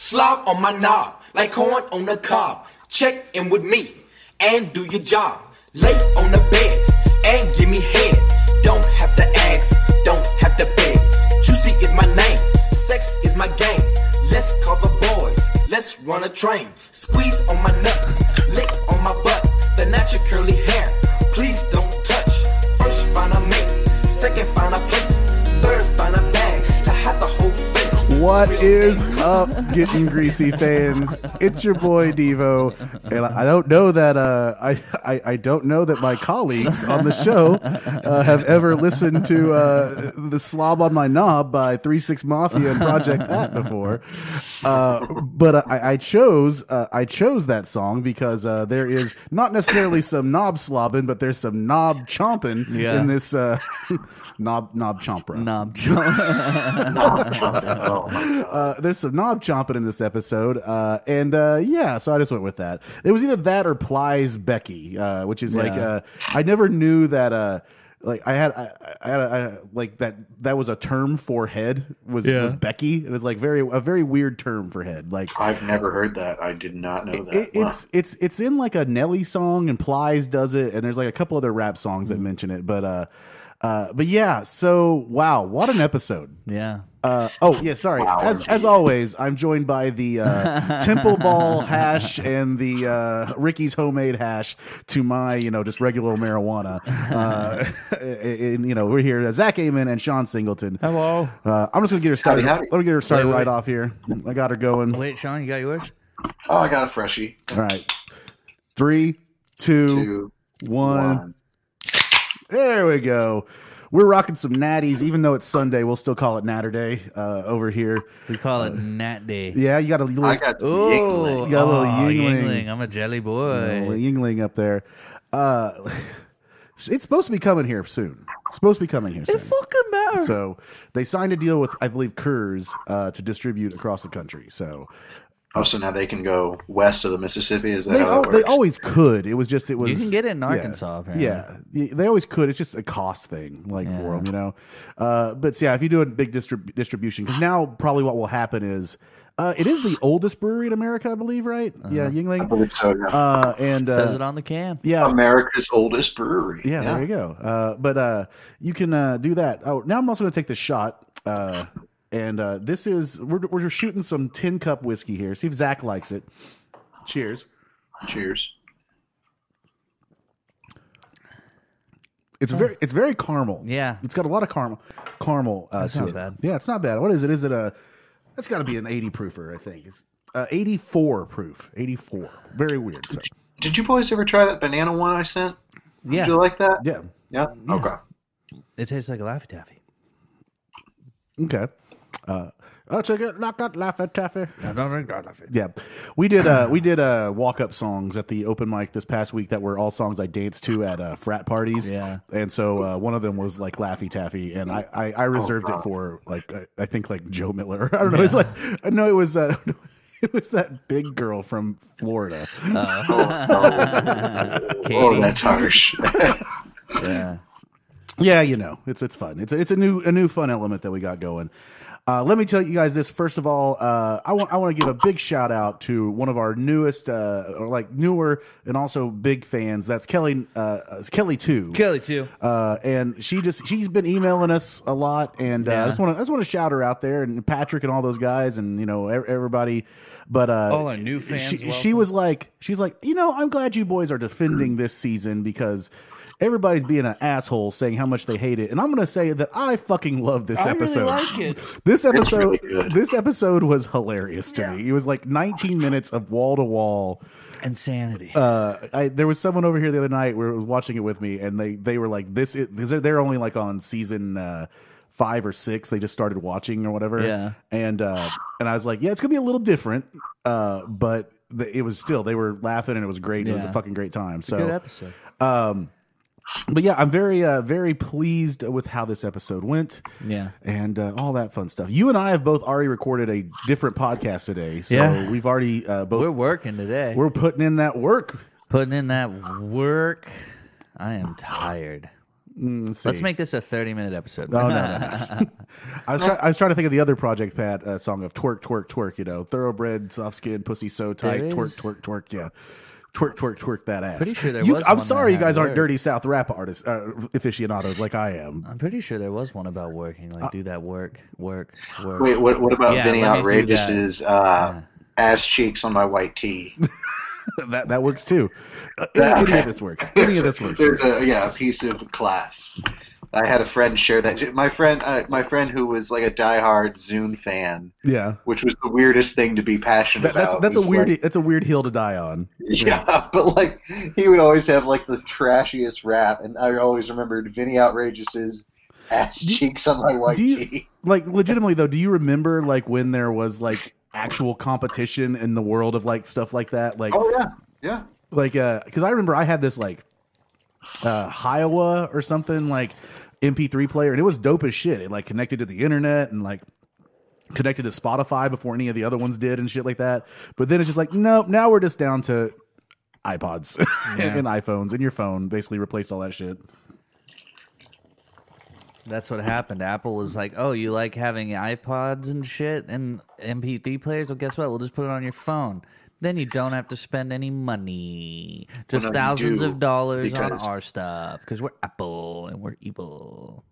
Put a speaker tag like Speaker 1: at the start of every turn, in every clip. Speaker 1: Slob on my knob, like corn on the cob. Check in with me and do your job. Lay on the bed and give me head. Don't have to ask, don't have to beg. Juicy is my name, sex is my game. Let's call the boys, let's run a train. Squeeze on my nuts, lick on my butt. The natural curly hair, please don't touch. First find a mate, second find a place, third find a bag to hide the whole face.
Speaker 2: What
Speaker 1: Real
Speaker 2: is
Speaker 1: thing.
Speaker 2: up, getting greasy fans? It's your boy Devo, and I don't know that uh, I, I I don't know that my colleagues on the show uh, have ever listened to uh, the slob on my knob by Three Six Mafia and Project Pat before, uh, but I, I chose uh, I chose that song because uh, there is not necessarily some knob slobbing, but there's some knob chomping
Speaker 3: Yeah.
Speaker 2: in this uh, knob knob chompra
Speaker 3: Knob John.
Speaker 4: Oh,
Speaker 2: uh, there's some knob chomping in this episode, uh, and uh, yeah, so I just went with that. It was either that or Plies Becky, uh, which is like
Speaker 3: Yeah.
Speaker 2: uh, I never knew that. Uh, like I had, I, I had, a, I, like that. That was a term for head was
Speaker 3: Yeah.
Speaker 2: was Becky. It was like very a very weird term for head. Like
Speaker 4: I've never heard that. I did not know that.
Speaker 2: it,
Speaker 4: Wow.
Speaker 2: it's it's it's in like a Nelly song and Plies does it, and there's like a couple other rap songs
Speaker 3: Mm-hmm.
Speaker 2: that mention it, but uh, uh, but yeah. So wow, what an episode!
Speaker 3: Yeah.
Speaker 2: Uh, oh yeah, sorry.
Speaker 4: Wow.
Speaker 2: As as always, I'm joined by the uh, Temple Ball hash and the uh, Ricky's homemade hash to my you know just regular marijuana. Uh, and you know we're here. uh, Zach Amen and Sean Singleton.
Speaker 3: Hello.
Speaker 2: Uh, I'm just gonna get her started.
Speaker 4: Howdy, howdy.
Speaker 2: Let me get her started
Speaker 3: Wait, wait.
Speaker 2: right off here. I got her going.
Speaker 3: Wait, Sean, you got yours?
Speaker 4: oh, I got a freshie.
Speaker 2: All right, three, two,
Speaker 4: Two,
Speaker 2: one.
Speaker 4: one.
Speaker 2: There we go. We're rocking some natties, even though it's Sunday. We'll still call it Natterday uh, over here.
Speaker 3: We call it Nat Day.
Speaker 2: Uh, Yeah, you got a little.
Speaker 4: I got
Speaker 3: Ooh,
Speaker 4: Yingling.
Speaker 2: You got a little
Speaker 3: aw,
Speaker 2: Yingling.
Speaker 3: I'm a jelly
Speaker 2: Little
Speaker 3: boy.
Speaker 2: Yingling up there. Uh, it's supposed to be coming here soon. It's supposed to be coming here soon.
Speaker 3: fucking matter.
Speaker 2: so they signed a deal with, I believe, Kurz uh, to distribute across the country. So
Speaker 4: Oh, so now they can go west of the Mississippi. Is that
Speaker 2: they,
Speaker 4: how
Speaker 2: al-
Speaker 4: that
Speaker 2: they
Speaker 4: works?
Speaker 2: always could. It was just it was
Speaker 3: you can get it in
Speaker 2: yeah.
Speaker 3: Arkansas, apparently.
Speaker 2: Yeah, Y- they always could. It's just a cost thing, like for 'em, for them, you know. Uh, but yeah, if you do a big distrib- distribution, because now probably what will happen is uh, it is the oldest brewery in America, I believe, right? Yeah,
Speaker 4: I
Speaker 2: Yingling.
Speaker 4: believe so. Yeah.
Speaker 2: Uh, and uh,
Speaker 3: Uh-huh. Says it on the can.
Speaker 2: yeah,
Speaker 4: America's oldest brewery.
Speaker 2: Yeah, there you go. Uh, but uh, you can uh, do that. Oh, now I'm also going to take the shot. Uh, and uh, this is we're we're shooting some tin cup whiskey here. See if Zach likes it. Cheers.
Speaker 4: Cheers.
Speaker 2: It's very it's very caramel.
Speaker 3: Yeah.
Speaker 2: it's got a lot of caramel caramel uh, to
Speaker 3: not
Speaker 2: it.
Speaker 3: bad.
Speaker 2: Yeah, it's not bad. What is it? Is it a? That's got to be an 80 proofer. I think it's uh, 84 proof. 84. Very weird. So
Speaker 4: Did you boys ever try that banana one I sent?
Speaker 3: Yeah.
Speaker 4: Did you like that?
Speaker 2: yeah.
Speaker 4: Yeah. Okay.
Speaker 3: It tastes like a Laffy Taffy.
Speaker 2: Okay. Uh, I'll take it. Knock out laugh at taffy.
Speaker 3: I don't drink Laffy.
Speaker 2: Yeah, we did. Uh, we did uh, walk up songs at the open mic this past week that were all songs I danced to at uh, frat parties.
Speaker 3: Yeah.
Speaker 2: and so uh, one of them was like Laffy Taffy, and I I, I reserved it for like I, I think like Joe Miller. I don't know. It's like no, it was uh, it was that big girl from Florida.
Speaker 4: Oh, no. oh that's harsh.
Speaker 3: Yeah.
Speaker 2: Yeah, you know, it's it's fun. It's it's a new a new fun element that we got going. Uh, let me tell you guys this. First of all, uh, I want I want to give a big shout out to one of our newest, uh, or like newer and also big fans. That's Kelly uh, uh, Kelly too.
Speaker 3: Kelly, too.
Speaker 2: Uh, and she just she's been emailing us a lot, and uh,
Speaker 3: Yeah.
Speaker 2: I just want to I just want to shout her out there and Patrick and all those guys and you know e- everybody. But uh,
Speaker 3: All our new fans,
Speaker 2: she, she
Speaker 3: welcome.
Speaker 2: was like she's like you know I'm glad you boys are defending this season because. Everybody's being an asshole saying how much they hate it, and I'm gonna say that I fucking love this episode.
Speaker 3: it.
Speaker 2: This episode,
Speaker 4: really good.
Speaker 2: this episode was hilarious to me. It was like 19 minutes of wall to wall
Speaker 3: Insanity.
Speaker 2: uh, I there was someone over here the other night where was watching it with me, and they they were like, "This is because they're, they're only like on season uh, five or six. They just started watching or whatever."
Speaker 3: Yeah.
Speaker 2: and uh, and I was like, "Yeah, it's gonna be a little different, uh, but the, it was still they were laughing and it was great. It was a
Speaker 3: Yeah.
Speaker 2: fucking great time." so
Speaker 3: Good episode.
Speaker 2: um, but yeah, I'm very uh, very pleased with how this episode went.
Speaker 3: Yeah.
Speaker 2: And uh, all that fun stuff. You and I have both already recorded a different podcast today, so
Speaker 3: Yeah.
Speaker 2: we've already uh, both
Speaker 3: We're working today.
Speaker 2: we're putting in that work.
Speaker 3: putting in that work. I am tired.
Speaker 2: Let's,
Speaker 3: Let's
Speaker 2: see.
Speaker 3: make this a 30 minute episode.
Speaker 2: No, no, no. I was, try- I was trying to think of the other Project Pat uh, song of twerk, twerk, twerk. You know, thoroughbred, soft skin, pussy so tight,
Speaker 3: There
Speaker 2: twerk,
Speaker 3: is-
Speaker 2: twerk, twerk. Yeah, twerk, twerk, twerk that ass.
Speaker 3: Pretty sure there
Speaker 2: you,
Speaker 3: was
Speaker 2: I'm
Speaker 3: one that
Speaker 2: sorry, you
Speaker 3: had
Speaker 2: guys aren't
Speaker 3: work.
Speaker 2: dirty South rap artists uh, aficionados like I am.
Speaker 3: I'm pretty sure there was one about working. Like, do that work, work, work.
Speaker 4: Uh, Wait, what? What about
Speaker 3: Yeah,
Speaker 4: Vinny
Speaker 3: let me do that.
Speaker 4: Outrageous's uh, ass cheeks on my white tee?
Speaker 2: that that works too. Uh, any, any of this works. Any of this works.
Speaker 4: There's a yeah, a piece of class. I had a friend share that. My friend, uh, my friend who was like a diehard Zune fan,
Speaker 2: Yeah.
Speaker 4: which was the weirdest thing to be passionate
Speaker 2: That, that's
Speaker 4: about.
Speaker 2: that's
Speaker 4: It
Speaker 2: a
Speaker 4: was
Speaker 2: weird e-,
Speaker 4: like-
Speaker 2: that's a weird hill to die on.
Speaker 4: yeah, but like he would always have like the trashiest rap, and I always remembered Vinny Outrageous's ass
Speaker 2: Do- uh,
Speaker 4: cheeks on my white
Speaker 2: do you-
Speaker 4: tee.
Speaker 2: Like legitimately though, do you remember like when there was like actual competition in the world of like stuff like that? Like
Speaker 4: Oh yeah, yeah.
Speaker 2: like uh because i remember i had this like uh Hiwa or something like mp3 player and it was dope as shit it like connected to the internet and like connected to spotify before any of the other ones did and shit like that but then it's just like nope now we're just down to ipods
Speaker 3: Yeah.
Speaker 2: and iphones and your phone basically replaced all that shit
Speaker 3: That's what happened. Apple was like, "Oh, you like having iPods and shit and MP3 players? Well, guess what? We'll just put it on your phone. Then you don't have to spend any money, just
Speaker 4: no, you
Speaker 3: thousands
Speaker 4: do,
Speaker 3: of dollars on
Speaker 4: because-
Speaker 3: our stuff because we're Apple and we're evil."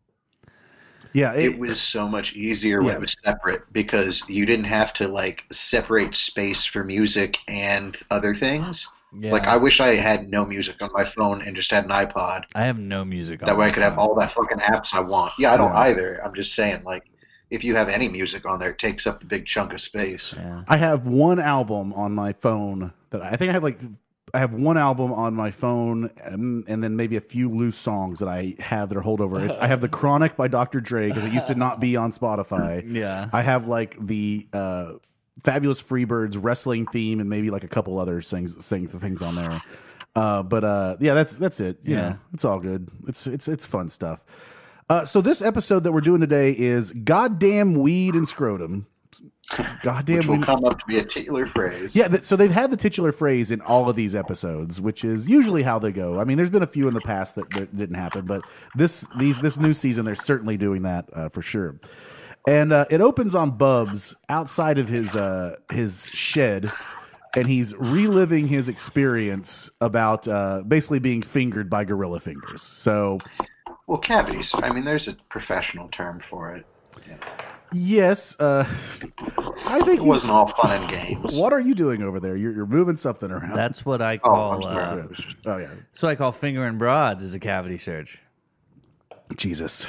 Speaker 2: yeah
Speaker 4: It
Speaker 2: it,
Speaker 4: was so much easier when
Speaker 2: Yeah.
Speaker 4: it was separate because you didn't have to like separate space for music and other things.
Speaker 3: Yeah,
Speaker 4: Like I wish I had no music on my phone and just had an iPod.
Speaker 3: I have no music. on
Speaker 4: That way I
Speaker 3: Oh my
Speaker 4: could have
Speaker 3: phone.
Speaker 4: all that fucking apps I want. Yeah, I don't
Speaker 2: Yeah.
Speaker 4: either. I'm just saying, like, if you have any music on there, it takes up a big chunk of space.
Speaker 3: Yeah.
Speaker 2: I have one album on my phone that I I think I have like I have one album on my phone um, and, and then maybe a few loose songs that I have that are holdover. It's, I have the Chronic by Dr. Dre because it used to not be on Spotify.
Speaker 3: Yeah.
Speaker 2: I have like the uh, Fabulous Freebirds wrestling theme and maybe like a couple other things things things on there. Uh, but uh, yeah, that's that's it. You
Speaker 3: Yeah.
Speaker 2: know, it's all good. It's it's it's fun stuff. Uh, so this episode that we're doing today is goddamn weed and scrotum. Goddamn
Speaker 4: Which
Speaker 2: weed.
Speaker 4: will come up to be a titular phrase.
Speaker 2: Yeah, th- so they've had the titular phrase in all of these episodes, which is usually how they go. I mean, there's been a few in the past that, that didn't happen, but this these this new season they're certainly doing that uh, for sure. And uh, it opens on Bubs outside of his uh, his shed, and he's reliving his experience about uh, basically being fingered by gorilla fingers. So
Speaker 4: Well, cavities. I mean, there's a professional term for it.
Speaker 2: yes, uh, I think
Speaker 4: It
Speaker 2: he-
Speaker 4: wasn't all fun and games.
Speaker 2: what are you doing over there? You're, you're moving something around.
Speaker 3: That's what I
Speaker 4: Oh, I'm
Speaker 3: call. uh,
Speaker 4: sorry.
Speaker 2: oh yeah.
Speaker 3: so I call fingering broads is a cavity search.
Speaker 2: Jesus.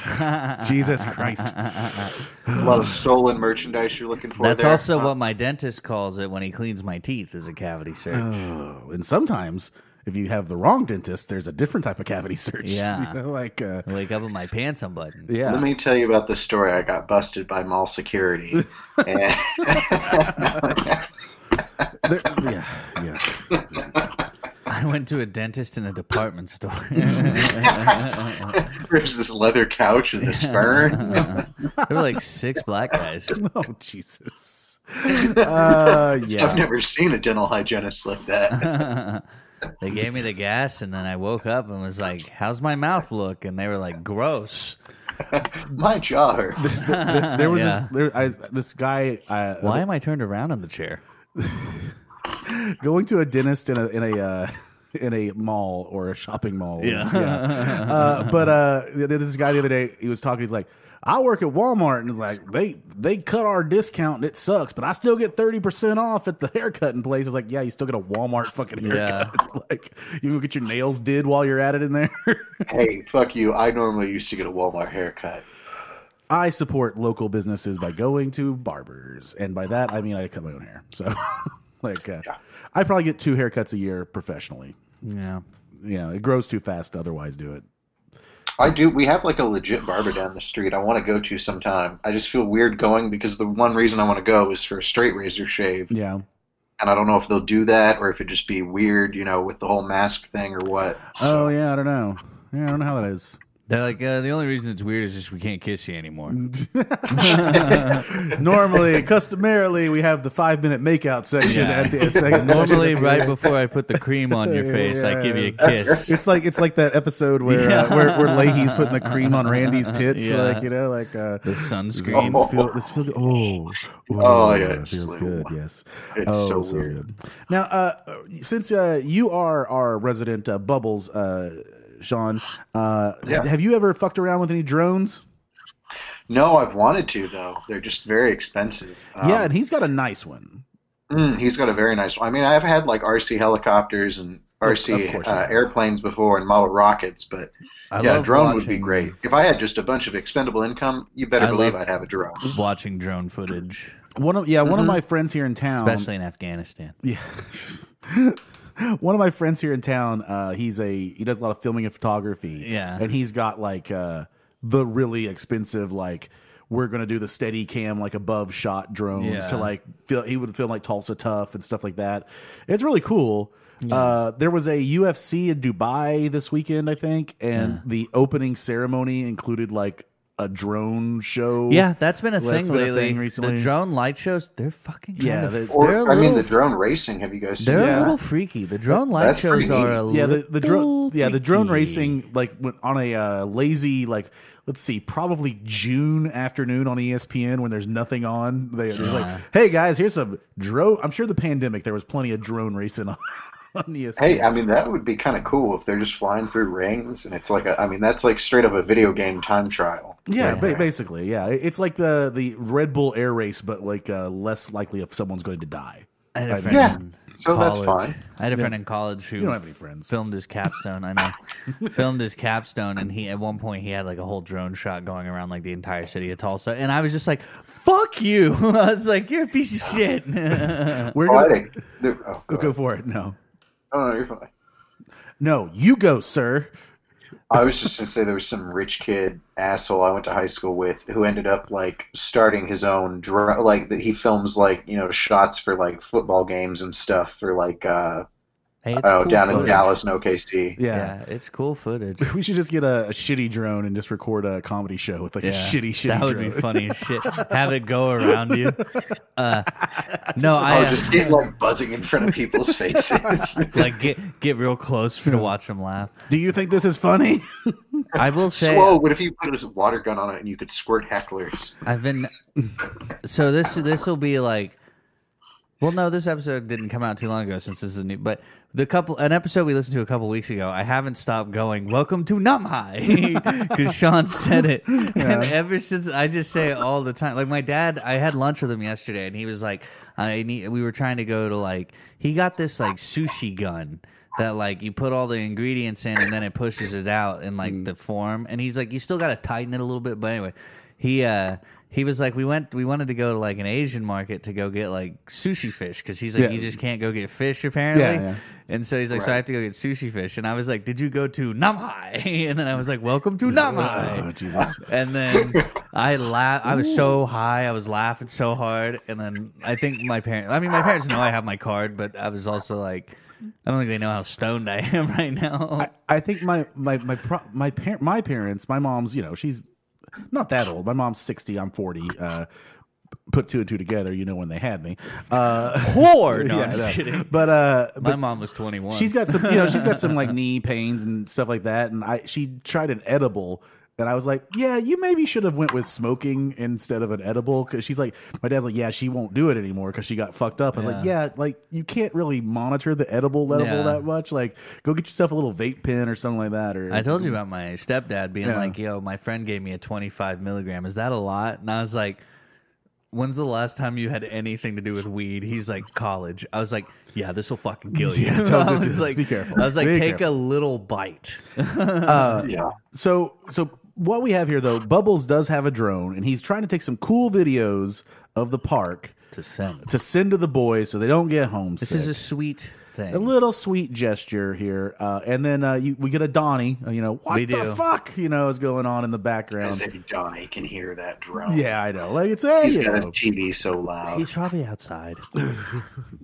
Speaker 2: Jesus Christ.
Speaker 4: A lot of stolen merchandise you're looking for.
Speaker 3: That's
Speaker 4: there.
Speaker 3: also what my dentist calls it when he cleans my teeth is a cavity search.
Speaker 2: Oh, and sometimes if you have the wrong dentist, there's a different type of cavity search.
Speaker 3: Yeah.
Speaker 2: You know, like, uh,
Speaker 3: I wake up with my pants unbuttoned.
Speaker 2: yeah.
Speaker 4: Uh, Let me tell you about the story. I got busted by mall security. and
Speaker 2: There- yeah. Yeah.
Speaker 3: I went to a dentist in a department store. there
Speaker 4: there's this leather couch and this fern.
Speaker 3: were like six black guys.
Speaker 2: Oh, Jesus. Uh,
Speaker 4: I've
Speaker 2: yeah.
Speaker 4: never seen a dental hygienist like that.
Speaker 3: They gave me the gas, and then I woke up and was like, "How's my mouth look?" And they were like, "Gross."
Speaker 4: My jaw hurts.
Speaker 2: There, there was
Speaker 3: Yeah.
Speaker 2: this, there, I, this guy uh,
Speaker 3: Why am I turned around in the chair?
Speaker 2: going to a dentist in a in a uh, in a mall or a shopping mall. is-
Speaker 3: Yeah.
Speaker 2: Uh, but uh, th- there's this guy the other day. He was talking. He's like, I work at Walmart, and it's like they they cut our discount and it sucks, but I still get thirty percent off at the haircutting place. It's like, yeah, you still get a Walmart fucking haircut. like you can get your nails did while you're at it in there.
Speaker 4: hey, fuck you. I normally used to get a Walmart haircut.
Speaker 2: I support local businesses by going to barbers, and by that I mean I cut my own hair. So, like, uh, I probably get two haircuts a year professionally.
Speaker 3: Yeah.
Speaker 2: you know, it grows too fast to otherwise do it.
Speaker 4: I do. We have like a legit barber down the street. I want to go to sometime. I just feel weird going because the one reason I want to go is for a straight razor shave,
Speaker 2: Yeah.
Speaker 4: and I don't know if they'll do that or if it just be weird, you know, with the whole mask thing or what.
Speaker 2: Oh yeah, I don't know. Yeah, I don't know how that is.
Speaker 3: They're like, uh, the only reason it's weird is just we can't kiss you anymore.
Speaker 2: Normally, customarily, we have the five minute makeout section
Speaker 3: Yeah.
Speaker 2: at the second.
Speaker 3: Normally,
Speaker 2: section.
Speaker 3: right before I put the cream on your face, I give you a kiss.
Speaker 2: It's like it's like that episode where uh,
Speaker 3: Yeah.
Speaker 2: where, where Leahy's putting the cream on Randy's tits,
Speaker 3: Yeah.
Speaker 2: like you know, like uh,
Speaker 3: The
Speaker 2: This
Speaker 3: sunscreen.
Speaker 4: Oh.
Speaker 2: feel, this feel, oh,
Speaker 4: Oh, yeah,
Speaker 2: it
Speaker 4: it's
Speaker 2: feels
Speaker 4: like-
Speaker 2: good. Yes,
Speaker 4: It's
Speaker 2: Oh,
Speaker 4: so weird.
Speaker 2: Now, uh, since uh, you are our resident uh, bubbles, uh, Sean, uh,
Speaker 4: Yeah.
Speaker 2: have you ever fucked around with any drones?
Speaker 4: No, I've wanted to though. They're just very expensive. Um,
Speaker 2: yeah, and he's got a nice one.
Speaker 4: mm, he's got a very nice one. I mean, I've had like RC helicopters and
Speaker 2: of
Speaker 4: RC
Speaker 2: course you
Speaker 4: uh,
Speaker 2: have.
Speaker 4: airplanes before and model rockets, but
Speaker 3: I
Speaker 4: yeah, a
Speaker 3: love
Speaker 4: drone would be
Speaker 3: watching-
Speaker 4: great. If I had just a bunch of expendable income, you better
Speaker 3: I
Speaker 4: believe
Speaker 3: love-
Speaker 4: I'd have a drone.
Speaker 3: Watching drone footage,
Speaker 2: One of yeah, one
Speaker 4: mm-hmm.
Speaker 2: of my friends here in town,
Speaker 3: especially in Afghanistan.
Speaker 2: Yeah. One of my friends here in town, uh, he's a he does a lot of filming and photography.
Speaker 3: Yeah.
Speaker 2: And he's got like uh the really expensive like we're gonna do the steady cam like above shot drones
Speaker 3: Yeah.
Speaker 2: to like feel he would film like Tulsa Tough and stuff like that. It's really cool. Uh, there was a UFC in Dubai this weekend, I think, and the opening ceremony included like a drone show.
Speaker 3: Yeah, that's been a
Speaker 2: Well,
Speaker 3: thing
Speaker 2: that's been a
Speaker 3: lately.
Speaker 2: thing recently.
Speaker 3: The drone light shows, they're fucking kind
Speaker 2: Yeah,
Speaker 3: of-
Speaker 2: they-
Speaker 3: they're,
Speaker 4: Or
Speaker 3: a
Speaker 4: I
Speaker 3: little,
Speaker 4: mean, the drone racing. Have you guys seen?
Speaker 3: they're
Speaker 2: Yeah.
Speaker 3: a little freaky. The drone light
Speaker 4: That's
Speaker 3: shows
Speaker 4: pretty
Speaker 3: are a
Speaker 2: yeah the, the drone
Speaker 3: little
Speaker 2: yeah the drone
Speaker 3: freaky.
Speaker 2: racing like went on a uh, lazy like let's see probably june afternoon on E espn when there's nothing on they, there's like hey guys here's some drone i'm sure the pandemic there was plenty of drone racing on, on E espn
Speaker 4: Hey, I mean that would be kind of cool if they're just flying through rings and it's like a I mean that's like straight up a video game time trial.
Speaker 2: yeah, ba- basically yeah It- it's like the the red bull air race but like uh, less likely if someone's going to die
Speaker 3: I had a friend
Speaker 4: Yeah.
Speaker 3: in
Speaker 4: So that's
Speaker 3: college-
Speaker 4: fine.
Speaker 3: I had a friend in college who
Speaker 2: don't have any friends.
Speaker 3: filmed his capstone. I know, filmed his capstone, and he at one point he had like a whole drone shot going around like the entire city of Tulsa, and I was just like, "Fuck you!" I was like, "You're a piece of shit."
Speaker 2: we're
Speaker 3: Uh,
Speaker 4: Oh, I
Speaker 2: gonna
Speaker 4: think. there- Oh, go
Speaker 2: go
Speaker 4: ahead.
Speaker 2: for it no
Speaker 4: oh, no, you're fine.
Speaker 2: no you go sir
Speaker 4: I was just gonna say there was some rich kid asshole I went to high school with who ended up like starting his own dr- like that he films like you know shots for like football games and stuff for like uh
Speaker 3: hey, it's
Speaker 4: oh
Speaker 3: cool
Speaker 4: down in
Speaker 3: footage.
Speaker 4: Dallas and OKC.
Speaker 2: yeah,
Speaker 3: Yeah, it's cool footage.
Speaker 2: We should just get a, a shitty drone and just record a comedy show with like a
Speaker 3: Yeah.
Speaker 2: shitty, shitty
Speaker 3: That would
Speaker 2: drone.
Speaker 3: be funny as shit. Have it go around you. Uh, no, I
Speaker 4: Oh,
Speaker 3: uh,
Speaker 4: just get like buzzing in front of people's faces.
Speaker 3: like get get real close to watch them laugh.
Speaker 2: Do you think this is funny?
Speaker 3: I will say,
Speaker 4: Whoa! What if you put a water gun on it and you could squirt hecklers?
Speaker 3: I've been so this this will be like well no this episode didn't come out too long ago since this is new but the couple an episode we listened to a couple weeks ago I haven't stopped going welcome to Numb High because Sean said it and ever since I just say it all the time like my dad I had lunch with him yesterday and he was like I need we were trying to go to like he got this like sushi gun that like you put all the ingredients in and then it pushes it out in like the form and he's like you still got to tighten it a little bit but anyway he uh he was like we went we wanted to go to like an asian market to go get like sushi fish because he's like
Speaker 2: Yeah.
Speaker 3: you just can't go get fish apparently
Speaker 2: yeah.
Speaker 3: and so he's like so i have to go get sushi fish and i was like did you go to namai and then i was like welcome to namai
Speaker 2: Oh, Jesus.
Speaker 3: and then I laugh. I was so high. I was laughing so hard. And then I think my parents. I mean, my parents know I have my card, but I was also like, I don't think they know how stoned I am right now.
Speaker 2: I, I think my my my pro, my par- my parents, my mom's, you know, she's not that old. My mom's 60, I'm 40. Uh put two and two together, you know when they had me. Uh
Speaker 3: Whore. No,
Speaker 2: yeah,
Speaker 3: I'm just
Speaker 2: no.
Speaker 3: kidding.
Speaker 2: But uh but
Speaker 3: My mom was 21.
Speaker 2: she's got some you know, she's got some like knee pains and stuff like that and I she tried an edible and I was like, "Yeah, you maybe should have went with smoking instead of an edible." Because she's like, my dad's like, "Yeah, she won't do it anymore because she got fucked up." I was like, "Yeah, like you can't really monitor the edible level
Speaker 3: Yeah.
Speaker 2: that much. Like, go get yourself a little vape pen or something like that." Or
Speaker 3: I told you about my stepdad being
Speaker 2: Yeah.
Speaker 3: like, "Yo, my friend gave me a 25 milligram. Is that a lot?" And I was like, "When's the last time you had anything to do with weed?" He's like, "College." I was like, "Yeah, this will fucking kill you."
Speaker 2: Yeah, don't
Speaker 3: I
Speaker 2: do
Speaker 3: was
Speaker 2: this.
Speaker 3: like,
Speaker 2: Be careful.
Speaker 3: I was like,
Speaker 2: Be
Speaker 3: "Take
Speaker 2: careful."
Speaker 3: a little bite." Uh,
Speaker 4: Yeah.
Speaker 2: So so what we have here though, Bubbles does have a drone and he's trying to take some cool videos of the park
Speaker 3: to send.
Speaker 2: to send to the boys so they don't get homesick.
Speaker 3: This is a sweet thing.
Speaker 2: a little sweet gesture here, uh, and then uh, you, we get a Donnie. uh, You know what
Speaker 3: We
Speaker 2: the
Speaker 3: do.
Speaker 2: fuck you know is going on in the
Speaker 4: As
Speaker 3: um,
Speaker 2: background.
Speaker 4: if Donnie can hear that drone.
Speaker 2: Yeah, I know. Like it's hey,
Speaker 4: He's
Speaker 2: you
Speaker 4: got his
Speaker 2: know,
Speaker 4: TV so loud.
Speaker 3: He's probably outside.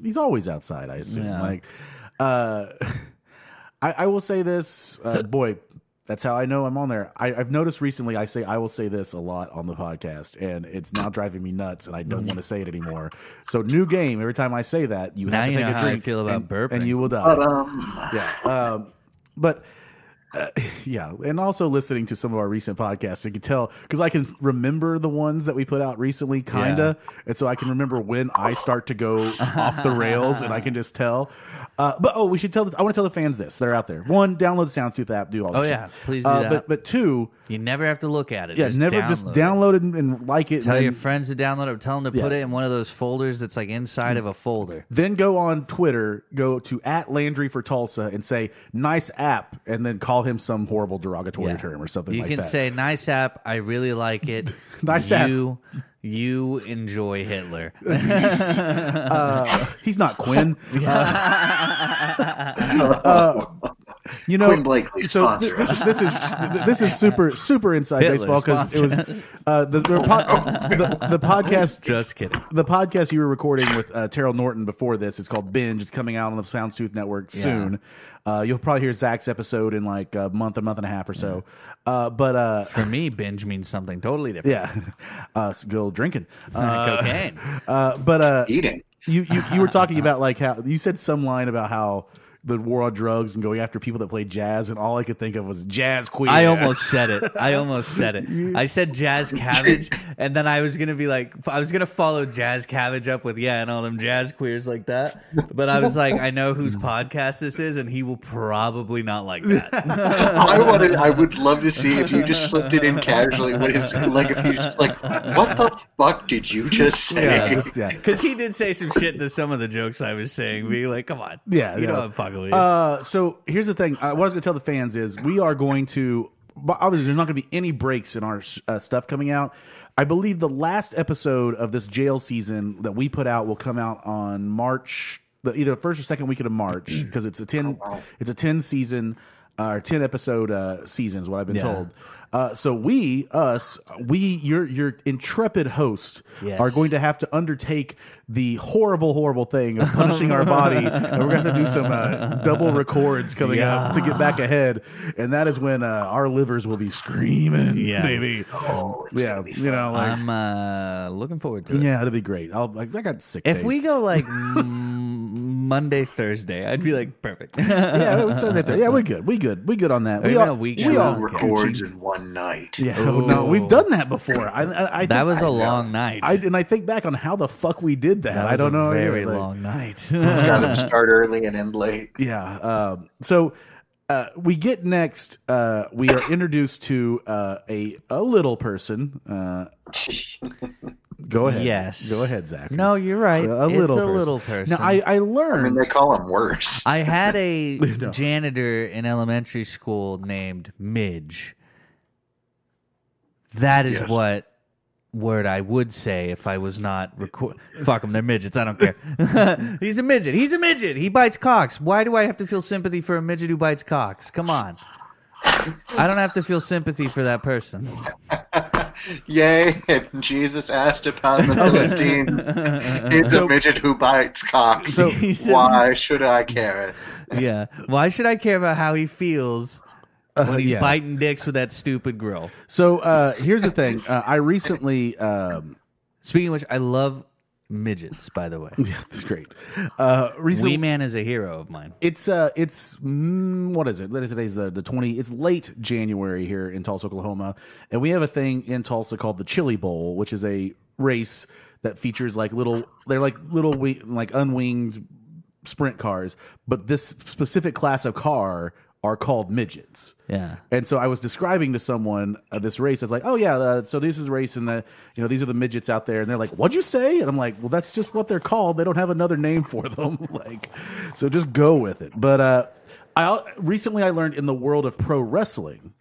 Speaker 2: he's always outside. I assume.
Speaker 3: Yeah.
Speaker 2: Like, uh, I, I will say this, uh, boy. That's how I know I'm on there. I, I've noticed recently I say I will say this a lot on the podcast, and it's now driving me nuts, and I don't want to say it anymore. So new game. Every time I say that, you
Speaker 3: Now
Speaker 2: have to
Speaker 3: you
Speaker 2: take
Speaker 3: know
Speaker 2: a
Speaker 3: how I
Speaker 2: drink.
Speaker 3: feel about
Speaker 2: and,
Speaker 3: burping.
Speaker 2: and you will die.
Speaker 5: But um,
Speaker 2: yeah, um, but. Uh, yeah, and also listening to some of our recent podcasts, you can tell because I can remember the ones that we put out recently, kinda, and so I can remember when I start to go off the rails, and I can just tell. Uh, but oh, we should tell. The, I want to tell the fans this: they're out there. One, download the Soundstooth app. Do all.
Speaker 3: Oh,
Speaker 2: that
Speaker 3: yeah,
Speaker 2: shit.
Speaker 3: please do
Speaker 2: Uh,
Speaker 3: that.
Speaker 2: But but two,
Speaker 3: You never have to look at it.
Speaker 2: yeah,
Speaker 3: just
Speaker 2: never
Speaker 3: download
Speaker 2: just
Speaker 3: it.
Speaker 2: download it and, and like it.
Speaker 3: Tell
Speaker 2: and
Speaker 3: your
Speaker 2: then-
Speaker 3: friends to download it. Tell them to put
Speaker 2: Yeah. Mm.
Speaker 3: it in one of those folders that's like inside of a folder.
Speaker 2: Then go on Twitter, go to at Landry for Tulsa and say nice app, and then call him some horrible derogatory
Speaker 3: Yeah.
Speaker 2: term or something.
Speaker 3: You
Speaker 2: like
Speaker 3: can
Speaker 2: that.
Speaker 3: say, "Nice app. I really like it.
Speaker 2: Nice app.
Speaker 3: you, You enjoy Hitler.
Speaker 2: he's not Quinn. Uh, You know,
Speaker 5: Quinn Blakely,
Speaker 2: so th-
Speaker 5: sponsor
Speaker 2: this, is- this is th- this is super super inside
Speaker 3: Hitler,
Speaker 2: baseball because it was uh, the, the, pod, the the podcast
Speaker 3: Just kidding.
Speaker 2: the podcast you were recording with uh, Terrell Norton before this. It's called Binge. It's coming out on the Soundstooth Network soon. Uh, you'll probably hear Zach's episode in like a month, a month and a half or so. Uh, but uh,
Speaker 3: For me, binge means something totally different.
Speaker 2: yeah, uh, it's good old drinking. Uh,
Speaker 3: cocaine.
Speaker 2: uh, but uh,
Speaker 5: eating.
Speaker 2: you, you you were talking about like how you said some line about how the war on drugs and going after people that play jazz, and all I could think of was jazz queen.
Speaker 3: I almost said it. I almost said it. I said Jazz Cabbage, and then I was gonna be like, I was gonna follow Jazz Cabbage up with yeah, and all them jazz queers like that. But I was like, I know whose podcast this is, and he will probably not like that.
Speaker 5: I wanted. I would love to see if you just slipped it in casually. What is like? If you just like, what the fuck did you just say?
Speaker 2: yeah, just- yeah.
Speaker 3: Because he did say some shit to some of the jokes I was saying. Be like, come on,
Speaker 2: Yeah,
Speaker 3: you
Speaker 2: yeah.
Speaker 3: know I'm fucking with you.
Speaker 2: Uh, so here's the thing. Uh, what I was going to tell the fans is we are going to. but Obviously, there's not going to be any breaks in our uh, stuff coming out. I believe the last episode of this jail season that we put out will come out on March, the, either the first or second weekend of March, because it's a
Speaker 3: Oh,
Speaker 2: ten, it's a ten season uh, or ten episode uh, season is what I've been
Speaker 3: Yeah.
Speaker 2: told. Uh, so we, us, we, your your intrepid host
Speaker 3: Yes.
Speaker 2: are going to have to undertake the horrible, horrible thing of punishing our body, and we're going to have to do some uh, double records coming up to get back ahead, and that is when uh, our livers will be screaming,
Speaker 3: Yeah.
Speaker 2: baby. yeah, you know, like,
Speaker 3: I'm uh, looking forward to it.
Speaker 2: yeah, it'll be great. I'll, like, I got sick.
Speaker 3: If
Speaker 2: days.
Speaker 3: we go like m- Monday, Thursday, I'd be like perfect.
Speaker 2: yeah, we
Speaker 3: uh,
Speaker 2: said that there. yeah, we good, we good, we good on that.
Speaker 3: Maybe
Speaker 2: We all,
Speaker 3: a week
Speaker 2: we
Speaker 3: show
Speaker 2: all
Speaker 3: okay.
Speaker 5: records in one night.
Speaker 2: Yeah, oh, no,
Speaker 3: Ooh.
Speaker 2: we've done that before. I, I, I
Speaker 3: that
Speaker 2: think-
Speaker 3: was a
Speaker 2: I-
Speaker 3: long night.
Speaker 2: I, and I think back on how the fuck we did that.
Speaker 3: That
Speaker 2: I
Speaker 3: was
Speaker 2: don't
Speaker 3: a
Speaker 2: know.
Speaker 3: Very
Speaker 2: either, like-
Speaker 3: long night.
Speaker 5: Gotta start early and end late.
Speaker 2: Yeah. Um, so uh, we get next. Uh, we are introduced to uh, a a little person. Uh, go ahead.
Speaker 3: Yes.
Speaker 2: Go ahead, Zach.
Speaker 3: no, you're right.
Speaker 2: A
Speaker 3: it's
Speaker 2: little
Speaker 3: a
Speaker 2: person.
Speaker 3: little person.
Speaker 2: Now I I
Speaker 5: I mean,
Speaker 2: learned.
Speaker 5: they call them worse.
Speaker 3: I had a
Speaker 2: No.
Speaker 3: janitor in elementary school named Midge. That is
Speaker 5: Yes.
Speaker 3: what word I would say if I was not record. Fuck them, they're midgets. I don't care. He's a midget. He's a midget. He bites cocks. Why do I have to feel sympathy for a midget who bites cocks? Come on. I don't have to feel sympathy for that person.
Speaker 5: Yay! Jesus asked upon the Philistines. It's
Speaker 2: So-
Speaker 5: a midget who bites cocks.
Speaker 2: So-
Speaker 5: why should I care?
Speaker 3: Yeah. Why should I care about how he feels when he's
Speaker 2: yeah.
Speaker 3: biting dicks with that stupid girl?
Speaker 2: So uh, here's the thing. Uh, I recently. Um,
Speaker 3: Speaking of which, I love midgets, by the way.
Speaker 2: yeah, that's great. Uh,
Speaker 3: Wee
Speaker 2: recently.
Speaker 3: Man is a hero of mine.
Speaker 2: it's uh, it's mm, what is it? What is it? Today's the the twenty. It's late January here in Tulsa, Oklahoma, and we have a thing in Tulsa called the Chili Bowl, which is a race that features like little. They're like little we- like unwinged sprint cars, but this specific class of car are called midgets.
Speaker 3: Yeah.
Speaker 2: And so I was describing to someone uh, this race. I was like, "Oh yeah, uh, so this is a race, and the you know these are the midgets out there." And they're like, "What'd you say?" And I'm like, "Well, that's just what they're called. They don't have another name for them. like, so just go with it." But uh, I al- recently I learned in the world of pro wrestling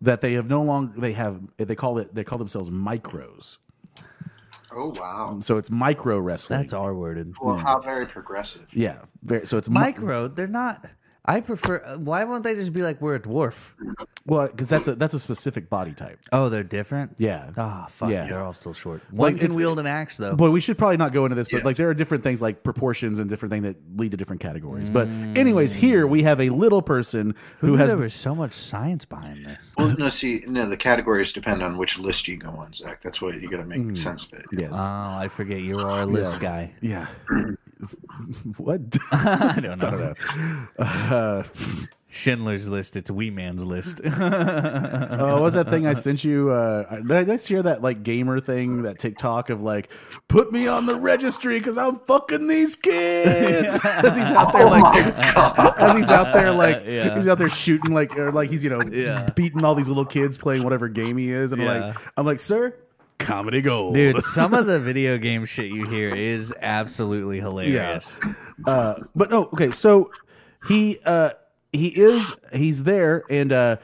Speaker 2: that they have no longer they have they call it they call themselves micros.
Speaker 5: Oh
Speaker 3: Mm.
Speaker 5: wow!
Speaker 2: So it's micro wrestling.
Speaker 3: That's R worded.
Speaker 5: Well, how very progressive.
Speaker 2: yeah. Very, so it's mi-
Speaker 3: Micro, they're not. I prefer. uh, Why won't they just be like we're a dwarf?
Speaker 2: Well, because that's a that's a specific body type.
Speaker 3: Oh, they're different.
Speaker 2: Yeah.
Speaker 3: Ah, fuck.
Speaker 2: Yeah.
Speaker 3: They're all still short. One
Speaker 2: Like,
Speaker 3: can
Speaker 2: it's-
Speaker 3: wield an axe though.
Speaker 2: Boy, we should probably not go into this, but
Speaker 4: Yeah.
Speaker 2: like there are different things like proportions and different things that lead to different categories. But anyways, here we have a little person who,
Speaker 3: Who knew
Speaker 2: has
Speaker 3: there was so much science behind this?
Speaker 4: Well, no, see, no, the categories depend on which list you go on, Zach. That's what you got to make sense of it.
Speaker 2: yes,
Speaker 3: Oh, I forget. You are a list guy.
Speaker 2: yeah. what?
Speaker 3: I don't know. Schindler's List. It's Wee Man's List.
Speaker 2: Oh, what was that thing I sent you? Uh, did I just hear that like gamer thing, that TikTok of like, put me on the registry because I'm fucking these kids. as he's out there like, as he's out there like,
Speaker 3: Oh Yeah.
Speaker 2: he's out there shooting like, or like he's you know beating all these little kids playing whatever game he is, and I'm
Speaker 3: Yeah.
Speaker 2: like, I'm like, sir, comedy gold,
Speaker 3: Dude, some of the video game shit you hear is absolutely hilarious.
Speaker 2: Uh, but no, okay, so he uh, he is he's there and. uh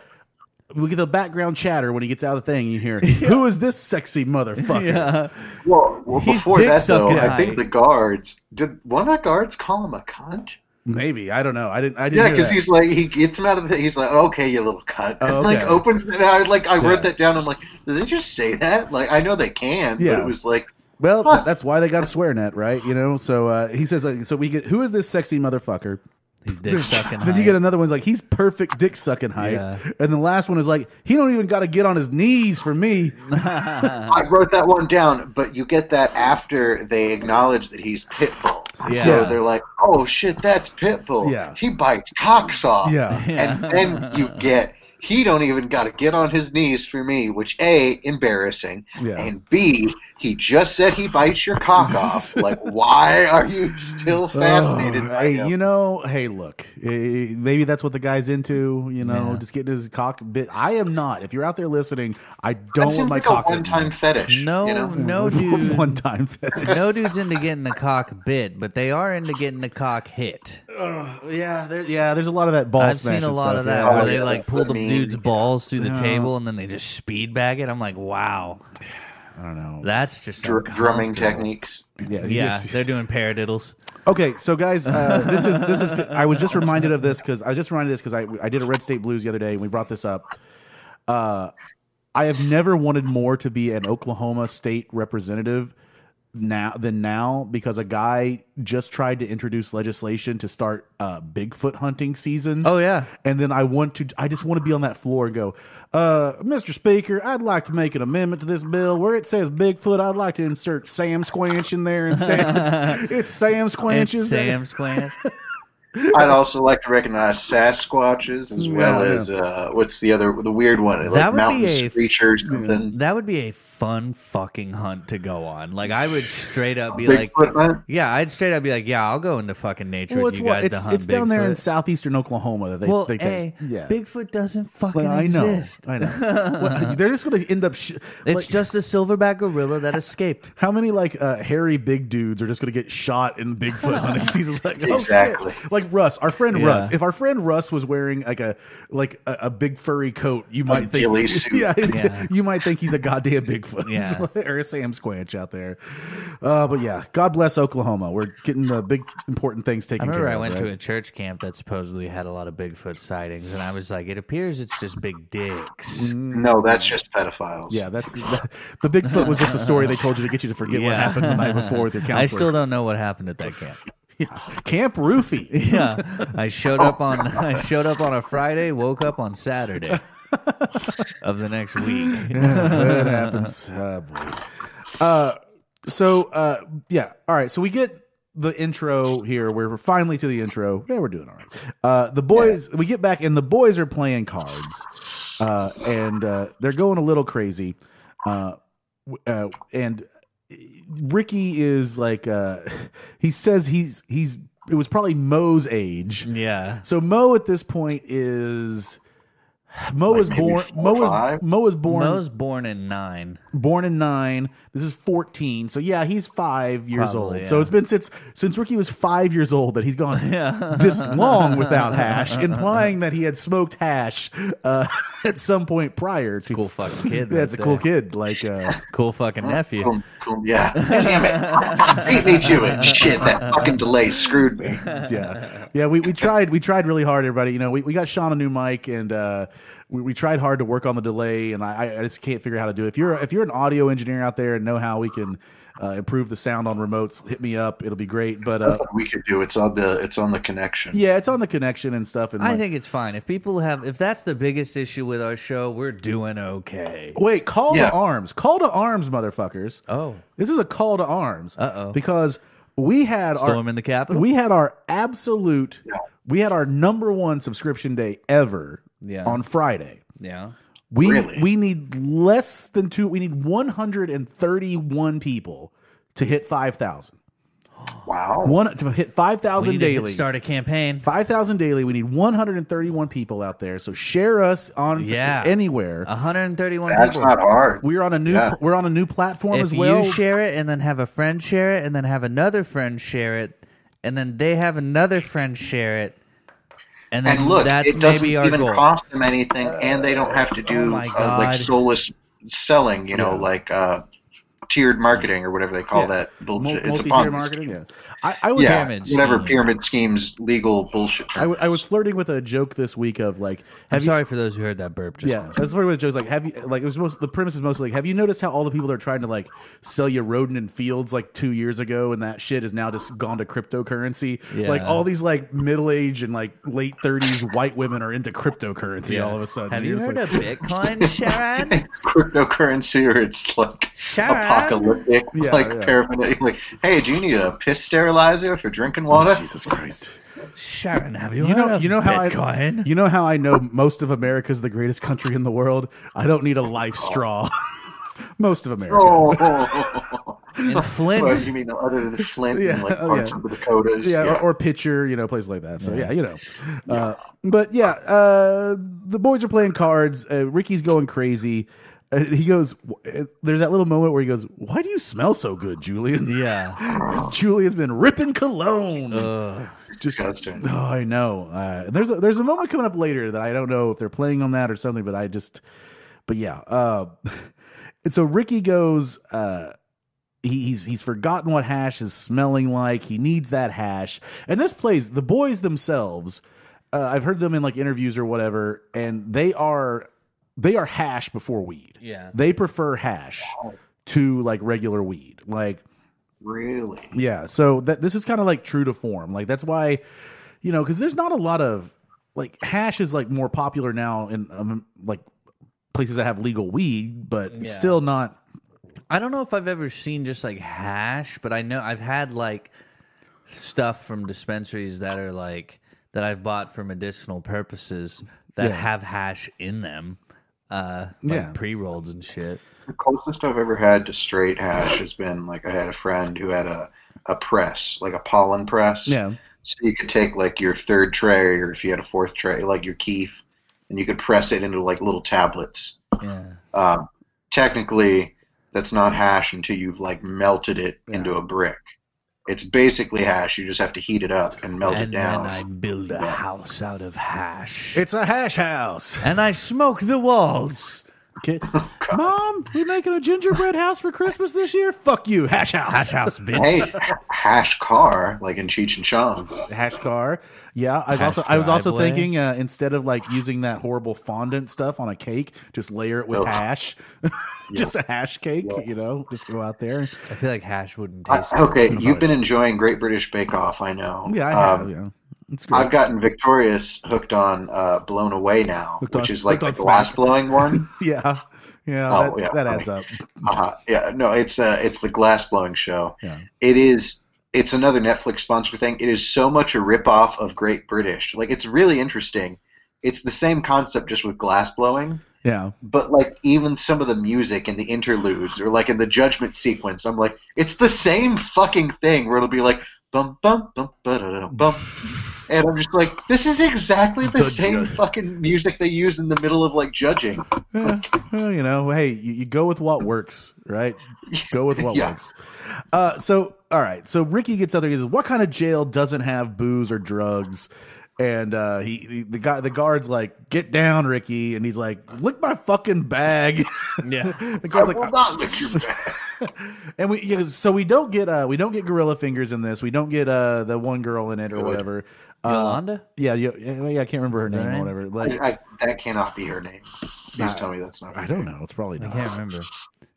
Speaker 2: we get the background chatter when he gets out of the thing. You hear, "Who is this sexy motherfucker?"
Speaker 4: Well, well
Speaker 3: He's
Speaker 4: before
Speaker 3: dick
Speaker 4: that, though,
Speaker 3: sucking
Speaker 4: I think
Speaker 3: high.
Speaker 4: the guards did one of the guards call him a cunt.
Speaker 2: Maybe I don't know. I didn't. I didn't.
Speaker 4: Yeah,
Speaker 2: hear
Speaker 4: because
Speaker 2: that.
Speaker 4: he's like he gets him out of the. He's like, okay, you little cunt, and
Speaker 2: Oh,
Speaker 4: like
Speaker 2: okay.
Speaker 4: opens. And I like I
Speaker 2: Yeah.
Speaker 4: wrote that down. I'm like, did they just say that? Like I know they can,
Speaker 2: Yeah.
Speaker 4: but it was like,
Speaker 2: Well,
Speaker 4: Huh.
Speaker 2: th- that's why they got a swear net, right? You know. So uh, he says. Like, so we get who is this sexy motherfucker?
Speaker 3: He's dick sucking.
Speaker 2: Then you
Speaker 3: high.
Speaker 2: get another one's like he's perfect dick sucking height,
Speaker 3: Yeah.
Speaker 2: and the last one is like he don't even got to get on his knees for me.
Speaker 4: I wrote that one down. But you get that after they acknowledge that he's Pitbull.
Speaker 3: Yeah.
Speaker 4: So they're like, oh shit, that's Pitbull.
Speaker 2: Yeah.
Speaker 4: He bites cocks off.
Speaker 2: Yeah.
Speaker 4: And then you get he don't even got to get on his knees for me, which a embarrassing,
Speaker 2: Yeah.
Speaker 4: and b he just said he bites your cock off. Like, why are you still fascinated?
Speaker 2: Oh,
Speaker 4: by
Speaker 2: hey,
Speaker 4: him?
Speaker 2: you know, hey, look, eh, maybe that's what the guy's into. You know, just getting his cock bit. I am not. If you're out there listening, I don't
Speaker 4: that
Speaker 2: want
Speaker 4: seems
Speaker 2: my
Speaker 4: like
Speaker 2: cock.
Speaker 4: a one-time fetish.
Speaker 3: no,
Speaker 4: you know?
Speaker 3: no, dude.
Speaker 2: one time fetish.
Speaker 3: No dude's into getting the cock bit, but they are into getting the cock hit.
Speaker 2: yeah, there, yeah. There's a lot of that ball.
Speaker 3: I've seen
Speaker 2: smashing
Speaker 3: a lot
Speaker 2: stuff,
Speaker 3: of that
Speaker 2: yeah.
Speaker 3: where
Speaker 4: Oh,
Speaker 3: they
Speaker 4: yeah.
Speaker 3: like pull the
Speaker 4: I mean,
Speaker 3: dude's balls through the table and then they just speed bag it. I'm like, wow,
Speaker 2: I don't know.
Speaker 3: that's just
Speaker 4: Dr- drumming
Speaker 3: uncomfortable.
Speaker 4: techniques.
Speaker 2: Yeah, he
Speaker 3: Yeah,
Speaker 2: just-
Speaker 3: they're doing paradiddles.
Speaker 2: Okay, so guys, uh, this is this is. I was just reminded of this because I was just reminded of this because I I did a Red State Blues the other day and we brought this up. Uh, I have never wanted more to be an Oklahoma State representative now than now because a guy just tried to introduce legislation to start uh, Bigfoot hunting season.
Speaker 3: Oh yeah,
Speaker 2: And then I want to, I just want to be on that floor and go, uh, Mr. Speaker, I'd like to make an amendment to this bill where it says Bigfoot. I'd like to insert Sam Squanch in there instead. it's Sam
Speaker 3: and
Speaker 2: Squanch. is there.
Speaker 3: Sam's Squanch.
Speaker 4: I'd also like to recognize Sasquatches as well
Speaker 2: Yeah.
Speaker 4: as uh, what's the other the weird one like
Speaker 3: Mm, That would be
Speaker 4: mountain
Speaker 3: a-
Speaker 4: screecher or something.
Speaker 3: That would be a fun fucking hunt to go on. Like I would straight up be like,
Speaker 4: Bigfoot man?
Speaker 3: yeah, I'd straight up be like, yeah, I'll go into fucking nature
Speaker 2: Well,
Speaker 3: with
Speaker 2: it's,
Speaker 3: you
Speaker 2: what-
Speaker 3: guys
Speaker 2: it's,
Speaker 3: to hunt
Speaker 2: it's down there in
Speaker 3: Bigfoot."
Speaker 2: southeastern Oklahoma that they
Speaker 3: well,
Speaker 2: think
Speaker 3: a,
Speaker 2: they, yeah.
Speaker 3: Bigfoot doesn't fucking
Speaker 2: Well, I know.
Speaker 3: exist.
Speaker 2: I know. Well, they're just going to end up. Sh-
Speaker 3: It's
Speaker 2: like,
Speaker 3: just a silverback gorilla that escaped.
Speaker 2: how many like uh, hairy big dudes are just going to get shot in Bigfoot hunting season? Like, oh, shit.
Speaker 4: Exactly.
Speaker 2: Like Russ, our friend
Speaker 3: Yeah.
Speaker 2: Russ. If our friend Russ was wearing like a like a, a big furry coat, you might think
Speaker 4: ghillie suit.
Speaker 2: Yeah,
Speaker 3: Yeah.
Speaker 2: you might think he's a goddamn Bigfoot.
Speaker 3: Yeah.
Speaker 2: or a Sam Squanch out there. Uh, but yeah, God bless Oklahoma. We're getting the big important things
Speaker 3: I
Speaker 2: taken
Speaker 3: remember
Speaker 2: care
Speaker 3: I
Speaker 2: of.
Speaker 3: went
Speaker 2: right?
Speaker 3: to a church camp that supposedly had a lot of Bigfoot sightings, and I was like, it appears it's just big dicks.
Speaker 4: No, that's
Speaker 3: Mm.
Speaker 4: just pedophiles.
Speaker 2: Yeah, that's that, the Bigfoot was just the story they told you to get you to forget what
Speaker 3: Yeah.
Speaker 2: happened the night before with your counselor.
Speaker 3: I still don't know what happened at that camp.
Speaker 2: Yeah. Camp Roofie.
Speaker 3: Yeah, I showed up on I showed up on a Friday, woke up on Saturday of the next week.
Speaker 2: that happens. Oh, boy. Uh, so uh, yeah, all right. So we get the intro here. We're finally to the intro. Yeah, we're doing all right. Uh, the boys. We get back, and the boys are playing cards, uh, and uh, they're going a little crazy. Uh, w- uh, and Ricky is like, uh, he says he's he's. It was probably Mo's age.
Speaker 3: Yeah,
Speaker 2: So Mo at this point is Mo
Speaker 4: Like
Speaker 2: is
Speaker 4: maybe
Speaker 2: born.
Speaker 4: four
Speaker 2: Mo
Speaker 4: or
Speaker 2: is
Speaker 4: five?
Speaker 2: Mo is born.
Speaker 3: Mo's born in nine.
Speaker 2: born in nine. This is fourteen. So yeah, he's five years
Speaker 3: Probably,
Speaker 2: old. So
Speaker 3: yeah.
Speaker 2: it's been since since Ricky was five years old that he's gone this long without hash, implying that he had smoked hash uh, at some point prior. To,
Speaker 3: Cool fucking kid.
Speaker 2: That's
Speaker 3: right
Speaker 2: a cool
Speaker 3: there.
Speaker 2: kid. Like uh,
Speaker 3: Cool fucking nephew.
Speaker 4: Cool, cool, yeah. Damn it. Beat me to it. Shit, that fucking delay screwed me.
Speaker 2: yeah, yeah. We, we tried we tried really hard, everybody. You know, we, we got Sean a new mic and. uh we, we tried hard to work on the delay, and I, I just can't figure out how to do it. If you're if you're an audio engineer out there and know how we can uh, improve the sound on remotes, hit me up. It'll be great. But uh,
Speaker 4: We could do it's on the it's on the connection.
Speaker 2: Yeah, it's on the connection and stuff. And
Speaker 3: I
Speaker 2: like-
Speaker 3: think it's fine. If people have, if that's the biggest issue with our show, we're doing okay.
Speaker 2: wait, call to
Speaker 4: Yeah.
Speaker 2: arms, call to arms, motherfuckers.
Speaker 3: Oh.
Speaker 2: this is a call to arms.
Speaker 3: Uh-oh.
Speaker 2: because we had
Speaker 3: Storm
Speaker 2: our
Speaker 3: in the Capitol.
Speaker 2: we had our absolute
Speaker 4: Yeah.
Speaker 2: we had our number one subscription day ever
Speaker 3: Yeah.
Speaker 2: on Friday.
Speaker 3: yeah.
Speaker 2: We
Speaker 4: Really?
Speaker 2: we need less than two. We need one hundred and thirty one people to hit five thousand.
Speaker 4: Wow.
Speaker 2: One to hit five
Speaker 3: We
Speaker 2: thousand
Speaker 3: need to hit-
Speaker 2: daily.
Speaker 3: start a campaign.
Speaker 2: 5,000 daily. We need 131 people out there. So share us on
Speaker 3: Yeah.
Speaker 2: anywhere.
Speaker 3: 131
Speaker 4: That's
Speaker 3: people.
Speaker 4: not hard.
Speaker 2: We're on a new
Speaker 4: Yeah.
Speaker 2: we're on a new platform
Speaker 3: if
Speaker 2: as well.
Speaker 3: you share it and then have a friend share it and then have another friend share it and then they have another friend share it and then
Speaker 4: and look,
Speaker 3: that's
Speaker 4: it doesn't
Speaker 3: maybe our
Speaker 4: even
Speaker 3: goal. Oh
Speaker 4: cost them anything, and they don't have to do
Speaker 3: my
Speaker 4: uh,
Speaker 3: God.
Speaker 4: like soulless selling, you know,
Speaker 2: Yeah.
Speaker 4: like uh, tiered marketing or whatever they call
Speaker 2: Yeah.
Speaker 4: that
Speaker 2: Mul-
Speaker 4: bullshit. it's a
Speaker 2: multi-tier
Speaker 4: pun.
Speaker 2: marketing. Yeah, I, I was
Speaker 4: Yeah,
Speaker 3: Pyramid
Speaker 4: whatever
Speaker 3: scheme.
Speaker 4: pyramid schemes legal bullshit.
Speaker 2: I, w- I was flirting with a joke this week of like,
Speaker 3: I'm
Speaker 2: have you?
Speaker 3: sorry for those who heard that burp. Just
Speaker 2: Yeah,
Speaker 3: now.
Speaker 2: that's flirting with jokes like, have you? Like it was most the premise is mostly like, have you noticed how all the people that are trying to like sell you Roden and Fields like two years ago and that shit has now just gone to cryptocurrency.
Speaker 3: Yeah.
Speaker 2: Like all these like middle aged and like late thirties white women are into cryptocurrency all of a sudden.
Speaker 3: Have
Speaker 2: You're
Speaker 3: you
Speaker 2: just
Speaker 3: heard
Speaker 2: like,
Speaker 3: of Bitcoin, Sharon?
Speaker 4: cryptocurrency or it's like
Speaker 3: Sharon?
Speaker 4: apocalyptic,
Speaker 2: Yeah,
Speaker 4: like
Speaker 2: yeah.
Speaker 4: paraphernalia. Like, hey, do you need a piss sterilizer for drinking water?
Speaker 2: Jesus Christ.
Speaker 3: Sharon, have you,
Speaker 2: You
Speaker 3: heard
Speaker 2: know,
Speaker 3: of
Speaker 2: you know how
Speaker 3: Bitcoin?
Speaker 2: I, you know how I know most of America's the greatest country in the world. I don't need a life straw. most of America.
Speaker 4: Oh,
Speaker 3: In Flint,
Speaker 4: Well, you mean other than Flint
Speaker 2: Yeah,
Speaker 4: and like
Speaker 2: oh,
Speaker 4: parts
Speaker 2: yeah.
Speaker 4: of the Dakotas?
Speaker 2: Yeah, Or, or pitcher, you know, places like that. So yeah, you know. Uh, but yeah, uh, the boys are playing cards. Uh, Ricky's going crazy. Uh, he goes. w- uh, There's that little moment where he goes, "Why do you smell so good, Julian?"
Speaker 3: yeah.
Speaker 2: Julian's been ripping cologne.
Speaker 3: Ugh.
Speaker 4: disgusting.
Speaker 2: Oh, I know. Uh, and there's a, there's a moment coming up later that I don't know if they're playing on that or something, but I just, but yeah. Uh, and so Ricky goes. Uh, he, he's he's forgotten what hash is smelling like. He needs that hash. And this plays the boys themselves. Uh, I've heard them in like interviews or whatever, and they are they are hash before weed.
Speaker 3: Yeah.
Speaker 2: They prefer hash to like regular weed. Like
Speaker 4: Really?
Speaker 2: yeah, so that this is kind of like true to form. Like that's why, you know, because there's not a lot of like hash is like more popular now in um, like places that have legal weed, but it's
Speaker 3: Yeah.
Speaker 2: still not.
Speaker 3: I don't know if I've ever seen just like hash, but I know I've had like stuff from dispensaries that are like that I've bought for medicinal purposes that
Speaker 2: Yeah.
Speaker 3: have hash in them. Uh like
Speaker 2: Yeah.
Speaker 3: pre rolls and shit.
Speaker 4: The closest I've ever had to straight hash has been like I had a friend who had a, a press, like a pollen press.
Speaker 2: Yeah,
Speaker 4: So you could take like your third tray, or if you had a fourth tray, like your keef, and you could press it into like little tablets.
Speaker 3: Yeah.
Speaker 4: Um, technically, that's not hash until you've like melted it into a brick. It's basically hash. You just have to heat it up and melt it
Speaker 3: And then
Speaker 4: down.
Speaker 3: I build a house out of hash.
Speaker 2: it's a hash house.
Speaker 3: and I smoke the walls.
Speaker 2: Kid- Mom, we making a gingerbread house for Christmas this year? Fuck you, hash house,
Speaker 3: Hash house bitch.
Speaker 4: Hey, hash car, like in Cheech and Chong.
Speaker 2: hash car. Yeah, I was
Speaker 3: Hash
Speaker 2: also I was also
Speaker 3: driveway.
Speaker 2: thinking uh, instead of like using that horrible fondant stuff on a cake, just layer it with
Speaker 4: Ugh.
Speaker 2: hash, just a hash cake. You know, just go out there.
Speaker 3: I feel like hash wouldn't
Speaker 4: I-
Speaker 3: taste
Speaker 4: okay, you've been enjoying Great British Bake Off, I know.
Speaker 2: Oh, Yeah, I
Speaker 4: Um,
Speaker 2: have. yeah, it's great.
Speaker 4: I've gotten Victorious hooked on uh, Blown Away now,
Speaker 2: Hooked
Speaker 4: which
Speaker 2: on-
Speaker 4: is like
Speaker 2: hooked
Speaker 4: the
Speaker 2: on
Speaker 4: glass
Speaker 2: smack.
Speaker 4: blowing one.
Speaker 2: yeah, yeah,
Speaker 4: Oh,
Speaker 2: that,
Speaker 4: yeah,
Speaker 2: that
Speaker 4: funny.
Speaker 2: adds up.
Speaker 4: Uh-huh. Yeah, no, it's uh, it's the glass blowing show.
Speaker 2: Yeah.
Speaker 4: It is. It's another Netflix sponsor thing. It is so much a ripoff of Great British. Like it's really interesting. It's the same concept just with glass blowing,
Speaker 2: Yeah,
Speaker 4: but like even some of the music and the interludes or like in the judgment sequence, I'm like, it's the same fucking thing where it'll be like bum bum bum ba-da-da, bum and I'm just like, this is exactly the,
Speaker 2: The
Speaker 4: same
Speaker 2: judge.
Speaker 4: fucking music they use in the middle of like judging.
Speaker 2: Yeah, well, you know, hey, you, you go with what works, right? Go with what
Speaker 4: Yeah.
Speaker 2: works. Uh, so, all right. So Ricky gets out there. He says, "What kind of jail doesn't have booze or drugs?" And uh, he, he- the guy, the guard's like, "Get down, Ricky!" And he's like, "Lick my fucking bag."
Speaker 3: Yeah.
Speaker 2: the
Speaker 4: I
Speaker 2: guard's
Speaker 4: will
Speaker 2: like,
Speaker 4: not lick your back.
Speaker 2: and we yeah, so we don't get uh, we don't get gorilla fingers in this. We don't get uh, the one girl in it or whatever. Uh,
Speaker 3: Yolanda?
Speaker 2: yeah, yeah, yeah, I can't remember her name
Speaker 3: right?
Speaker 2: or whatever. Like,
Speaker 4: I, I, that cannot be her name. Please
Speaker 2: Nah,
Speaker 4: tell me that's not. Her
Speaker 2: I don't
Speaker 4: name.
Speaker 2: know. It's probably
Speaker 3: I
Speaker 2: not.
Speaker 3: can't remember.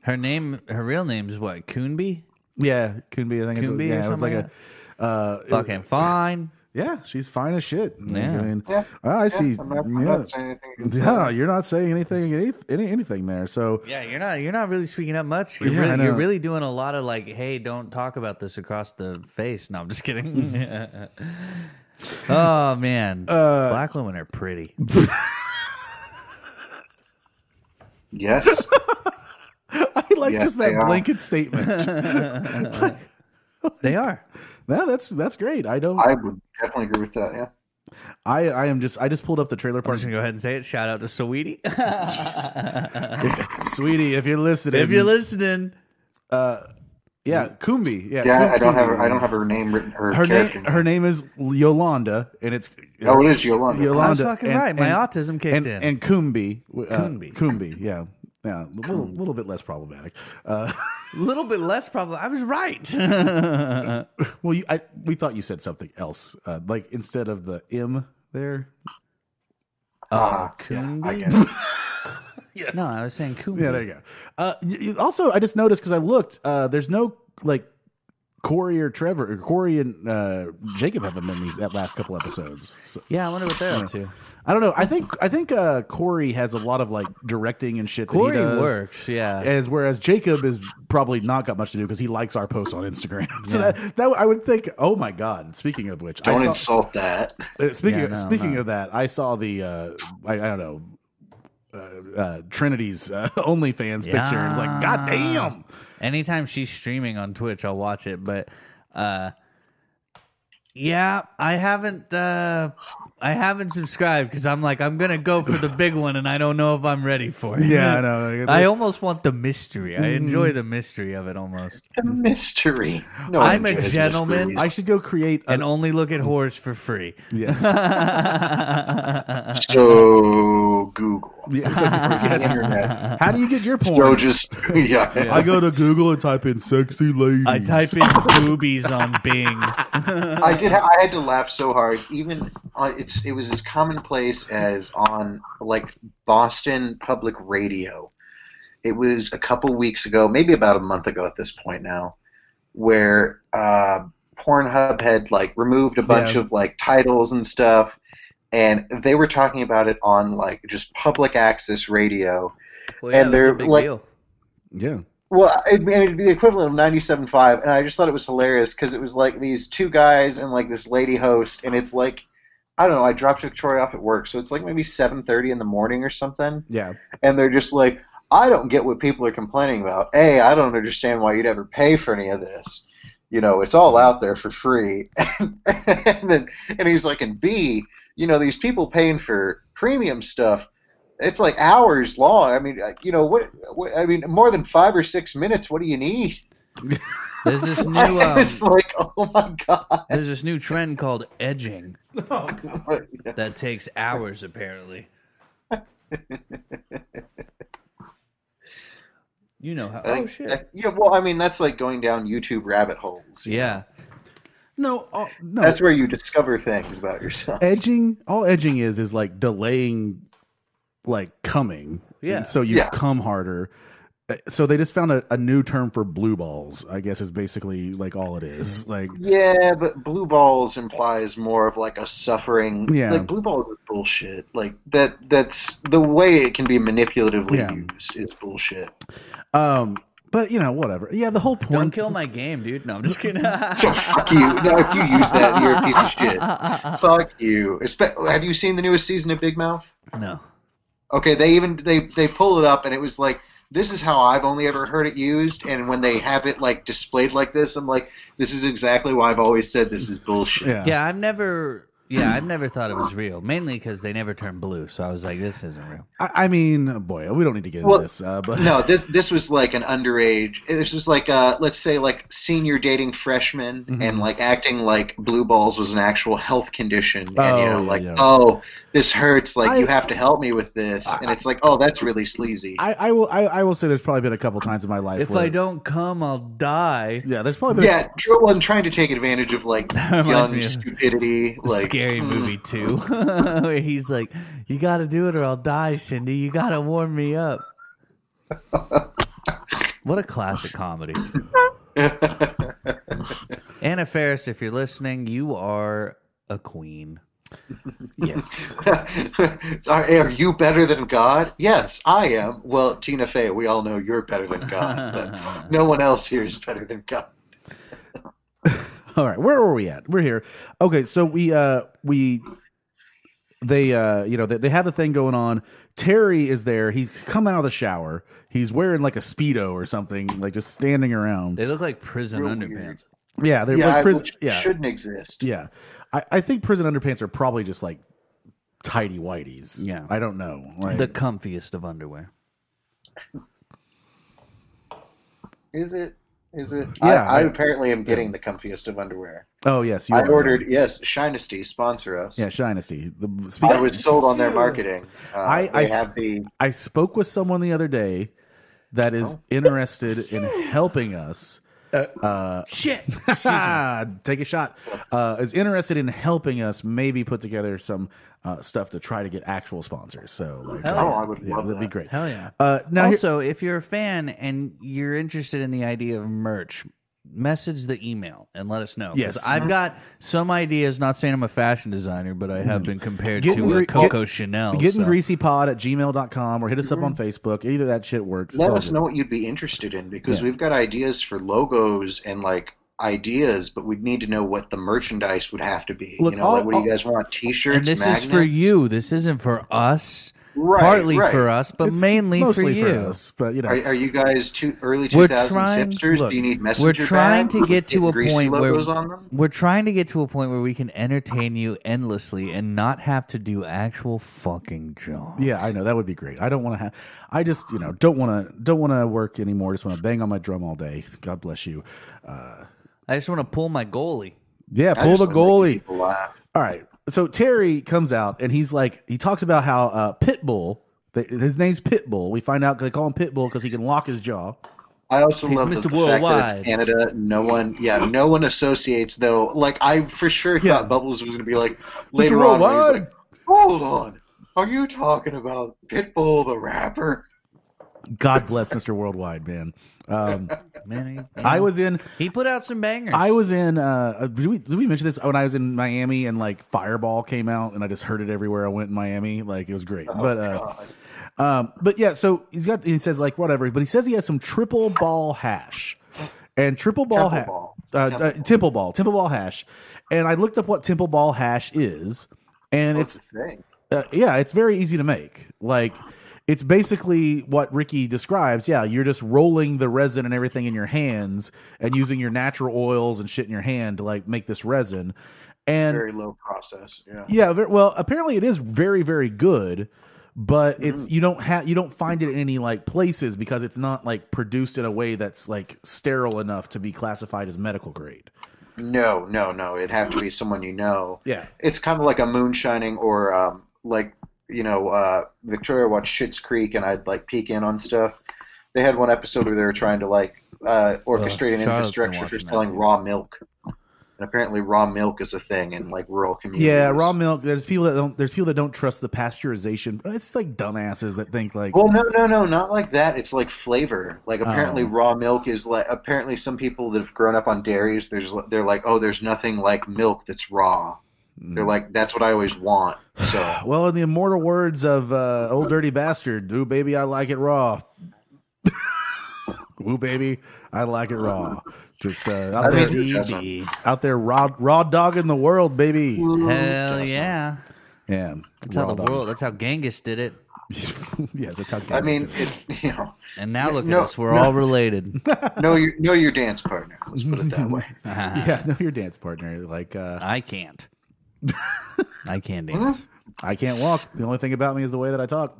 Speaker 3: Her name, her real name is what? Coonby?
Speaker 2: Yeah, could be. I think
Speaker 3: Could
Speaker 2: it's,
Speaker 3: be
Speaker 2: yeah,
Speaker 3: or
Speaker 2: it was like
Speaker 3: something
Speaker 2: a. Uh, it-
Speaker 3: Fucking fine.
Speaker 2: yeah, she's fine as shit.
Speaker 3: Yeah.
Speaker 2: I mean,
Speaker 4: Yeah,
Speaker 2: I
Speaker 4: Yeah,
Speaker 2: see.
Speaker 4: I'm not, I'm
Speaker 2: yeah.
Speaker 4: not saying anything. against
Speaker 2: yeah,
Speaker 4: that.
Speaker 2: you're not saying anything, any, any- anything there. So
Speaker 3: Yeah, you're not you're not really speaking up much. You're,
Speaker 2: Yeah, I
Speaker 3: really, you're
Speaker 2: know.
Speaker 3: really doing a lot of like, hey, don't talk about this across the face. No, I'm just kidding.
Speaker 2: Mm.
Speaker 3: oh man,
Speaker 2: Uh,
Speaker 3: black women are pretty.
Speaker 4: Yes.
Speaker 2: I like
Speaker 4: Yes,
Speaker 2: just that
Speaker 4: they are.
Speaker 2: blanket statement.
Speaker 3: They are.
Speaker 2: no, that's that's great. I don't.
Speaker 4: I would definitely agree with that. Yeah.
Speaker 2: I I am just. I just pulled up the trailer
Speaker 3: I'm
Speaker 2: park.
Speaker 3: just gonna go ahead and say it. Shout out to Saweetie.
Speaker 2: Sweetie, if you're listening,
Speaker 3: if you're listening,
Speaker 2: yeah, Kumbi, yeah,
Speaker 4: Yeah,
Speaker 2: Kum-
Speaker 4: I don't have
Speaker 2: Kumbi.
Speaker 4: her, I don't have her name written. Her,
Speaker 2: her
Speaker 4: character
Speaker 2: name. Her name is Yolanda, and it's
Speaker 4: Oh, it is Yolanda.
Speaker 3: I was
Speaker 2: Yolanda.
Speaker 3: fucking
Speaker 2: and-
Speaker 3: right. My
Speaker 2: and-
Speaker 3: autism kicked
Speaker 2: and,
Speaker 3: in.
Speaker 2: and Kumbi, uh,
Speaker 3: Kumbi.
Speaker 2: Kumbi, yeah, yeah, a little, little bit less problematic. Uh,
Speaker 3: a little bit less probably. I was Ah, right.
Speaker 2: well, you, I, we thought you said something else, uh, like instead of the M there.
Speaker 3: oh,
Speaker 4: Ah, yeah, I
Speaker 3: Coonby.
Speaker 4: get it.
Speaker 3: no, I was saying Coonby.
Speaker 2: Yeah, there you go. Uh, y- y- also, I just noticed because I looked, uh, there's no like Corey or Trevor, or Corey and uh, Jacob haven't been in these at last couple episodes. So,
Speaker 3: Yeah, I wonder what they're up to.
Speaker 2: I don't know. I think I think uh, Corey has a lot of like directing and shit.
Speaker 3: Corey
Speaker 2: that he does.
Speaker 3: works. Yeah.
Speaker 2: as whereas Jacob is probably not got much to do because he likes our posts on Instagram. So that, that I would think. Oh my God! Speaking of which,
Speaker 4: Don't
Speaker 2: I saw,
Speaker 4: insult that.
Speaker 2: uh, speaking
Speaker 3: Yeah,
Speaker 2: of,
Speaker 3: no,
Speaker 2: speaking of that, I saw the uh, I, I don't know uh, uh, Trinity's uh, OnlyFans picture. and It's like God damn.
Speaker 3: anytime she's streaming on Twitch, I'll watch it. But uh, yeah, I haven't uh, I haven't subscribed because I'm like I'm gonna go for the big one, and I don't know if I'm ready for it.
Speaker 2: Yeah, I know. Mm-hmm.
Speaker 3: I almost want the mystery. I enjoy the mystery of it almost,
Speaker 4: The mystery. No,
Speaker 3: I'm
Speaker 4: one
Speaker 3: a
Speaker 4: enjoys
Speaker 3: gentleman.
Speaker 4: mysteries.
Speaker 2: I should go create
Speaker 3: and
Speaker 2: an.
Speaker 3: only look at whores for free.
Speaker 2: Yes.
Speaker 4: So Google.
Speaker 2: yes, yes.
Speaker 4: Internet.
Speaker 2: How do you get your porn?
Speaker 4: So just yeah.
Speaker 2: I go to Google and type in "sexy ladies."
Speaker 3: I type in boobies on Bing.
Speaker 4: I did. Ha- I had to laugh so hard. Even uh, it's it was as commonplace as on like Boston public radio. It was a couple weeks ago, maybe about a month ago at this point now, where uh, Pornhub had like removed a bunch
Speaker 2: Yeah.
Speaker 4: of like titles and stuff, and they were talking about it on like just public access radio.
Speaker 3: Well,
Speaker 4: yeah, And that's a they're big like-
Speaker 3: deal.
Speaker 2: Yeah.
Speaker 4: Well, it, it'd be the equivalent of 97.5, and I just thought it was hilarious because it was like these two guys and like this lady host, and it's like, I don't know, I dropped Victoria off at work, so it's like maybe 7.30 in the morning or something,
Speaker 2: Yeah.
Speaker 4: and they're just like, I don't get what people are complaining about. A, I don't understand why you'd ever pay for any of this. You know, it's all out there for free. and, then, and he's like, and B, you know, these people paying for premium stuff, it's like hours long. I mean, like, you know, what, what I mean, more than five or six minutes, what do you need?
Speaker 3: There's this new um,
Speaker 4: it's like, oh my God.
Speaker 3: there's this new trend called edging that takes hours apparently. you know how? Oh shit!
Speaker 4: Yeah, well, I mean, that's like going down YouTube rabbit holes.
Speaker 3: Yeah,
Speaker 2: No. Oh, no.
Speaker 4: That's where you discover things about yourself.
Speaker 2: edging all edging is is like delaying like coming
Speaker 3: Yeah.
Speaker 2: And so you
Speaker 4: Yeah.
Speaker 2: come harder Uh, so they just found a, a new term for blue balls i guess is basically like all it is like
Speaker 4: Yeah, but blue balls implies more of like a suffering.
Speaker 2: Yeah.
Speaker 4: Like blue balls is bullshit. Like that. That's the way it can be manipulatively
Speaker 2: Yeah.
Speaker 4: used is bullshit.
Speaker 2: um but you know whatever yeah the whole
Speaker 3: don't
Speaker 2: porn
Speaker 3: kill my game, dude. No, I'm just kidding.
Speaker 4: So fuck you. No, if you use that, you're a piece of shit. fuck you. Espe- Have you seen the newest season of Big Mouth?
Speaker 3: no.
Speaker 4: Okay, they even they they pull it up and it was like this is how I've only ever heard it used and when they have it like displayed like this, I'm like this is exactly why I've always said this is bullshit.
Speaker 2: yeah
Speaker 3: Yeah, I've never Yeah, I've never thought it was real, mainly because they never turn blue. So I was like, this isn't real.
Speaker 2: I, I mean, boy, we don't need to get into
Speaker 4: Well,
Speaker 2: this, uh, but
Speaker 4: No, this this was like an underage. This was like uh, let's say like senior dating freshmen
Speaker 2: Mm-hmm.
Speaker 4: and like acting like blue balls was an actual health condition. and
Speaker 2: Oh,
Speaker 4: you know,
Speaker 2: yeah,
Speaker 4: like
Speaker 2: yeah.
Speaker 4: oh, this hurts. Like you
Speaker 2: I-
Speaker 4: have to help me with this. and it's like oh, that's really sleazy.
Speaker 2: I, I will. I, I will say, there's probably been a couple times in my life.
Speaker 3: If
Speaker 2: where,
Speaker 3: I don't come, I'll die.
Speaker 2: yeah, there's probably been.
Speaker 4: yeah, Drew wasn't trying to take advantage of like
Speaker 3: reminds me
Speaker 4: young
Speaker 3: of
Speaker 4: stupidity.
Speaker 3: The
Speaker 4: Like
Speaker 3: scary
Speaker 4: mm,
Speaker 3: movie too. Where he's like, "You got to do it or I'll die, Cindy. You got to warm me up." what a classic comedy. Anna Faris, if you're listening, you are a queen.
Speaker 2: Yes.
Speaker 4: are, are you better than God? Yes, I am. Well, Tina Fey, we all know you're better than God, but no one else here is better than God.
Speaker 2: All right, where were we at? We're here. Okay, so we uh we they uh you know they, they have the thing going on. Terry is there. He's come out of the shower. He's wearing like a speedo or something, like just standing around.
Speaker 3: They look like prison
Speaker 4: Real
Speaker 3: underpants.
Speaker 4: weird.
Speaker 2: Yeah, they're
Speaker 4: yeah,
Speaker 2: like prison.
Speaker 4: which
Speaker 2: Yeah,
Speaker 4: shouldn't exist.
Speaker 2: yeah. I, I think prison underpants are probably just like tidy whities.
Speaker 3: Yeah.
Speaker 2: I don't know. Like,
Speaker 3: The comfiest of underwear.
Speaker 4: Is it? Is it?
Speaker 2: Yeah,
Speaker 4: I, I
Speaker 2: I-
Speaker 4: apparently am getting the comfiest of underwear.
Speaker 2: oh yes, you
Speaker 4: I
Speaker 2: are.
Speaker 4: ordered. Yes, Shinesty sponsor us.
Speaker 2: Yeah, Shinesty. The,
Speaker 4: I
Speaker 2: speaking,
Speaker 4: was sold on their marketing. Uh,
Speaker 2: I-
Speaker 4: they
Speaker 2: I
Speaker 4: have
Speaker 2: sp-
Speaker 4: the
Speaker 2: I spoke with someone the other day that
Speaker 4: Oh.
Speaker 2: is interested in helping us.
Speaker 3: Shit.
Speaker 2: Take a shot. Uh, is interested in helping us maybe put together some uh, stuff to try to get actual sponsors. So, like,
Speaker 3: Hell
Speaker 2: uh,
Speaker 4: yeah. Oh, I would
Speaker 2: yeah,
Speaker 4: love
Speaker 2: that'd be
Speaker 4: that.
Speaker 2: great.
Speaker 3: Hell yeah.
Speaker 2: Uh, now, here-
Speaker 3: also, if you're a fan and you're interested in the idea of merch, message the email and let us know. 'Cause
Speaker 2: Yes.
Speaker 3: I've got some ideas. Not saying I'm a fashion designer, but I have been compared
Speaker 2: Getting
Speaker 3: to
Speaker 2: gre-
Speaker 3: a Coco
Speaker 2: get-
Speaker 3: Chanel.
Speaker 2: getting
Speaker 3: so-
Speaker 2: greasypod at gmail.com or hit us up on Facebook. Either that shit works. It's
Speaker 4: Mm-hmm. let
Speaker 2: all
Speaker 4: us
Speaker 2: good.
Speaker 4: know what you'd be interested in because we've got ideas for logos and like ideas, but we'd need to know what the merchandise would have to be.
Speaker 2: Look,
Speaker 4: you know,
Speaker 2: all-
Speaker 4: like, what do
Speaker 2: all-
Speaker 4: you guys want? T-shirts,
Speaker 3: and this is for
Speaker 4: magnets?
Speaker 3: you. This isn't for us.
Speaker 4: Right,
Speaker 3: Partly
Speaker 4: right.
Speaker 3: for us, but
Speaker 2: It's
Speaker 3: mainly for
Speaker 2: mostly
Speaker 3: you.
Speaker 2: us, but you know,
Speaker 4: Are, are you guys two early
Speaker 3: We're
Speaker 4: two thousands
Speaker 3: trying-
Speaker 4: hipsters?
Speaker 2: look,
Speaker 4: do you need messenger?
Speaker 3: We're trying
Speaker 4: bag
Speaker 3: to get
Speaker 4: with
Speaker 3: to a
Speaker 4: greasy
Speaker 3: point where
Speaker 4: logos on them?
Speaker 3: we're trying to get to a point where we can entertain you endlessly and not have to do actual fucking jobs.
Speaker 2: Yeah, I know that would be great. I don't want to have. I just you know don't want to don't want to work anymore. Just want to bang on my drum all day. God bless you. Uh,
Speaker 3: I just want to pull my goalie.
Speaker 2: yeah,
Speaker 4: I
Speaker 2: pull
Speaker 4: just
Speaker 2: the
Speaker 4: like making
Speaker 2: goalie.
Speaker 4: people laugh.
Speaker 2: All right. So Terry comes out and he's like he talks about how uh, Pitbull. They, his name's Pitbull. We find out they call him Pitbull because he can lock his jaw.
Speaker 4: I also
Speaker 3: He's
Speaker 4: love
Speaker 3: Mr.
Speaker 4: the fact that
Speaker 3: Worldwide.
Speaker 4: it's Canada. No one, yeah, no one associates though. Like I for sure
Speaker 2: Yeah.
Speaker 4: thought Bubbles was going to be like later on. When he was
Speaker 2: Worldwide.
Speaker 4: like, Hold on, are you talking about Pitbull the rapper?
Speaker 2: God bless Mr. Worldwide, man. Um,
Speaker 3: Man, he-
Speaker 2: I was in
Speaker 3: He put out some bangers.
Speaker 2: I was in. Uh, did we did we mention this when I was in Miami and like Fireball came out and I just heard it everywhere I went in Miami. Like it was great,
Speaker 4: Oh,
Speaker 2: but uh, um, but yeah. So he's got he says like whatever, but he says he has some triple ball hash and triple ball
Speaker 4: Temple
Speaker 2: hash.
Speaker 4: ball.
Speaker 2: Uh,
Speaker 4: Temple
Speaker 2: uh, temple ball, temple ball hash, and I looked up what temple ball hash is, and it's
Speaker 4: Dang.
Speaker 2: uh, yeah, it's very easy to make. Like it's basically what Ricky describes. Yeah, you're just rolling the resin and everything in your hands and using your natural oils and shit in your hand to like make this resin. And
Speaker 4: very low process. Yeah.
Speaker 2: yeah, ver- well, apparently it is very very good, but it's you don't have you don't find it in any like places because it's not like produced in a way that's like sterile enough to be classified as medical grade.
Speaker 4: No, no, no. It'd have to be someone you know.
Speaker 2: Yeah.
Speaker 4: It's kind of like a moonshining or um, like you know uh, Victoria watched Schitt's Creek, and I'd like peek in on stuff. They had one episode where they were trying to like uh, orchestrate
Speaker 3: Charlotte's been
Speaker 4: an infrastructure for
Speaker 3: watching that
Speaker 4: selling
Speaker 3: too.
Speaker 4: raw milk, and apparently raw milk is a thing in like rural communities.
Speaker 2: Yeah, raw milk. There's people that don't. There's people that don't trust the pasteurization. It's like dumbasses that think like,
Speaker 4: Well, no, no, no, not like that. It's like flavor. Like
Speaker 3: Oh.
Speaker 4: apparently, raw milk is like apparently some people that have grown up on dairies. There's they're like, oh, there's nothing like milk that's raw.
Speaker 3: Mm.
Speaker 4: They're like, that's what I always want. So
Speaker 2: Well, in the immortal words of uh, old dirty bastard, "Ooh baby, I like it raw." Ooh baby, I like it raw. Just uh, out
Speaker 4: I
Speaker 2: there,
Speaker 4: mean-
Speaker 3: DB.
Speaker 2: out there, raw, raw dog in the world, baby.
Speaker 3: Hell yeah.
Speaker 2: Yeah,
Speaker 3: That's how
Speaker 2: raw
Speaker 3: the
Speaker 2: dog.
Speaker 3: world. That's how Genghis did it.
Speaker 2: yes, that's how.
Speaker 4: I
Speaker 2: cats
Speaker 4: mean,
Speaker 2: do it.
Speaker 4: it, you know,
Speaker 3: And now look
Speaker 4: No,
Speaker 3: at us. We're all related.
Speaker 4: know your know your dance partner. Let's put it that way.
Speaker 2: yeah, know your dance partner. Like, uh,
Speaker 3: I can't. I can't dance.
Speaker 2: I can't walk. The only thing about me is the way that I talk.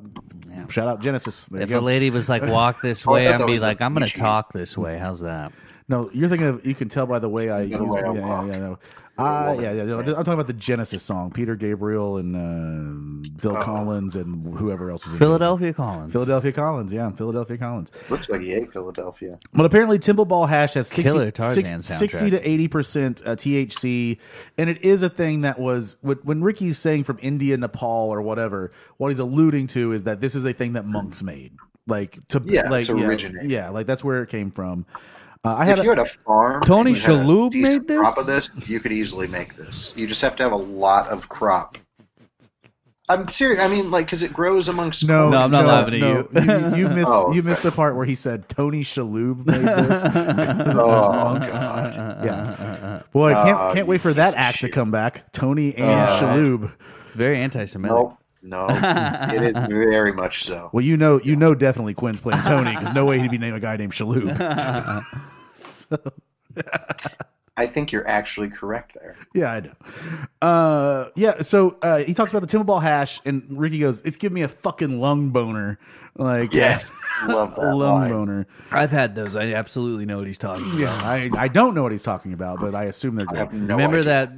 Speaker 2: Shout out Genesis. There
Speaker 3: If
Speaker 2: you
Speaker 3: a
Speaker 2: go.
Speaker 3: lady was like, walk this way,
Speaker 5: I
Speaker 3: I'd
Speaker 5: thought
Speaker 3: be
Speaker 5: was
Speaker 3: like,
Speaker 5: like
Speaker 3: I'm going to
Speaker 5: Gucci.
Speaker 3: talk this way. How's that?
Speaker 2: no, you're thinking of. You can tell by the way I.
Speaker 5: The
Speaker 2: use-
Speaker 5: way I
Speaker 2: yeah,
Speaker 5: walk.
Speaker 2: yeah, yeah, no. Uh, yeah, yeah, no, I'm talking about the Genesis song, Peter Gabriel and uh,
Speaker 5: Uh-huh.
Speaker 2: Phil Collins and whoever else was in
Speaker 3: Philadelphia Collins.
Speaker 2: Philadelphia Collins, yeah, Philadelphia Collins.
Speaker 5: Looks like he ate Philadelphia.
Speaker 2: Well, apparently Temple Ball Hash has 60,
Speaker 3: Killer Tarzan
Speaker 2: six- 60 to
Speaker 3: soundtrack.
Speaker 2: 80% uh, THC, and it is a thing that was when- when Ricky's saying from India, Nepal, or whatever. What he's alluding to is that this is a thing that monks made, like to
Speaker 5: Yeah,
Speaker 2: like
Speaker 5: to
Speaker 2: yeah,
Speaker 5: originate.
Speaker 2: yeah, like that's where it came from. Uh, I had
Speaker 5: If
Speaker 2: a,
Speaker 5: you had a farm,
Speaker 3: Tony
Speaker 5: and you had a
Speaker 3: Shalhoub
Speaker 5: decent
Speaker 3: made this?
Speaker 5: Crop of this, you could easily make this. You just have to have a lot of crop. I'm serious. I mean, like, because it grows amongst
Speaker 2: no,
Speaker 3: No, I'm not laughing at
Speaker 2: no, you. You missed
Speaker 5: Oh.
Speaker 2: you missed the part where he said Tony Shalhoub made this.
Speaker 5: Oh,
Speaker 2: monks.
Speaker 5: God.
Speaker 2: yeah, boy, can't
Speaker 5: Uh,
Speaker 2: can't wait for that act to
Speaker 5: shit.
Speaker 2: come back. Tony and
Speaker 5: Uh,
Speaker 2: Shalhoub.
Speaker 3: It's very anti Semitic.
Speaker 5: Nope. No, it is very much so.
Speaker 2: Well, you know, you know, definitely Quinn's playing Tony because no way he'd be named a guy named Shalhoub.
Speaker 5: I think you're actually correct there.
Speaker 2: yeah, I know. Uh, yeah, so uh, he talks about the Timber Ball hash, and Ricky goes, "It's giving me a fucking lung boner." Like,
Speaker 5: Yes, love that
Speaker 2: lung
Speaker 5: line.
Speaker 2: boner.
Speaker 3: I've had those. I absolutely know what he's talking about.
Speaker 2: Yeah, I, I don't know what he's talking about, but I assume they're
Speaker 5: I
Speaker 2: great.
Speaker 5: have no
Speaker 3: Remember
Speaker 5: idea.
Speaker 3: that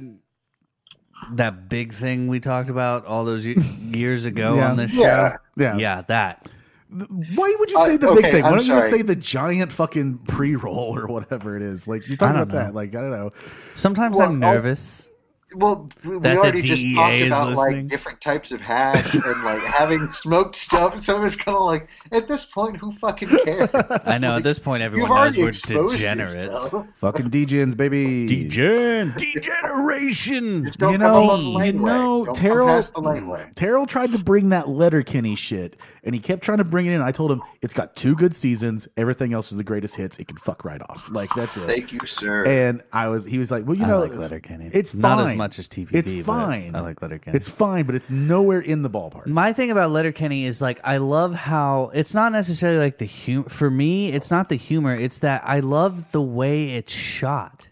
Speaker 3: that big thing we talked about all those ye- years ago
Speaker 2: Yeah.
Speaker 3: on this show?
Speaker 5: Yeah.
Speaker 2: Yeah.
Speaker 3: Yeah, that.
Speaker 2: Why would you
Speaker 5: Uh,
Speaker 2: say the big
Speaker 5: okay,
Speaker 2: thing? Why
Speaker 5: I'm
Speaker 2: don't you just
Speaker 5: sorry.
Speaker 2: say the giant fucking pre roll or whatever it is? Like you're talking
Speaker 3: I
Speaker 2: about
Speaker 3: don't
Speaker 2: that. Like I don't know.
Speaker 3: Sometimes
Speaker 5: Well, oh,
Speaker 3: I'm
Speaker 5: I'll-
Speaker 3: nervous.
Speaker 5: Well,
Speaker 3: That
Speaker 5: we we
Speaker 3: the
Speaker 5: already just
Speaker 3: DEA
Speaker 5: talked
Speaker 3: is
Speaker 5: about
Speaker 3: listening?
Speaker 5: like different types of hash and like having smoked stuff, so it's kind of like at this point, who fucking cares?
Speaker 3: I know. At this point, everyone
Speaker 5: You've
Speaker 3: knows
Speaker 5: already
Speaker 3: we're
Speaker 5: exposed
Speaker 3: degenerates.
Speaker 5: yourself.
Speaker 2: Fucking DJs, baby.
Speaker 3: Degen, degeneration.
Speaker 5: Just don't
Speaker 2: You
Speaker 5: come
Speaker 2: know-
Speaker 5: above the
Speaker 2: you
Speaker 5: laneway.
Speaker 2: know,
Speaker 5: Don't
Speaker 2: Terrell-
Speaker 5: come past the laneway.
Speaker 2: Terrell tried to bring that Letterkenny shit, and he kept trying to bring it in. I told him it's got two good seasons. Everything else is the greatest hits. It can fuck right off. Like that's it.
Speaker 5: Thank you, sir.
Speaker 2: And I was, he was like, well, you know,
Speaker 3: I like Letterkenny.
Speaker 2: It's fine.
Speaker 3: not as much as TPP.
Speaker 2: It's
Speaker 3: but
Speaker 2: fine.
Speaker 3: I like Letterkenny.
Speaker 2: It's fine, but it's nowhere in the ballpark.
Speaker 3: My thing about Letterkenny is like I love how it's not necessarily like the humor. For me, it's not the humor. It's that I love the way it's shot.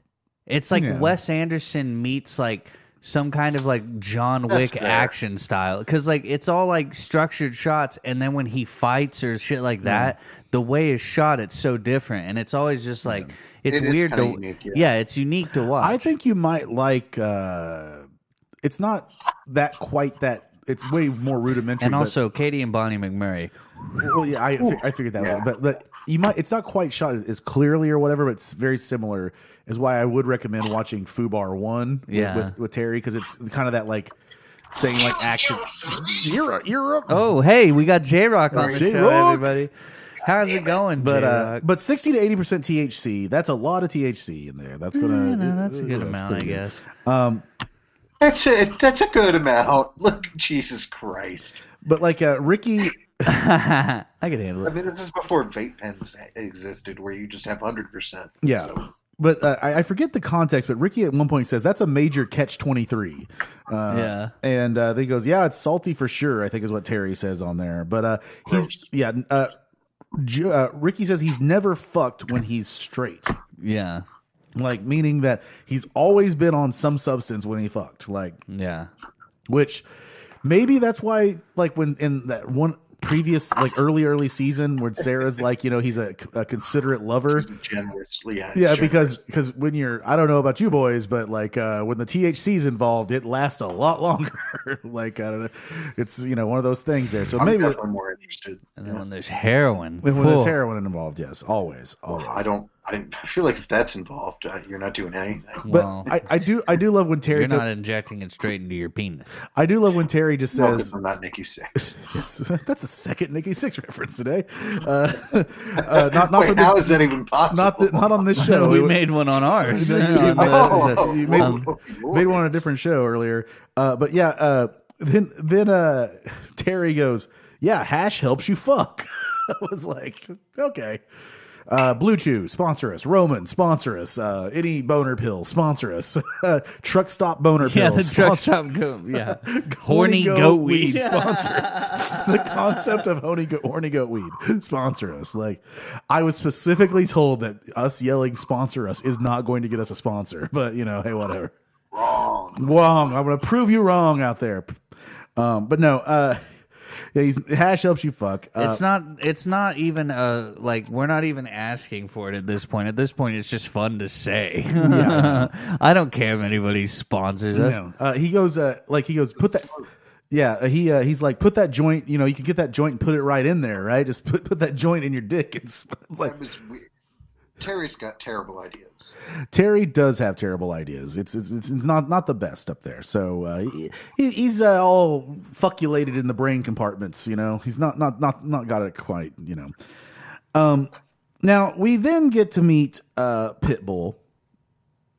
Speaker 3: It's like
Speaker 2: Yeah.
Speaker 3: Wes Anderson meets like some kind of like John Wick
Speaker 5: fair.
Speaker 3: action style because like it's all like structured shots, and then when he fights or shit like that, the way it's shot, it's so different, and it's always just like it's
Speaker 5: It is
Speaker 3: weird to
Speaker 5: kinda unique, yeah.
Speaker 3: yeah, it's unique to watch.
Speaker 2: I think you might like, uh, it's not that quite that, it's way more rudimentary.
Speaker 3: and
Speaker 2: but-
Speaker 3: also Katie and Bonnie McMurray.
Speaker 2: Well, yeah, I, fi- I figured that
Speaker 5: Yeah.
Speaker 2: was it. But, but you might, it's not quite shot as clearly or whatever, but it's very similar. Is why I would recommend watching Fubar One with-
Speaker 3: Yeah.
Speaker 2: with, with, Terry because it's kind of that like saying like action. You're up, you're up.
Speaker 3: Oh, hey, we got J Rock on the show,
Speaker 2: J-Rock.
Speaker 3: everybody. How's it going,
Speaker 2: But uh,
Speaker 3: J-Rock?
Speaker 2: but sixty to eighty percent THC. That's a lot of THC in there. That's gonna.
Speaker 3: Yeah, no, that's a good
Speaker 2: uh,
Speaker 3: amount, I
Speaker 2: pretty good.
Speaker 3: guess.
Speaker 5: That's a that's a good amount. Look, Jesus Christ!
Speaker 2: But like uh, Ricky,
Speaker 3: I can handle
Speaker 5: I
Speaker 3: it.
Speaker 5: mean, this is before vape pens existed, where you just have hundred percent.
Speaker 2: yeah. But uh, I, I forget the context. But Ricky at one point says that's a major catch twenty three. Uh,
Speaker 3: yeah.
Speaker 2: And uh, then he goes, "Yeah, it's salty for sure." I think is what Terry says on there. But uh, he's yeah. Uh, Ju- uh, Ricky says he's never fucked when he's straight,
Speaker 3: Yeah.
Speaker 2: like meaning that he's always been on some substance when he fucked, like
Speaker 3: Yeah.
Speaker 2: which maybe that's why like when in that one previous like early early season where Sarah's like you know he's a, a considerate lover.
Speaker 5: generously. Yeah,
Speaker 2: Yeah,
Speaker 5: sure.
Speaker 2: because because when you're, I don't know about you boys, but like uh, when the THC's involved, it lasts a lot longer. like I don't know, it's you know one of those things there. So
Speaker 5: I'm
Speaker 2: maybe
Speaker 5: definitely more interested.
Speaker 3: And then when there's heroin.
Speaker 2: when there's
Speaker 3: Whew.
Speaker 2: heroin involved, yes, always, always.
Speaker 5: I don't. I I feel like if that's involved, uh, you're not doing anything.
Speaker 2: but
Speaker 3: Well,
Speaker 2: I, I do I do love when Terry
Speaker 3: you're not injecting it straight into your penis.
Speaker 2: I do love when Terry just
Speaker 5: No,
Speaker 2: says
Speaker 5: I'm not Nikki Six.
Speaker 2: yes, that's a second Nikki Six reference today. Uh, uh, not not for
Speaker 5: Wait,
Speaker 2: this,
Speaker 5: how is that even possible?
Speaker 2: not th- not on this show.
Speaker 3: we
Speaker 2: Oh, It-
Speaker 3: made one on ours.
Speaker 2: No, you-
Speaker 3: On the-
Speaker 5: Oh,
Speaker 2: you made-
Speaker 5: oh,
Speaker 2: made um, one on a different show earlier. Uh, but yeah, uh, then then uh, Terry goes, "Yeah, hash helps you fuck." I was like, "Okay." Uh, Blue Chew sponsor us. Roman sponsor us. Uh, any boner pill sponsor us. truck stop boner
Speaker 3: yeah,
Speaker 2: pill.
Speaker 3: the truck
Speaker 2: sponsor-
Speaker 3: stop go. Yeah. Horny goat weed.
Speaker 2: sponsor us. the concept of horny goat, horny goat weed sponsor us. Like, I was specifically told that us yelling "sponsor us" is not going to get us a sponsor, but you know, hey, whatever.
Speaker 4: Wrong.
Speaker 2: wrong. I'm gonna prove you wrong out there. Um, but no, uh, yeah, he's hash helps you fuck. Uh,
Speaker 3: It's not. It's not even uh like we're not even asking for it at this point. At this point, it's just fun to say. I don't care if anybody sponsors us.
Speaker 2: no. Uh, he goes uh, like he goes put that. Yeah, uh, he uh, he's like put that joint. You know, you can get that joint and put it right in there, right? Just put put that joint in your dick. It's, it's like
Speaker 4: That was weird. Terry's got terrible ideas.
Speaker 2: Terry does have terrible ideas. It's it's it's not not the best up there. So uh, he, he's uh, all fucculated in the brain compartments. You know, he's not not not not got it quite. You know. Um. Now we then get to meet uh, Pitbull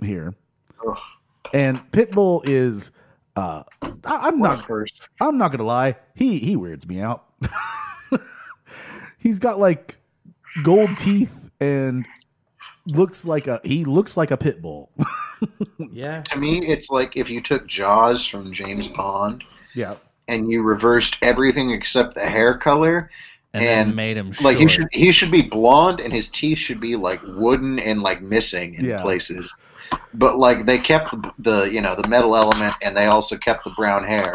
Speaker 2: here,
Speaker 4: Ugh,
Speaker 2: and Pitbull is uh, I, I'm not
Speaker 4: first.
Speaker 2: I'm not gonna lie, he he weirds me out. He's got like gold teeth and looks like a he looks like a pit bull.
Speaker 3: Yeah.
Speaker 4: To me, it's like if you took Jaws from James Bond
Speaker 2: yeah.
Speaker 4: and you reversed everything except the hair color.
Speaker 3: And, then
Speaker 4: And,
Speaker 3: made him
Speaker 4: Like he
Speaker 3: short.
Speaker 4: should he should be blonde and his teeth should be like wooden and like missing in
Speaker 2: Yeah.
Speaker 4: places. But like they kept the, the you know the metal element and they also kept the brown hair.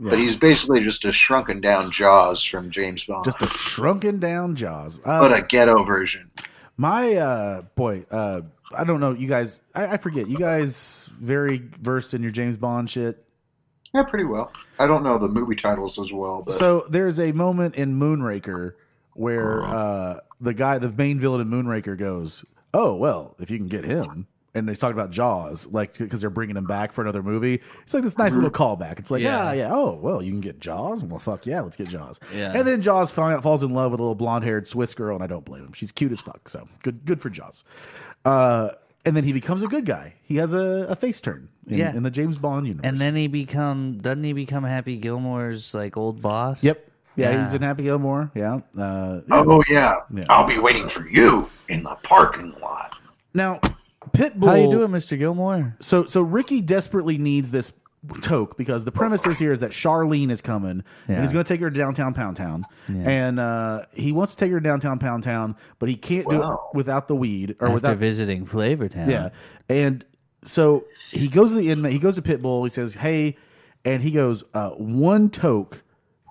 Speaker 4: But he's basically just a shrunken down Jaws from James Bond,
Speaker 2: Just a shrunken down jaws. Uh,
Speaker 4: but a ghetto version.
Speaker 2: my uh boy, uh I don't know, you guys I, I forget, you guys very versed in your James Bond shit.
Speaker 4: Yeah, pretty well. I don't know the movie titles as well, but
Speaker 2: So there's a moment in Moonraker where
Speaker 3: Uh-huh.
Speaker 2: uh, the guy, the main villain in Moonraker, goes, "Oh well, if you can get him." And they talk about Jaws, like because they're bringing him back for another movie. It's like this nice little callback. It's like,
Speaker 3: Mm-hmm. Yeah.
Speaker 2: yeah, yeah. Oh well, you can get Jaws. Well, fuck yeah, let's get Jaws.
Speaker 3: Yeah.
Speaker 2: And then Jaws fin- falls in love with a little blonde-haired Swiss girl, and I don't blame him. She's cute as fuck. So good, good for Jaws. Uh, and then he becomes a good guy. He has a, a face turn in,
Speaker 3: Yeah.
Speaker 2: in the James Bond universe.
Speaker 3: and then he become doesn't he become Happy Gilmore's like old boss?
Speaker 2: yep, yeah,
Speaker 3: Yeah.
Speaker 2: he's in Happy Gilmore. Yeah. Uh,
Speaker 4: oh yeah,
Speaker 2: Yeah.
Speaker 4: I'll be waiting for you in the parking lot.
Speaker 2: Now, Pitbull.
Speaker 3: How you doing, Mr. Gilmore?
Speaker 2: So, so Ricky desperately needs this toke because the premise is here is that Charlene is coming
Speaker 3: Yeah.
Speaker 2: and he's going to take her to downtown Pound Town, and uh, he wants to take her to downtown Pound Town, but he can't do
Speaker 4: Wow.
Speaker 2: it without the weed or
Speaker 3: After
Speaker 2: without
Speaker 3: visiting Flavortown.
Speaker 2: yeah. And so he goes to the inmate. He goes to Pitbull. He says, "Hey," and he goes uh, one toke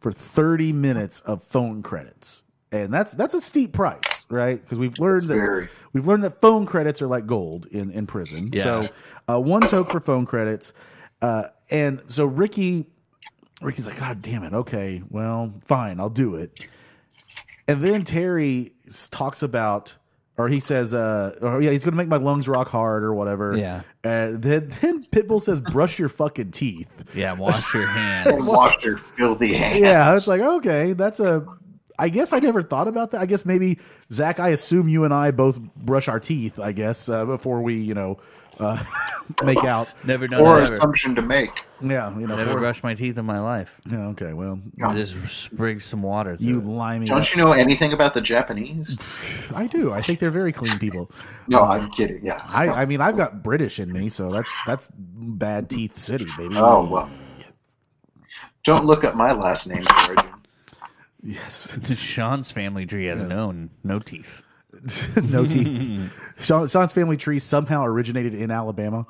Speaker 2: for thirty minutes of phone credits, and that's that's a steep price, right? Because we've learned that
Speaker 4: Very.
Speaker 2: we've learned that phone credits are like gold in in prison.
Speaker 3: Yeah.
Speaker 2: So uh, one toke for phone credits, uh, and so Ricky. Ricky's like, God damn it. Okay, well, fine, I'll do it. And then Terry s- talks about, or he says, uh, or yeah, he's going to make my lungs rock hard or whatever.
Speaker 3: Yeah.
Speaker 2: And then, then Pitbull says, brush your fucking teeth.
Speaker 3: Yeah, wash your
Speaker 4: And
Speaker 3: hands.
Speaker 4: wash your filthy hands.
Speaker 2: Yeah. It's like, okay, that's a, I guess I never thought about that. I guess maybe, Zach, I assume you and I both brush our teeth, I guess, uh, before we, you know, uh, make out.
Speaker 3: Never done
Speaker 4: or
Speaker 3: that ever.
Speaker 4: assumption to make.
Speaker 2: Yeah. You know,
Speaker 3: Never
Speaker 2: or-
Speaker 3: brushed my teeth in my life.
Speaker 2: yeah, okay. Well,
Speaker 3: I just sprig some water. Through
Speaker 2: you
Speaker 3: it.
Speaker 2: limey.
Speaker 4: Don't
Speaker 2: up.
Speaker 4: you know anything about the Japanese?
Speaker 2: I do. I think they're very clean people.
Speaker 4: No, I'm kidding. Yeah.
Speaker 2: I, I mean, I've got British in me, so that's that's bad teeth city, baby.
Speaker 4: oh well. Don't look up my last name origin.
Speaker 2: yes,
Speaker 3: Sean's family tree has known no teeth.
Speaker 2: no teeth. Sean, Sean's family tree somehow originated in Alabama,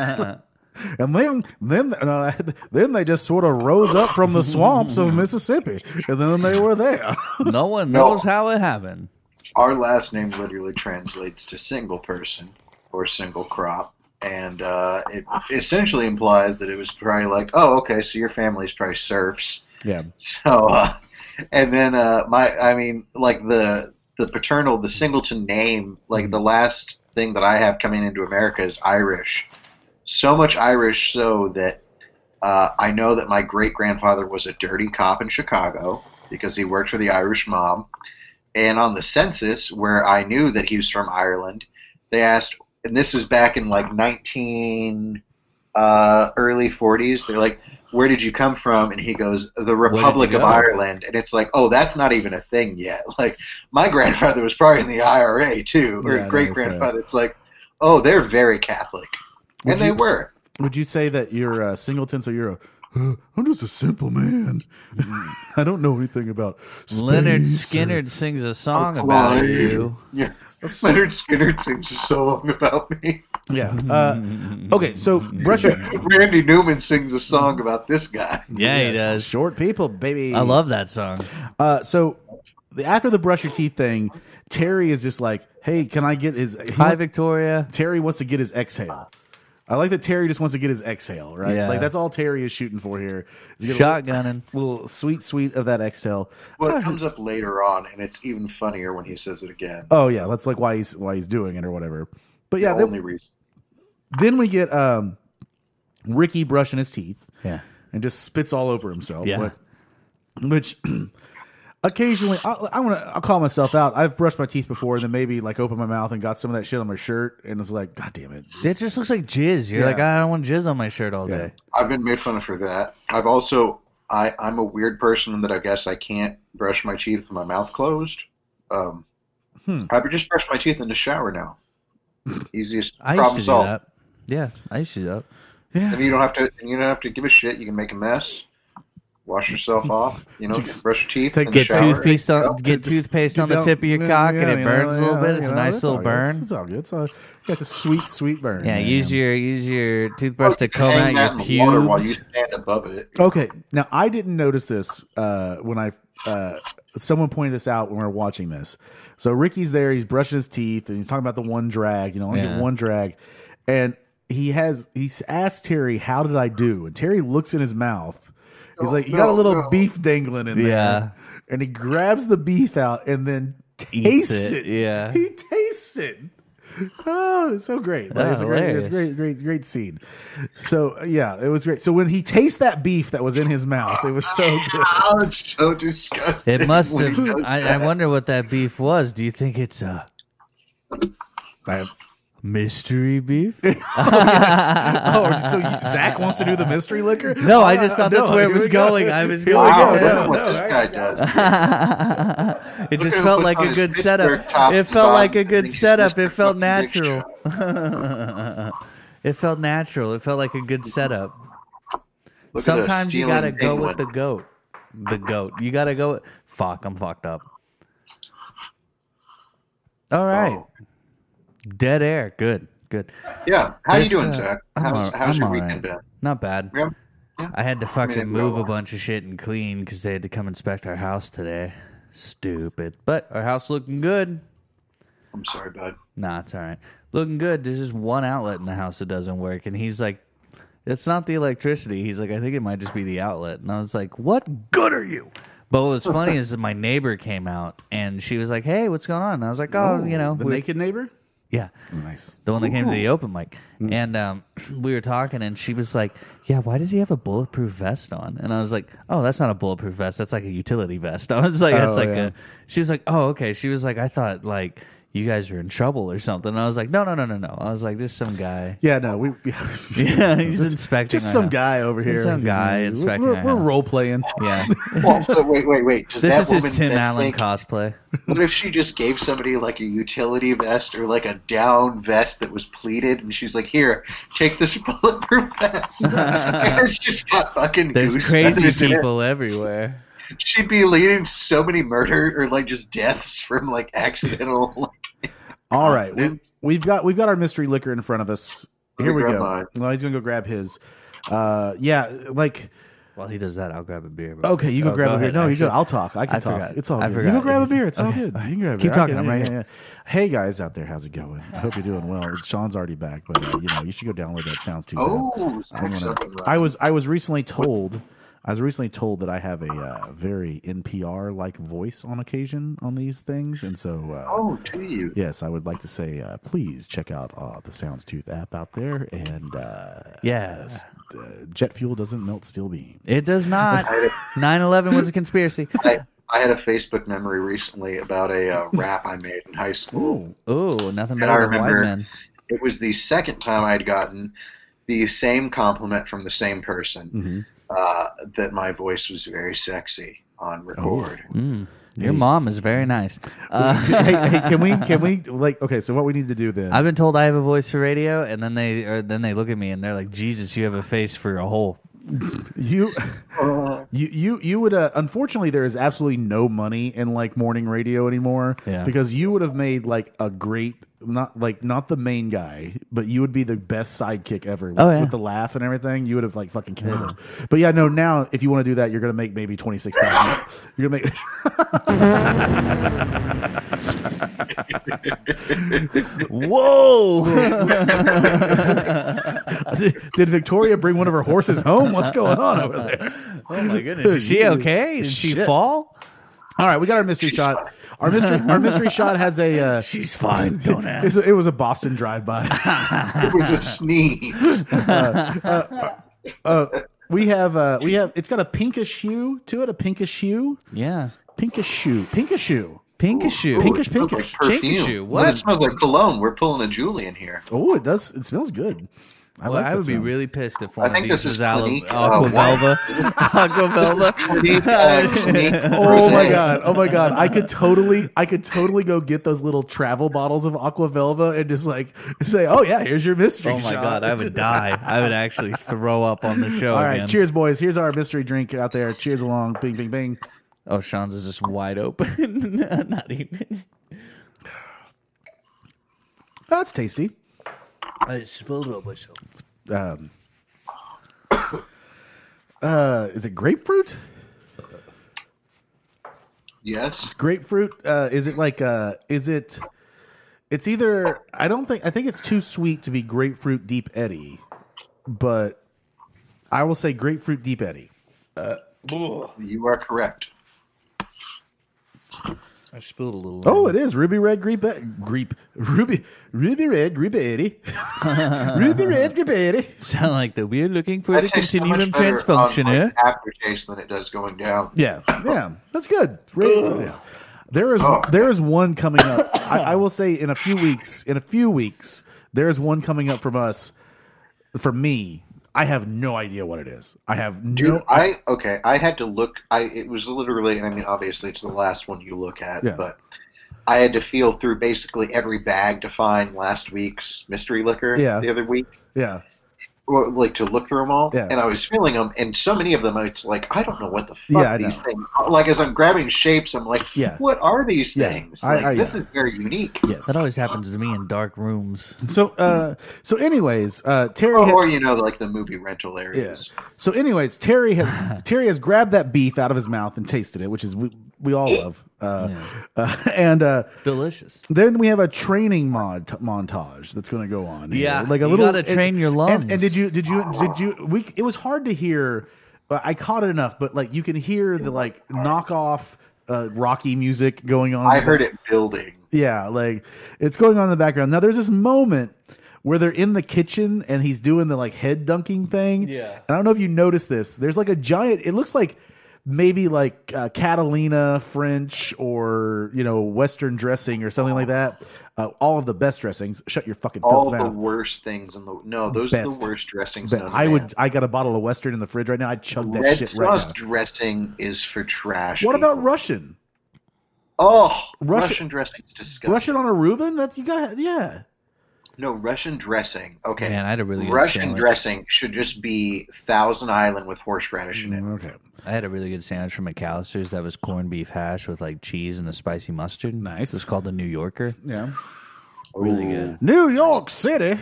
Speaker 2: and then then no, then they just sort of rose up from the swamps of Mississippi, and then they were there.
Speaker 3: No one
Speaker 4: No.
Speaker 3: knows how it happened.
Speaker 4: Our last name literally translates to single person or single crop. And uh, it essentially implies that it was probably like, oh, okay, so your family's probably serfs.
Speaker 2: yeah,
Speaker 4: So, uh, and then uh, my, I mean, like the the paternal, the singleton name, like the last thing that I have coming into America is Irish. So much Irish, so that uh, I know that my great grandfather was a dirty cop in Chicago because he worked for the Irish mob. And on the census, where I knew that he was from Ireland, they asked, and this is back in like 19 uh, early 40s. They're like, "Where did you come from?" And he goes, "The Republic
Speaker 3: you
Speaker 4: of
Speaker 3: go?"
Speaker 4: Ireland." And it's like, "Oh, that's not even a thing yet." Like my grandfather was probably in the IRA too, or
Speaker 2: Yeah, that
Speaker 4: great
Speaker 2: is, uh,
Speaker 4: grandfather. It's like, "Oh, they're very Catholic,"
Speaker 2: Would
Speaker 4: and they
Speaker 2: you-
Speaker 4: were.
Speaker 2: would you say that you're a singleton? So you're a "Uh, I'm just a simple man. I don't know anything about
Speaker 3: Leonard
Speaker 2: space or-
Speaker 3: Skinner sings a song about
Speaker 4: Flying.
Speaker 3: you.
Speaker 4: Yeah. Leonard Skinner sings a song about me.
Speaker 2: Yeah. Uh, okay, so Russia.
Speaker 4: Randy Newman sings a song about this guy.
Speaker 3: Yeah, he does.
Speaker 2: Short people, baby.
Speaker 3: I love that song.
Speaker 2: Uh, so the, after the brush your teeth thing, Terry is just like, "Hey, can I get his?" he
Speaker 3: Hi,
Speaker 2: wants-
Speaker 3: Victoria.
Speaker 2: Terry wants to get his exhale. I like that Terry just wants to get his exhale, right?
Speaker 3: Yeah.
Speaker 2: Like that's all Terry is shooting for here. Is get a
Speaker 3: Shotgunning.
Speaker 2: little, little sweet, sweet of that exhale.
Speaker 4: Well, it comes up later on, and it's even funnier when he says it again.
Speaker 2: Oh yeah, that's like why he's why he's doing it or whatever. But yeah,
Speaker 4: the
Speaker 2: then,
Speaker 4: only reason.
Speaker 2: then we get um, Ricky brushing his teeth.
Speaker 3: Yeah.
Speaker 2: and just spits all over himself.
Speaker 3: Yeah.
Speaker 2: Like- Which occasionally, I, I want to. I'll call myself out. I've brushed my teeth before, and then maybe like opened my mouth and got some of that shit on my shirt, and it's like, God damn it!
Speaker 3: It just looks like jizz. You're
Speaker 2: Yeah.
Speaker 3: like, I don't want jizz on my shirt all day.
Speaker 4: I've been made fun of for that. I've also, I, I'm a weird person that I guess I can't brush my teeth with my mouth closed. Um,
Speaker 2: Hmm.
Speaker 4: I would just brush my teeth in the shower now. Easiest
Speaker 3: I used
Speaker 4: problem
Speaker 3: to do
Speaker 4: solved.
Speaker 3: that. Yeah, I used to do that.
Speaker 4: And you don't have to. And you don't have to give a shit. You can make a mess. Wash yourself off. You know,
Speaker 2: Just
Speaker 4: brush your teeth.
Speaker 2: take-
Speaker 4: in the
Speaker 3: Get
Speaker 4: shower.
Speaker 3: toothpaste on, get
Speaker 2: Just-
Speaker 3: toothpaste on the
Speaker 2: don't-
Speaker 3: tip of your
Speaker 2: yeah,
Speaker 3: cock, and
Speaker 2: yeah,
Speaker 3: it
Speaker 2: you
Speaker 3: burns
Speaker 2: know,
Speaker 3: a little
Speaker 2: yeah,
Speaker 3: bit. It's
Speaker 2: you
Speaker 3: a
Speaker 2: know,
Speaker 3: nice
Speaker 2: it's
Speaker 3: little
Speaker 2: all good. It's,
Speaker 3: burn.
Speaker 2: it's all good. It's all. Yeah, it's a sweet, sweet burn.
Speaker 3: Yeah, use your use your
Speaker 4: Oh,
Speaker 3: toothbrush to
Speaker 4: you can
Speaker 3: comb
Speaker 4: hang that
Speaker 3: out
Speaker 4: in
Speaker 3: your
Speaker 4: the water while you
Speaker 3: pubes.
Speaker 4: stand above it.
Speaker 2: Okay, now I didn't notice this uh, when I uh, someone pointed this out when we were watching this. So Ricky's there, he's brushing his teeth, and he's talking about the one drag. You know, only
Speaker 3: Yeah.
Speaker 2: get one drag, and he has he's asked Terry, "How did I do?" And Terry looks in his mouth. He's
Speaker 4: No,
Speaker 2: like, "You got a
Speaker 4: Oh, no,
Speaker 2: little
Speaker 4: no."
Speaker 2: beef dangling in
Speaker 3: Yeah.
Speaker 2: there," and he grabs the beef out and then
Speaker 3: Eats
Speaker 2: tastes it.
Speaker 3: it, yeah.
Speaker 2: he tastes it. Oh, it's so great! That
Speaker 3: Oh,
Speaker 2: was a great, it was a great,
Speaker 3: hilarious.
Speaker 2: great, great scene. So uh, yeah, it was great. So when he tastes that beef that was in his mouth, it was so good.
Speaker 4: Oh, it's so disgusting.
Speaker 3: It must
Speaker 4: when he
Speaker 3: have.
Speaker 4: does
Speaker 3: I, I
Speaker 4: that.
Speaker 3: wonder what that beef was. Do you think it's uh, a mystery beef?
Speaker 2: oh, so you- Zach wants to do the mystery liquor?
Speaker 3: No, I just thought
Speaker 2: No,
Speaker 3: that's where it
Speaker 2: here
Speaker 3: was
Speaker 2: we go.
Speaker 3: going. I was
Speaker 2: Here we
Speaker 3: going
Speaker 2: go.
Speaker 3: there.
Speaker 4: Wow, look
Speaker 3: Oh, no,
Speaker 4: at what this guy does.
Speaker 3: it
Speaker 4: Look
Speaker 3: just
Speaker 4: at
Speaker 3: felt
Speaker 4: who
Speaker 3: like
Speaker 4: puts on
Speaker 3: a
Speaker 4: his
Speaker 3: good
Speaker 4: Pittsburgh
Speaker 3: setup.
Speaker 4: top
Speaker 3: It felt
Speaker 4: five
Speaker 3: like a
Speaker 4: and
Speaker 3: good
Speaker 4: then he's
Speaker 3: setup.
Speaker 4: Mr.
Speaker 3: It felt
Speaker 4: fucking Big
Speaker 3: natural.
Speaker 4: Shot.
Speaker 3: it felt natural. It felt like a good setup.
Speaker 4: Look at
Speaker 3: Sometimes
Speaker 4: us
Speaker 3: you gotta
Speaker 4: stealing
Speaker 3: go
Speaker 4: England.
Speaker 3: with the goat. The goat. You gotta go. Fuck, I'm fucked up. All right,
Speaker 4: Oh.
Speaker 3: dead air. Good, good.
Speaker 4: Yeah. How
Speaker 3: This,
Speaker 4: you doing,
Speaker 3: uh,
Speaker 4: Zach?
Speaker 3: I'm
Speaker 4: How's,
Speaker 3: all-
Speaker 4: how's
Speaker 3: I'm
Speaker 4: your
Speaker 3: all
Speaker 4: weekend
Speaker 3: right.
Speaker 4: been?
Speaker 3: Not bad.
Speaker 4: Yeah. Yeah.
Speaker 3: I had to fucking
Speaker 4: it
Speaker 3: move a
Speaker 4: well.
Speaker 3: bunch of shit and clean because they had to come inspect our house today. Stupid, but our house looking good.
Speaker 4: I'm sorry, bud.
Speaker 3: Nah, it's all right. Looking good. There's just one outlet in the house that doesn't work. And he's like, it's not the electricity. He's like, I think it might just be the outlet. And I was like, what good are you? But what was funny is that my neighbor came out and she was like, hey, what's going on? And I was like, oh, you know,
Speaker 2: the
Speaker 3: we-
Speaker 2: naked neighbor.
Speaker 3: yeah.
Speaker 2: Nice.
Speaker 3: The one that came to the open mic. And um, we were talking, and she was like, Yeah, why does he have a bulletproof vest on? And I was like, Oh, that's not a bulletproof vest. That's like a utility vest. I was like, That's
Speaker 2: Oh,
Speaker 3: like
Speaker 2: yeah.
Speaker 3: a. She was like, Oh, okay. She was like, I thought, like, you guys are in trouble or something. And I was like, No, no, no, no, no. I was like, There's some guy.
Speaker 2: Yeah, no, we.
Speaker 3: Yeah, he's inspecting.
Speaker 2: Just
Speaker 3: our
Speaker 2: some
Speaker 3: house.
Speaker 2: guy over here.
Speaker 3: Just some guy inspecting
Speaker 2: We're,
Speaker 3: our
Speaker 2: we're
Speaker 3: house.
Speaker 2: role playing.
Speaker 3: Yeah.
Speaker 4: Well, so wait, wait, wait. Does
Speaker 3: this
Speaker 4: that
Speaker 3: is his
Speaker 4: woman
Speaker 3: Tim
Speaker 4: then
Speaker 3: Allen
Speaker 4: think-
Speaker 3: cosplay.
Speaker 4: What if she just gave somebody like a utility vest or like a down vest that was pleated, and she's like, "Here, take this bulletproof vest." and it's just got fucking
Speaker 3: There's
Speaker 4: goose
Speaker 3: crazy
Speaker 4: feathers in it.
Speaker 3: people everywhere.
Speaker 4: She'd be leading so many murder or like just deaths from like accidental. Like,
Speaker 2: All right, we,
Speaker 4: Confidence.
Speaker 2: we've got we've got our mystery liquor in front of us.
Speaker 4: Let
Speaker 2: Here
Speaker 4: me
Speaker 2: we
Speaker 4: grab
Speaker 2: go.
Speaker 4: mine.
Speaker 2: No, he's gonna go grab his. Uh, yeah, like
Speaker 3: While he does that, I'll grab a beer. bro.
Speaker 2: okay, you go
Speaker 3: Oh,
Speaker 2: grab a beer.
Speaker 3: ahead,
Speaker 2: No, you
Speaker 3: actually.
Speaker 2: go. I'll talk. I can
Speaker 3: I
Speaker 2: talk.
Speaker 3: forgot.
Speaker 2: It's all
Speaker 3: I
Speaker 2: good.
Speaker 3: forgot.
Speaker 2: You go grab a
Speaker 3: It
Speaker 2: beer.
Speaker 3: was-
Speaker 2: It's all
Speaker 3: okay.
Speaker 2: good. You can grab a beer.
Speaker 3: Keep
Speaker 2: I
Speaker 3: talking.
Speaker 2: can-
Speaker 3: I'm right here.
Speaker 2: yeah. Hey guys out there, how's it going? I hope you're doing well. It's- Sean's already back, but uh, you know you should go download that. Sounds too. Bad.
Speaker 4: oh,
Speaker 2: I, don't
Speaker 4: Zach's
Speaker 2: wanna-
Speaker 4: up and
Speaker 2: I
Speaker 4: running.
Speaker 2: was I was recently told I was recently told that I have a uh, very NPR like voice on occasion on these things, and so uh,
Speaker 4: Oh, do you?
Speaker 2: yes, I would like to say uh, please check out uh, the Soundstooth app out there, and uh,
Speaker 3: Yeah.
Speaker 2: s- uh, jet fuel doesn't melt steel beam.
Speaker 3: It does not. 9 11 was a conspiracy.
Speaker 4: I, I had a Facebook memory recently about a uh, rap I made in high school.
Speaker 3: Ooh, nothing
Speaker 4: And I
Speaker 3: better than white
Speaker 4: remember-
Speaker 3: men.
Speaker 4: It was the second time I'd gotten the same compliment from the same person
Speaker 2: Mhm.
Speaker 4: uh, that my voice was very sexy on record.
Speaker 3: Your mom is very nice. Uh,
Speaker 2: hey, hey, can we can we like okay? So what we need to do then?
Speaker 3: I've been told I have a voice for radio, and then they or then they look at me and they're like, "Jesus, you have a face for a hole."
Speaker 2: you You you you would uh, unfortunately there is absolutely no money in like morning radio anymore
Speaker 3: Yeah.
Speaker 2: because you would have made like a great not like not the main guy but you would be the best sidekick ever with,
Speaker 3: Oh, yeah.
Speaker 2: with the laugh and everything you would have like fucking killed him. But yeah, no, now if you want to do that you're gonna make maybe twenty six thousand. You're gonna make.
Speaker 3: Whoa!
Speaker 4: Oh
Speaker 2: Did Victoria bring one of her horses home? What's going on over there?
Speaker 3: oh my goodness, is she okay? Did she fall?
Speaker 2: All right, we got our mystery shot. Our mystery our mystery shot has a. Uh,
Speaker 3: She's fine. Don't
Speaker 2: it's a- it was a Boston drive by.
Speaker 4: It was a sneeze.
Speaker 2: we have uh, we have it's got a pinkish hue to it, a pinkish hue,
Speaker 3: yeah,
Speaker 2: pinkish hue, pinkish hue.
Speaker 3: pinkish shoe.
Speaker 2: Pinkish,
Speaker 4: Ooh, it smells
Speaker 2: pinkish.
Speaker 4: like
Speaker 3: Pinkish
Speaker 4: perfume.
Speaker 3: you,
Speaker 4: Well,
Speaker 3: what?
Speaker 4: That smells like cologne. We're pulling a Julian here.
Speaker 2: Oh, it does. It smells good. I
Speaker 3: Well,
Speaker 2: like
Speaker 3: I
Speaker 2: that
Speaker 3: would be
Speaker 2: smell.
Speaker 3: really pissed if one of
Speaker 4: think
Speaker 3: these
Speaker 4: this
Speaker 3: was
Speaker 4: is
Speaker 3: Al-
Speaker 4: Clinique. Oh,
Speaker 3: Aquavelva. Aquavelva.
Speaker 2: Oh
Speaker 4: oh
Speaker 2: my god! Oh my god! I could totally, I could totally go get those little travel bottles of Aqua Velva and just like say, "Oh yeah, here's your mystery."
Speaker 3: Oh my
Speaker 2: shot."
Speaker 3: god, I would die. I would actually throw up on the show.
Speaker 2: All right,
Speaker 3: again.
Speaker 2: cheers, boys. Here's our mystery drink out there. Cheers along. Bing, bing, bing.
Speaker 3: Oh, Sean's is just wide open. Not even.
Speaker 2: Oh, That's tasty.
Speaker 3: I spilled it on myself.
Speaker 2: Um, uh, is it grapefruit?
Speaker 4: Yes.
Speaker 2: grapefruit uh is it like uh is it it's either i don't think i think it's too sweet to be grapefruit deep eddy but i will say grapefruit deep eddy
Speaker 4: You are correct.
Speaker 3: I spilled a little.
Speaker 2: oh it is ruby red grape grape ruby ruby red grape eddy ruby red grape eddy
Speaker 3: sound like that. We're looking for
Speaker 4: That
Speaker 3: the
Speaker 4: tastes so much
Speaker 3: continuum
Speaker 4: better
Speaker 3: transfunction eh?
Speaker 4: on,
Speaker 3: here.
Speaker 4: like, aftertaste than it does going down.
Speaker 2: yeah yeah that's good Right- yeah. there is
Speaker 4: Oh.
Speaker 2: there is one coming up I, I will say in a few weeks in a few weeks there is one coming up from us for me, I have no idea what it is. I have no.
Speaker 4: Dude, I okay. I had to look. I it was literally. and I mean, obviously, it's the last one you look at,
Speaker 2: Yeah.
Speaker 4: but I had to feel through basically every bag to find last week's mystery liquor.
Speaker 2: Yeah.
Speaker 4: The other week,
Speaker 2: yeah,
Speaker 4: well, like to look through them all,
Speaker 2: Yeah.
Speaker 4: and I was feeling them, and so many of them, I was like, I don't know what the fuck
Speaker 2: Yeah, I
Speaker 4: these
Speaker 2: know.
Speaker 4: things. Are. Like as I'm grabbing shapes, I'm like,
Speaker 2: Yeah.
Speaker 4: what are these
Speaker 2: Yeah.
Speaker 4: things?
Speaker 2: I-
Speaker 4: Like
Speaker 2: I-
Speaker 4: this
Speaker 2: yeah.
Speaker 4: is very unique.
Speaker 2: yes.
Speaker 3: That always happens to me in dark rooms.
Speaker 2: So, uh, so anyways, uh, Terry.
Speaker 4: Or,
Speaker 2: had-
Speaker 4: or you know, like the movie rental
Speaker 2: yeah.
Speaker 4: areas.
Speaker 2: So, anyways, Terry has Terry has grabbed that beef out of his mouth and tasted it, which is we, we all love. Uh, uh, and uh,
Speaker 3: Delicious.
Speaker 2: then we have a training mod montage that's going to go on. here.
Speaker 3: Yeah,
Speaker 2: like a
Speaker 3: you
Speaker 2: little.
Speaker 3: gotta
Speaker 2: and-
Speaker 3: train your lungs.
Speaker 2: And, and did you? Did you? Did you? We. It was hard to hear. but I caught it enough, but like you can hear the like knockoff uh, Rocky music going on.
Speaker 4: I heard it building.
Speaker 2: Yeah, like it's going on in the background. Now there's this moment where they're in the kitchen and he's doing the like head dunking thing.
Speaker 3: Yeah.
Speaker 2: And I don't know if you noticed this. There's like a giant it looks like maybe like uh, Catalina French or, you know, western dressing or something like that. Uh, all of the best dressings. Shut your fucking
Speaker 4: All
Speaker 2: filth
Speaker 4: the
Speaker 2: mouth.
Speaker 4: worst things in the no, those are
Speaker 2: Best.
Speaker 4: the worst dressings.
Speaker 2: But
Speaker 4: known to
Speaker 2: I
Speaker 4: man.
Speaker 2: would I got a bottle of western in the fridge right now. I'd chug that
Speaker 4: Red
Speaker 2: shit right
Speaker 4: sauce
Speaker 2: now.
Speaker 4: dressing is for trash.
Speaker 2: What about
Speaker 4: people.
Speaker 2: Russian?
Speaker 4: oh
Speaker 2: Russian-
Speaker 4: Russian, dressing is disgusting.
Speaker 2: Russian on a Reuben? That's you got yeah.
Speaker 4: no Russian dressing. Okay,
Speaker 3: Man, I had a really good
Speaker 4: Russian
Speaker 3: sandwich.
Speaker 4: dressing should just be Thousand Island with horseradish in it.
Speaker 2: Okay.
Speaker 3: I had a really good sandwich from McAllister's that was corned beef hash with like cheese and a spicy mustard.
Speaker 2: Nice.
Speaker 3: It was called the New Yorker.
Speaker 2: Yeah.
Speaker 4: Really good,
Speaker 2: New York City.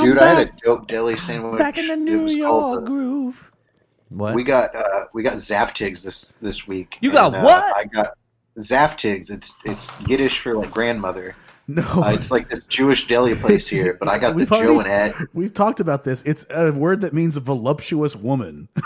Speaker 4: dude. I had a dope deli sandwich.
Speaker 3: back in the
Speaker 4: It
Speaker 3: New
Speaker 4: was called
Speaker 3: York
Speaker 4: the-
Speaker 3: groove. What?
Speaker 4: we got uh, we got Zaptigs this this week.
Speaker 3: You got
Speaker 4: and, uh,
Speaker 3: what?
Speaker 4: I got Zaptigs. It's it's Yiddish for like grandmother.
Speaker 2: No.
Speaker 4: Uh, it's like this Jewish deli place here, but I got the
Speaker 2: We've
Speaker 4: Joe and
Speaker 2: already-
Speaker 4: Ed.
Speaker 2: We've talked about this. It's a word that means voluptuous woman.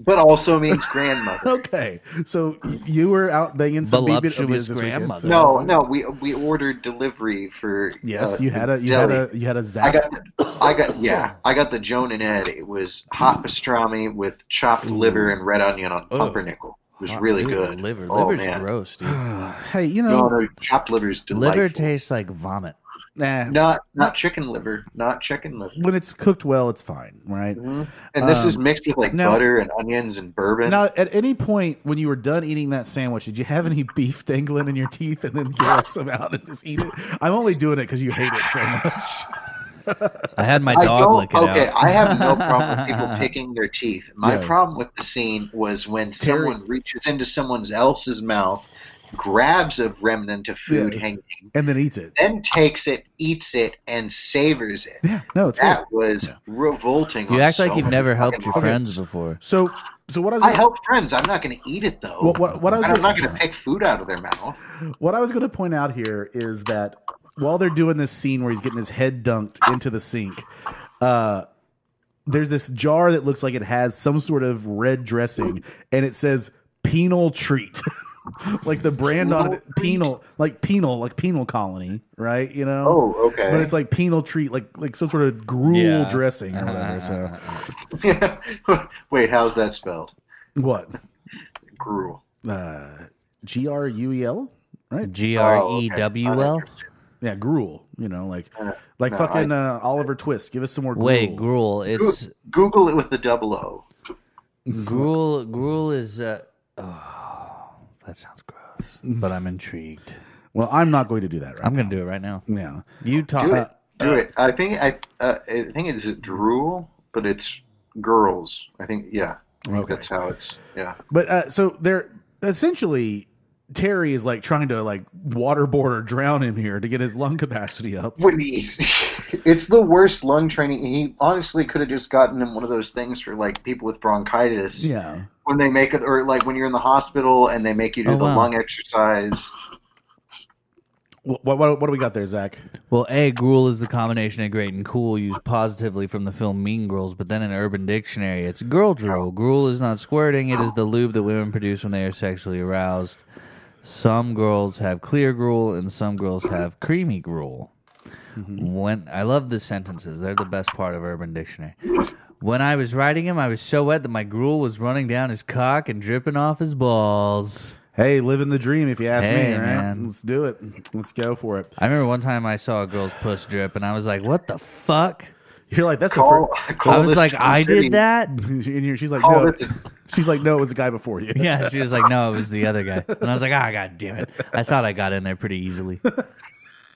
Speaker 4: but also means grandmother.
Speaker 2: okay, so y- you were out banging some BB
Speaker 3: Voluptuous
Speaker 2: abuse this weekend,
Speaker 3: grandmother.
Speaker 2: so-
Speaker 4: No, no, we we ordered delivery for.
Speaker 2: Yes,
Speaker 4: uh,
Speaker 2: you had a you had a
Speaker 4: deli.
Speaker 2: you had a zap.
Speaker 4: I got, the, I got, yeah, I got the Joan and Ed. It was hot pastrami with chopped liver and red onion on
Speaker 2: Oh.
Speaker 4: pumpernickel. It was really
Speaker 3: Ew,
Speaker 4: good.
Speaker 3: Liver.
Speaker 4: Oh,
Speaker 3: Liver's
Speaker 4: man.
Speaker 3: gross, dude.
Speaker 2: hey, you know,
Speaker 4: No, no, chopped liver is delightful.
Speaker 3: Liver tastes like vomit.
Speaker 2: nah,
Speaker 4: not not chicken liver, not chicken liver.
Speaker 2: when it's cooked well, it's fine, right?
Speaker 4: And this is
Speaker 2: Um,
Speaker 4: mixed with like
Speaker 2: now-
Speaker 4: butter and onions and bourbon.
Speaker 2: Now, at any point when you were done eating that sandwich, did you have any beef dangling in your teeth and then give up some out and just eat it? I'm only doing it because you hate it so much.
Speaker 3: I had my
Speaker 5: I
Speaker 3: dog lick
Speaker 5: don't.
Speaker 3: it
Speaker 5: Okay,
Speaker 3: out.
Speaker 5: I have no problem with people picking their teeth. My
Speaker 2: Yeah.
Speaker 5: problem with the scene was when
Speaker 2: Terry-
Speaker 5: someone reaches into someone else's mouth, grabs a remnant of food
Speaker 2: Yeah.
Speaker 5: hanging,
Speaker 2: and then eats it.
Speaker 5: then takes it, eats it, and savors it.
Speaker 2: Yeah, no, it's good.
Speaker 5: That was revolting.
Speaker 3: You
Speaker 5: on
Speaker 3: act like
Speaker 5: so
Speaker 3: you've
Speaker 5: many
Speaker 3: never helped
Speaker 5: fucking
Speaker 3: your
Speaker 5: levels.
Speaker 3: friends before.
Speaker 2: So, so what I was
Speaker 5: I
Speaker 2: gonna,
Speaker 5: help friends. I'm not going to eat it though.
Speaker 2: what, what, what I was
Speaker 5: And I'm
Speaker 2: gonna,
Speaker 5: not going to pick food out of their mouth.
Speaker 2: what I was going to point out here is that while they're doing this scene where he's getting his head dunked into the sink, uh, there's this jar that looks like it has some sort of red dressing, and it says penal treat. like the brand on it, penal, like penal, like penal colony, right? You know,
Speaker 5: Oh, okay.
Speaker 2: but it's like penal treat, like like some sort of gruel
Speaker 3: Yeah.
Speaker 2: dressing or whatever. So
Speaker 5: Wait, how's that spelled?
Speaker 2: what?
Speaker 5: Gruel.
Speaker 2: Uh, G r u e l,
Speaker 5: Oh,
Speaker 2: right?
Speaker 3: G R E W L.
Speaker 2: Yeah, gruel. You know, like
Speaker 5: Uh,
Speaker 2: like
Speaker 5: no,
Speaker 2: fucking uh, Oliver Twist. Give us some more gruel.
Speaker 3: Wait, gruel. It's
Speaker 5: Google it with the double O.
Speaker 3: gruel. Gruel is. Uh, oh, that sounds gross. But I'm intrigued.
Speaker 2: Well, I'm not going to do that right.
Speaker 3: I'm gonna do it right now.
Speaker 2: now.
Speaker 3: You talk.
Speaker 5: Do it. Do it. I think I uh, I think it's drool, but it's girls. I think yeah. I think
Speaker 2: Okay.
Speaker 5: that's how it's yeah.
Speaker 2: But uh, so they're essentially Terry is like trying to like waterboard or drown him here to get his lung capacity up.
Speaker 5: When he's, it's the worst lung training. He honestly could have just gotten him one of those things for like people with bronchitis.
Speaker 2: Yeah.
Speaker 5: When they make it, or like when you're in the hospital and they make you do
Speaker 3: Oh,
Speaker 5: the
Speaker 3: wow.
Speaker 5: lung exercise.
Speaker 2: What, what what do we got there, Zach?
Speaker 3: Well, A, gruel is the combination of great and cool used positively from the film Mean Girls, but then in Urban Dictionary, it's girl drool. Gruel is not squirting, it is the lube that women produce when they are sexually aroused. Some girls have clear gruel and some girls have creamy gruel. When I love the sentences, they're the best part of Urban Dictionary. When I was riding him, I was so wet that my gruel was running down his cock and dripping off his balls.
Speaker 2: Hey, living the dream if you ask me,
Speaker 3: Hey,
Speaker 2: right?
Speaker 3: man.
Speaker 2: Let's do it. Let's go for it.
Speaker 3: I remember one time I saw a girl's puss drip and I was like, what the fuck?
Speaker 2: You're like that's
Speaker 5: Call,
Speaker 2: the
Speaker 5: call
Speaker 3: I was
Speaker 5: this
Speaker 3: like, I
Speaker 5: city.
Speaker 3: did that?
Speaker 2: first. And you're- she's like
Speaker 5: Call
Speaker 2: no.
Speaker 5: this-
Speaker 2: She's like no, it was the guy before you.
Speaker 3: Yeah, she was like, no, it was the other guy. And I was like, ah, god damn it. I thought I got in there pretty easily.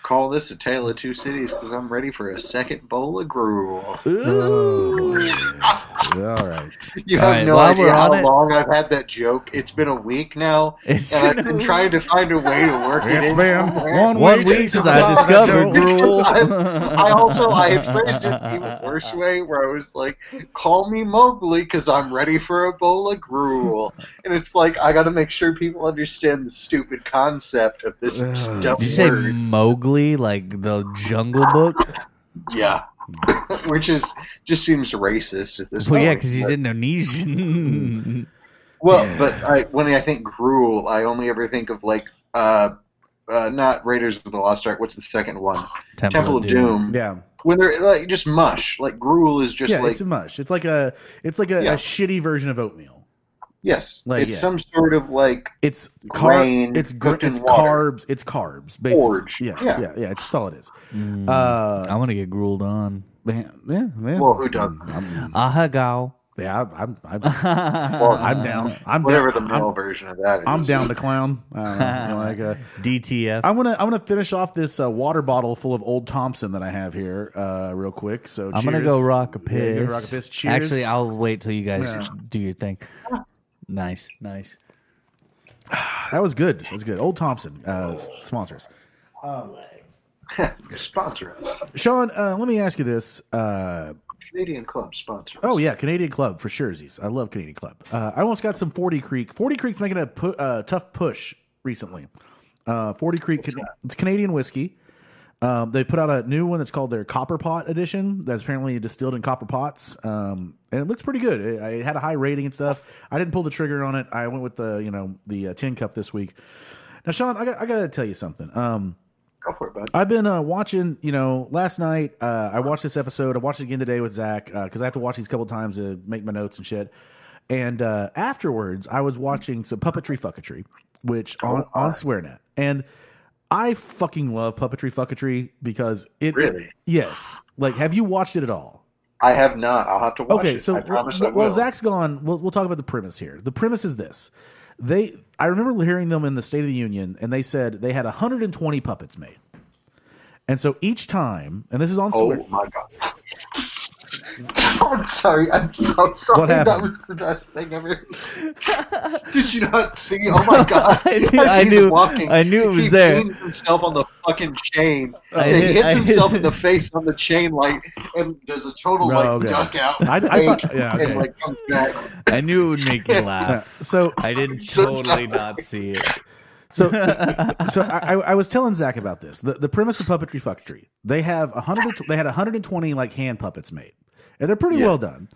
Speaker 5: Call this a tale of two cities because I'm ready for a second bowl of gruel.
Speaker 2: Oh, All right.
Speaker 5: You
Speaker 3: All
Speaker 5: have
Speaker 3: right,
Speaker 5: no
Speaker 3: while
Speaker 5: idea
Speaker 3: we're
Speaker 5: how
Speaker 3: on it-
Speaker 5: long I've had that joke. It's been a week now,
Speaker 3: It's-
Speaker 5: and I've been trying to find a way to work it in somewhere.
Speaker 3: One week since I
Speaker 2: thought
Speaker 3: discovered
Speaker 2: of Joe.
Speaker 3: gruel.
Speaker 5: I, I also I had phrased it the even worse way, where I was like, "Call me Mowgli, because I'm ready for a bowl of gruel." And it's like I got to make sure people understand the stupid concept of this dumb
Speaker 3: Did you say
Speaker 5: word.
Speaker 3: Mowgli, like the Jungle Book?
Speaker 5: Yeah, which is just seems racist at this
Speaker 3: Well,
Speaker 5: point.
Speaker 3: yeah, because
Speaker 5: but-
Speaker 3: he's Indonesian.
Speaker 5: Well, but I, when I think gruel, I only ever think of like uh, uh, not Raiders of the Lost Ark. What's the second one? Temple, of Doom.
Speaker 2: Yeah.
Speaker 5: When they're like just mush, like gruel is just
Speaker 2: yeah,
Speaker 5: like
Speaker 2: it's a mush. It's like a it's like a,
Speaker 5: Yeah.
Speaker 2: a shitty version of oatmeal.
Speaker 5: yes,
Speaker 2: like,
Speaker 5: it's
Speaker 2: yeah.
Speaker 5: some sort of like
Speaker 2: It's car-
Speaker 5: Grain
Speaker 2: it's gr-
Speaker 5: cooked in
Speaker 2: it's
Speaker 5: water.
Speaker 2: carbs. It's carbs. Basically,
Speaker 5: Forge.
Speaker 2: yeah, yeah,
Speaker 5: Yeah.
Speaker 2: yeah, It's all it is.
Speaker 3: Mm,
Speaker 2: Uh,
Speaker 3: I want to get grueled on.
Speaker 2: man, yeah, man.
Speaker 5: well, who doesn't?
Speaker 2: I'm,
Speaker 3: Ahagao.
Speaker 2: yeah, I'm, I'm, I'm,
Speaker 5: Well,
Speaker 2: I'm down. I'm
Speaker 5: Whatever the
Speaker 2: down.
Speaker 5: male version of that is.
Speaker 2: I'm, I'm down to clown. I don't know, like, uh,
Speaker 3: DTF.
Speaker 2: I want to I want to finish off this uh, water bottle full of Old Thompson that I have here, uh, real quick. So
Speaker 3: I'm gonna
Speaker 2: cheers.
Speaker 3: go rock a
Speaker 2: Yeah,
Speaker 3: piss.
Speaker 2: you're gonna rock a piss. Cheers. Ah.
Speaker 3: Actually, I'll wait till you guys do your thing. Nice, nice.
Speaker 2: that was good. That was good. Old Thompson uh, sponsors.
Speaker 5: sponsor us.
Speaker 2: Sean, uh, let me ask you this. Uh,
Speaker 5: Canadian Club sponsor. us.
Speaker 2: Oh yeah, Canadian Club for sure. Z's. I love Canadian Club. Uh, I almost got some Forty Creek. Forty Creek's making a pu- uh, tough push recently. Uh, Forty Creek, Can- it's Canadian whiskey. Um, they put out a new one that's called their Copper Pot Edition. That's apparently distilled in copper pots, um, and it looks pretty good. It, it had a high rating and stuff. I didn't pull the trigger on it. I went with the you know the uh, tin cup this week. Now, Sean, I got I got to tell you something. Um,
Speaker 5: Go for it, bud.
Speaker 2: I've been uh, watching, you know, last night uh, I watched this episode. I watched it again today with Zach because I have to watch these a couple times to make my notes and shit. And uh, afterwards, I was watching some puppetry fucketry, which on, on SwearNet. And I fucking love puppetry fucketry because it.
Speaker 5: Really?
Speaker 2: yes. Like, have you watched it at all?
Speaker 5: I have not. I'll have to watch
Speaker 2: okay
Speaker 5: it.
Speaker 2: so
Speaker 5: I promise I
Speaker 2: well,
Speaker 5: will.
Speaker 2: well, zach's gone we'll, we'll talk about the premise here the premise is this they i remember hearing them in the state of the union and they said they had 120 puppets made And so each time, and this is on
Speaker 5: Oh
Speaker 2: Swear.
Speaker 5: my god. I'm sorry. I'm so sorry.
Speaker 2: What
Speaker 5: that
Speaker 2: happened?
Speaker 5: was the best thing ever. Did you not see? Oh my god!
Speaker 3: I knew-
Speaker 5: As
Speaker 3: I
Speaker 5: he's
Speaker 3: knew- I knew it was
Speaker 5: he
Speaker 3: there.
Speaker 5: pins himself on the fucking chain.
Speaker 3: I
Speaker 5: and
Speaker 3: hit-
Speaker 5: he hits
Speaker 3: I hit-
Speaker 5: himself in the face on the chain, like, and does a total
Speaker 2: Oh,
Speaker 5: like
Speaker 2: okay.
Speaker 5: duck out,
Speaker 2: I- I
Speaker 5: fake,
Speaker 2: thought- yeah, okay.
Speaker 5: and like comes back.
Speaker 3: I knew it would make you
Speaker 2: Yeah.
Speaker 3: laugh.
Speaker 2: So
Speaker 3: I didn't
Speaker 5: So
Speaker 3: totally not see it.
Speaker 2: So, so I, I I was telling Zach about this. The, the premise of Puppetry Fuckery. They have a hundred. They had hundred and twenty like hand puppets made, and they're pretty
Speaker 5: Yeah.
Speaker 2: well done.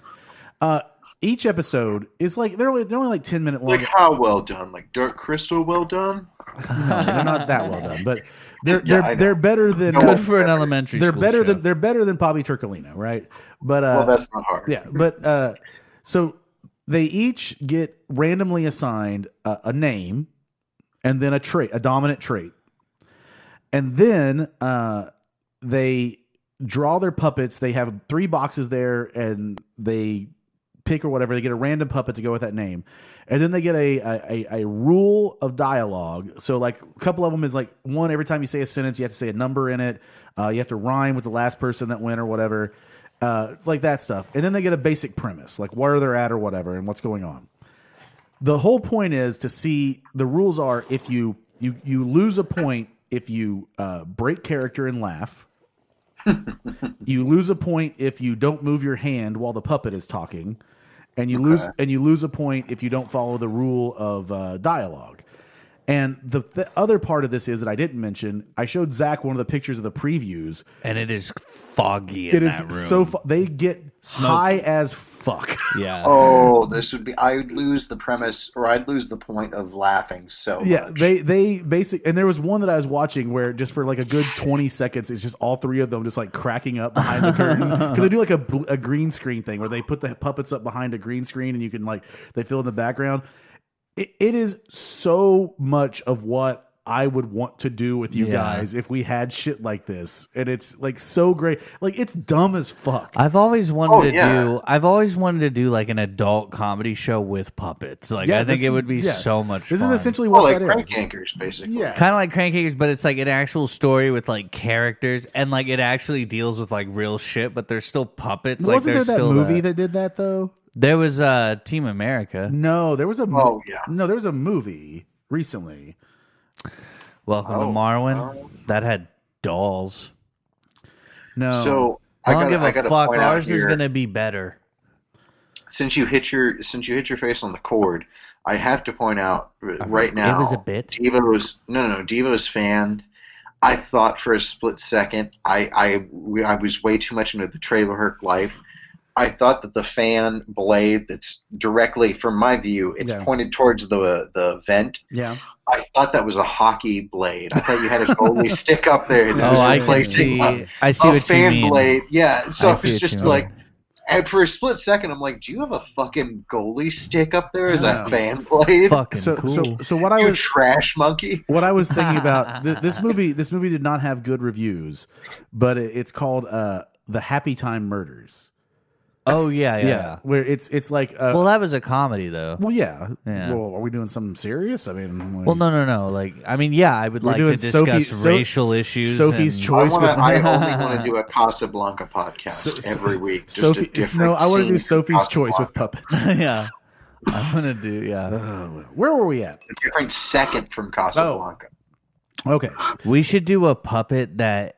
Speaker 2: Uh, each episode is like they're only they're only like ten minute long.
Speaker 5: Like how well done? Like Dark Crystal, well done.
Speaker 2: No, they're not that well done, but they're
Speaker 5: Yeah, I
Speaker 2: they're
Speaker 5: know.
Speaker 2: they're better than
Speaker 5: No,
Speaker 3: Good for an elementary
Speaker 2: they're
Speaker 3: school
Speaker 2: better
Speaker 3: show.
Speaker 2: than they're better than Bobby Turcolino, right? But uh,
Speaker 5: Well, that's not hard.
Speaker 2: yeah, but uh, so they each get randomly assigned a, a name and then a trait, a dominant trait, and then uh, they draw their puppets. They have three boxes there, and they pick or whatever. They get a random puppet to go with that name, and then they get a a, a, a rule of dialogue. So like a couple of them is like one every time you say a sentence, you have to say a number in it. Uh, you have to rhyme with the last person that went or whatever, uh, it's like that stuff. And then they get a basic premise, like where they're at or whatever, and what's going on. The whole point is to see the rules are if you you you lose a point if you uh, break character and laugh. you lose a point if you don't move your hand while the puppet is talking, and you lose and you lose a point if you don't follow the rule of uh, dialogue. And the, the other part of this is that I didn't mention. I showed Zach one of the pictures of the previews.
Speaker 3: and it is foggy in
Speaker 2: It is
Speaker 3: that room.
Speaker 2: so fu- they get high as fuck.
Speaker 3: yeah.
Speaker 5: Oh, this would be. I'd lose the premise, or I'd lose the point of laughing. So
Speaker 2: yeah,
Speaker 5: much.
Speaker 2: they they basic and there was one that I was watching where just for like a good twenty seconds, it's just all three of them just like cracking up behind the curtain because they do like a, bl- a green screen thing where they put the puppets up behind a green screen and you can like they fill in the background. It, it is so much of what. I would want to do with you
Speaker 3: Yeah.
Speaker 2: guys if we had shit like this, and it's like so great. Like it's dumb as fuck.
Speaker 3: I've always wanted
Speaker 5: Oh,
Speaker 3: to
Speaker 5: yeah.
Speaker 3: do. I've always wanted to do like an adult comedy show with puppets. Like I think
Speaker 2: this
Speaker 3: it
Speaker 2: is-
Speaker 3: would be
Speaker 2: yeah.
Speaker 3: so much.
Speaker 2: This
Speaker 3: fun.
Speaker 2: is essentially
Speaker 5: well,
Speaker 2: what
Speaker 5: like
Speaker 2: that is.
Speaker 5: crank anchors, basically.
Speaker 2: Yeah.
Speaker 3: kind of like Crankcakes, but it's like an actual story with like characters and like it actually deals with like real shit. But they're still puppets. like
Speaker 2: Wasn't
Speaker 3: they're
Speaker 2: there that
Speaker 3: still
Speaker 2: movie
Speaker 3: that-
Speaker 2: that did that though?
Speaker 3: There was uh, Team America.
Speaker 2: No, there was a. mo-
Speaker 5: Oh, yeah.
Speaker 2: No, there was a movie recently.
Speaker 3: Welcome
Speaker 5: Oh,
Speaker 3: to Marwin. That had dolls.
Speaker 2: No.
Speaker 5: So
Speaker 3: Oh. I
Speaker 5: I,
Speaker 3: don't
Speaker 5: gotta, I
Speaker 3: give a
Speaker 5: gotta
Speaker 3: fuck.
Speaker 5: point out
Speaker 3: Ours is
Speaker 5: here,
Speaker 3: gonna be better.
Speaker 5: since you hit your since you hit your face on the cord. I have to point out r- right now.
Speaker 3: Uh, it was a bit.
Speaker 5: Devo's no, no, no, Devo's fan. I thought for a split second. I I we, I was way too much into the trailer Herc life. I thought that the fan blade that's directly from my view, it's
Speaker 2: Yeah.
Speaker 5: pointed towards the the vent.
Speaker 2: yeah,
Speaker 5: I thought that was a hockey blade. I thought you had a goalie stick up there. that
Speaker 3: Oh,
Speaker 5: was
Speaker 3: I can
Speaker 5: replacing
Speaker 3: see.
Speaker 5: a-
Speaker 3: I see
Speaker 5: a
Speaker 3: what you
Speaker 5: fan
Speaker 3: mean.
Speaker 5: blade. Yeah. So
Speaker 3: I
Speaker 5: it's
Speaker 3: see what you
Speaker 5: just
Speaker 3: mean.
Speaker 5: like, and for a split second, I'm like, do you have a fucking goalie stick up there as
Speaker 2: Yeah.
Speaker 5: a fan blade?
Speaker 3: Fucking
Speaker 2: so
Speaker 3: cool.
Speaker 2: so so what I
Speaker 5: You
Speaker 2: was
Speaker 5: trash monkey.
Speaker 2: what I was thinking about th- this movie. This movie did not have good reviews, but it, it's called uh, the Happy Time Murders.
Speaker 3: oh yeah, yeah. yeah.
Speaker 2: where it's it's like uh,
Speaker 3: Well,
Speaker 2: well,
Speaker 3: that was a comedy though.
Speaker 2: yeah.
Speaker 3: Yeah.
Speaker 2: Well, are we doing something serious? I mean, like,
Speaker 3: Well, no, no, no. Like, I mean, yeah, I would
Speaker 2: We're
Speaker 3: like to
Speaker 2: doing
Speaker 3: discuss
Speaker 2: Sophie- So-
Speaker 3: racial issues.
Speaker 2: Sophie's
Speaker 3: and-
Speaker 2: Choice.
Speaker 5: I,
Speaker 2: Voice
Speaker 5: wanna,
Speaker 2: with-
Speaker 5: I only want to do a Casablanca podcast
Speaker 2: So- so-
Speaker 5: every week. Just a
Speaker 2: Sophie.
Speaker 5: different
Speaker 2: No, I want to do
Speaker 5: scene from
Speaker 2: Sophie's Choice with
Speaker 5: Casablanca.
Speaker 2: puppets.
Speaker 3: yeah, I'm gonna do. Yeah,
Speaker 2: Where were we at?
Speaker 5: a different second from Casablanca.
Speaker 2: Okay.
Speaker 3: we should do a puppet that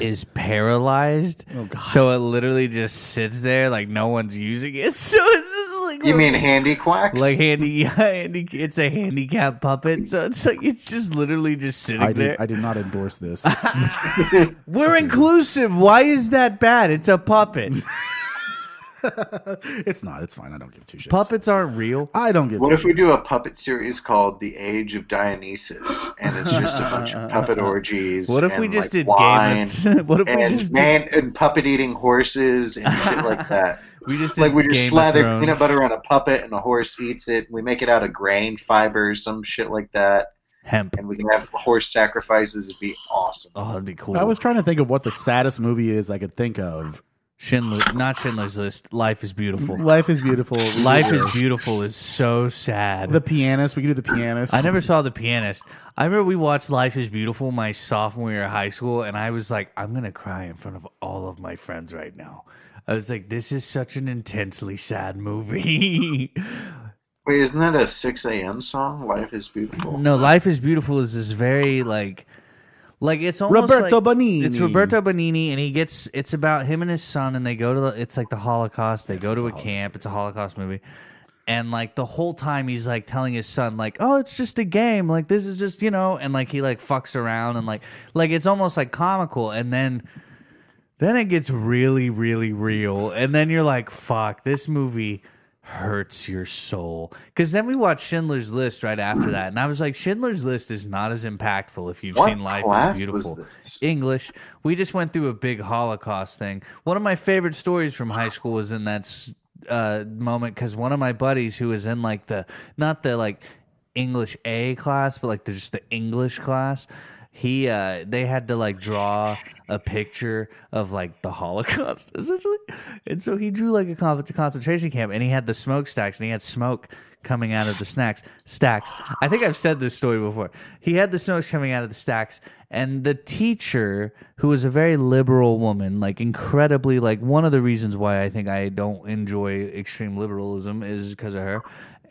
Speaker 3: is paralyzed.
Speaker 2: Oh, God.
Speaker 3: So it literally just sits there, like no one's using it. So it's just like
Speaker 5: You mean handy quacks?
Speaker 3: like handy? Yeah, handy. It's a handicap puppet. So it's like it's just literally just sitting
Speaker 2: I do,
Speaker 3: there.
Speaker 2: I do not endorse this.
Speaker 3: We're inclusive. Why is that bad? It's a puppet.
Speaker 2: it's not. It's fine. I don't give two shits.
Speaker 3: Puppets aren't real.
Speaker 2: I don't give.
Speaker 5: What
Speaker 2: two
Speaker 5: if we
Speaker 2: shits.
Speaker 5: do a puppet series called The Age of Dionysus and it's just a bunch of puppet
Speaker 2: Uh,
Speaker 5: orgies?
Speaker 3: What if
Speaker 5: and,
Speaker 3: we just did
Speaker 5: like, wine
Speaker 3: Game of? What if we
Speaker 5: and
Speaker 3: just did
Speaker 5: man and puppet eating horses and shit like that?
Speaker 3: We just
Speaker 5: like
Speaker 3: did
Speaker 5: we just
Speaker 3: Game of
Speaker 5: slather
Speaker 3: Thrones.
Speaker 5: peanut butter on a puppet and a horse eats it. We make it out of grain fiber, some shit like that,
Speaker 3: hemp?
Speaker 5: and we can have horse sacrifices. It'd be awesome.
Speaker 3: Oh, that'd be cool.
Speaker 2: I was trying to think of what the saddest movie is I could think of
Speaker 3: Schindler, not Schindler's List. Life is beautiful.
Speaker 2: Life is beautiful. We
Speaker 3: Life
Speaker 2: did
Speaker 3: is
Speaker 2: this.
Speaker 3: beautiful is so sad.
Speaker 2: the pianist. We could do the pianist.
Speaker 3: I never saw The Pianist. I remember we watched Life is Beautiful my sophomore year of high school, and I was like, I'm going to cry in front of all of my friends right now. I was like, this is such an intensely sad movie.
Speaker 5: Wait, isn't that a 6 a.m. song? Life is beautiful.
Speaker 3: no, Life is Beautiful is this very, like, like it's almost
Speaker 2: Roberto
Speaker 3: like-
Speaker 2: Benigni.
Speaker 3: It's Roberto Benini, and he gets it's about him and his son, and they go to the, it's like the Holocaust. They go to a camp. It's a Holocaust movie, and like the whole time he's like telling his son like, oh, it's just a game. Like this is just you know, and like he like fucks around and like like it's almost like comical, and then. Then it gets really, really real, and then you're like, "Fuck, this movie hurts your soul." Because then we watched Schindler's List right after that, and I was like, "Schindler's List is not as impactful if you've
Speaker 5: What
Speaker 3: seen Life
Speaker 5: class
Speaker 3: is
Speaker 5: was
Speaker 3: Beautiful."
Speaker 5: this?
Speaker 3: English. We just went through a big Holocaust thing. One of my favorite stories from high school was in that s- uh, moment because one of my buddies who was in like the not the like English A class, but like the, just the English class. He uh, they had to like draw a picture of like the Holocaust essentially, and so he drew like a con- concentration camp, and he had the smokestacks, and he had smoke coming out of the snacks stacks. I think I've said this story before. He had the smokes coming out of the stacks, and the teacher, who was a very liberal woman, like incredibly, like one of the reasons why I think I don't enjoy extreme liberalism is because of her.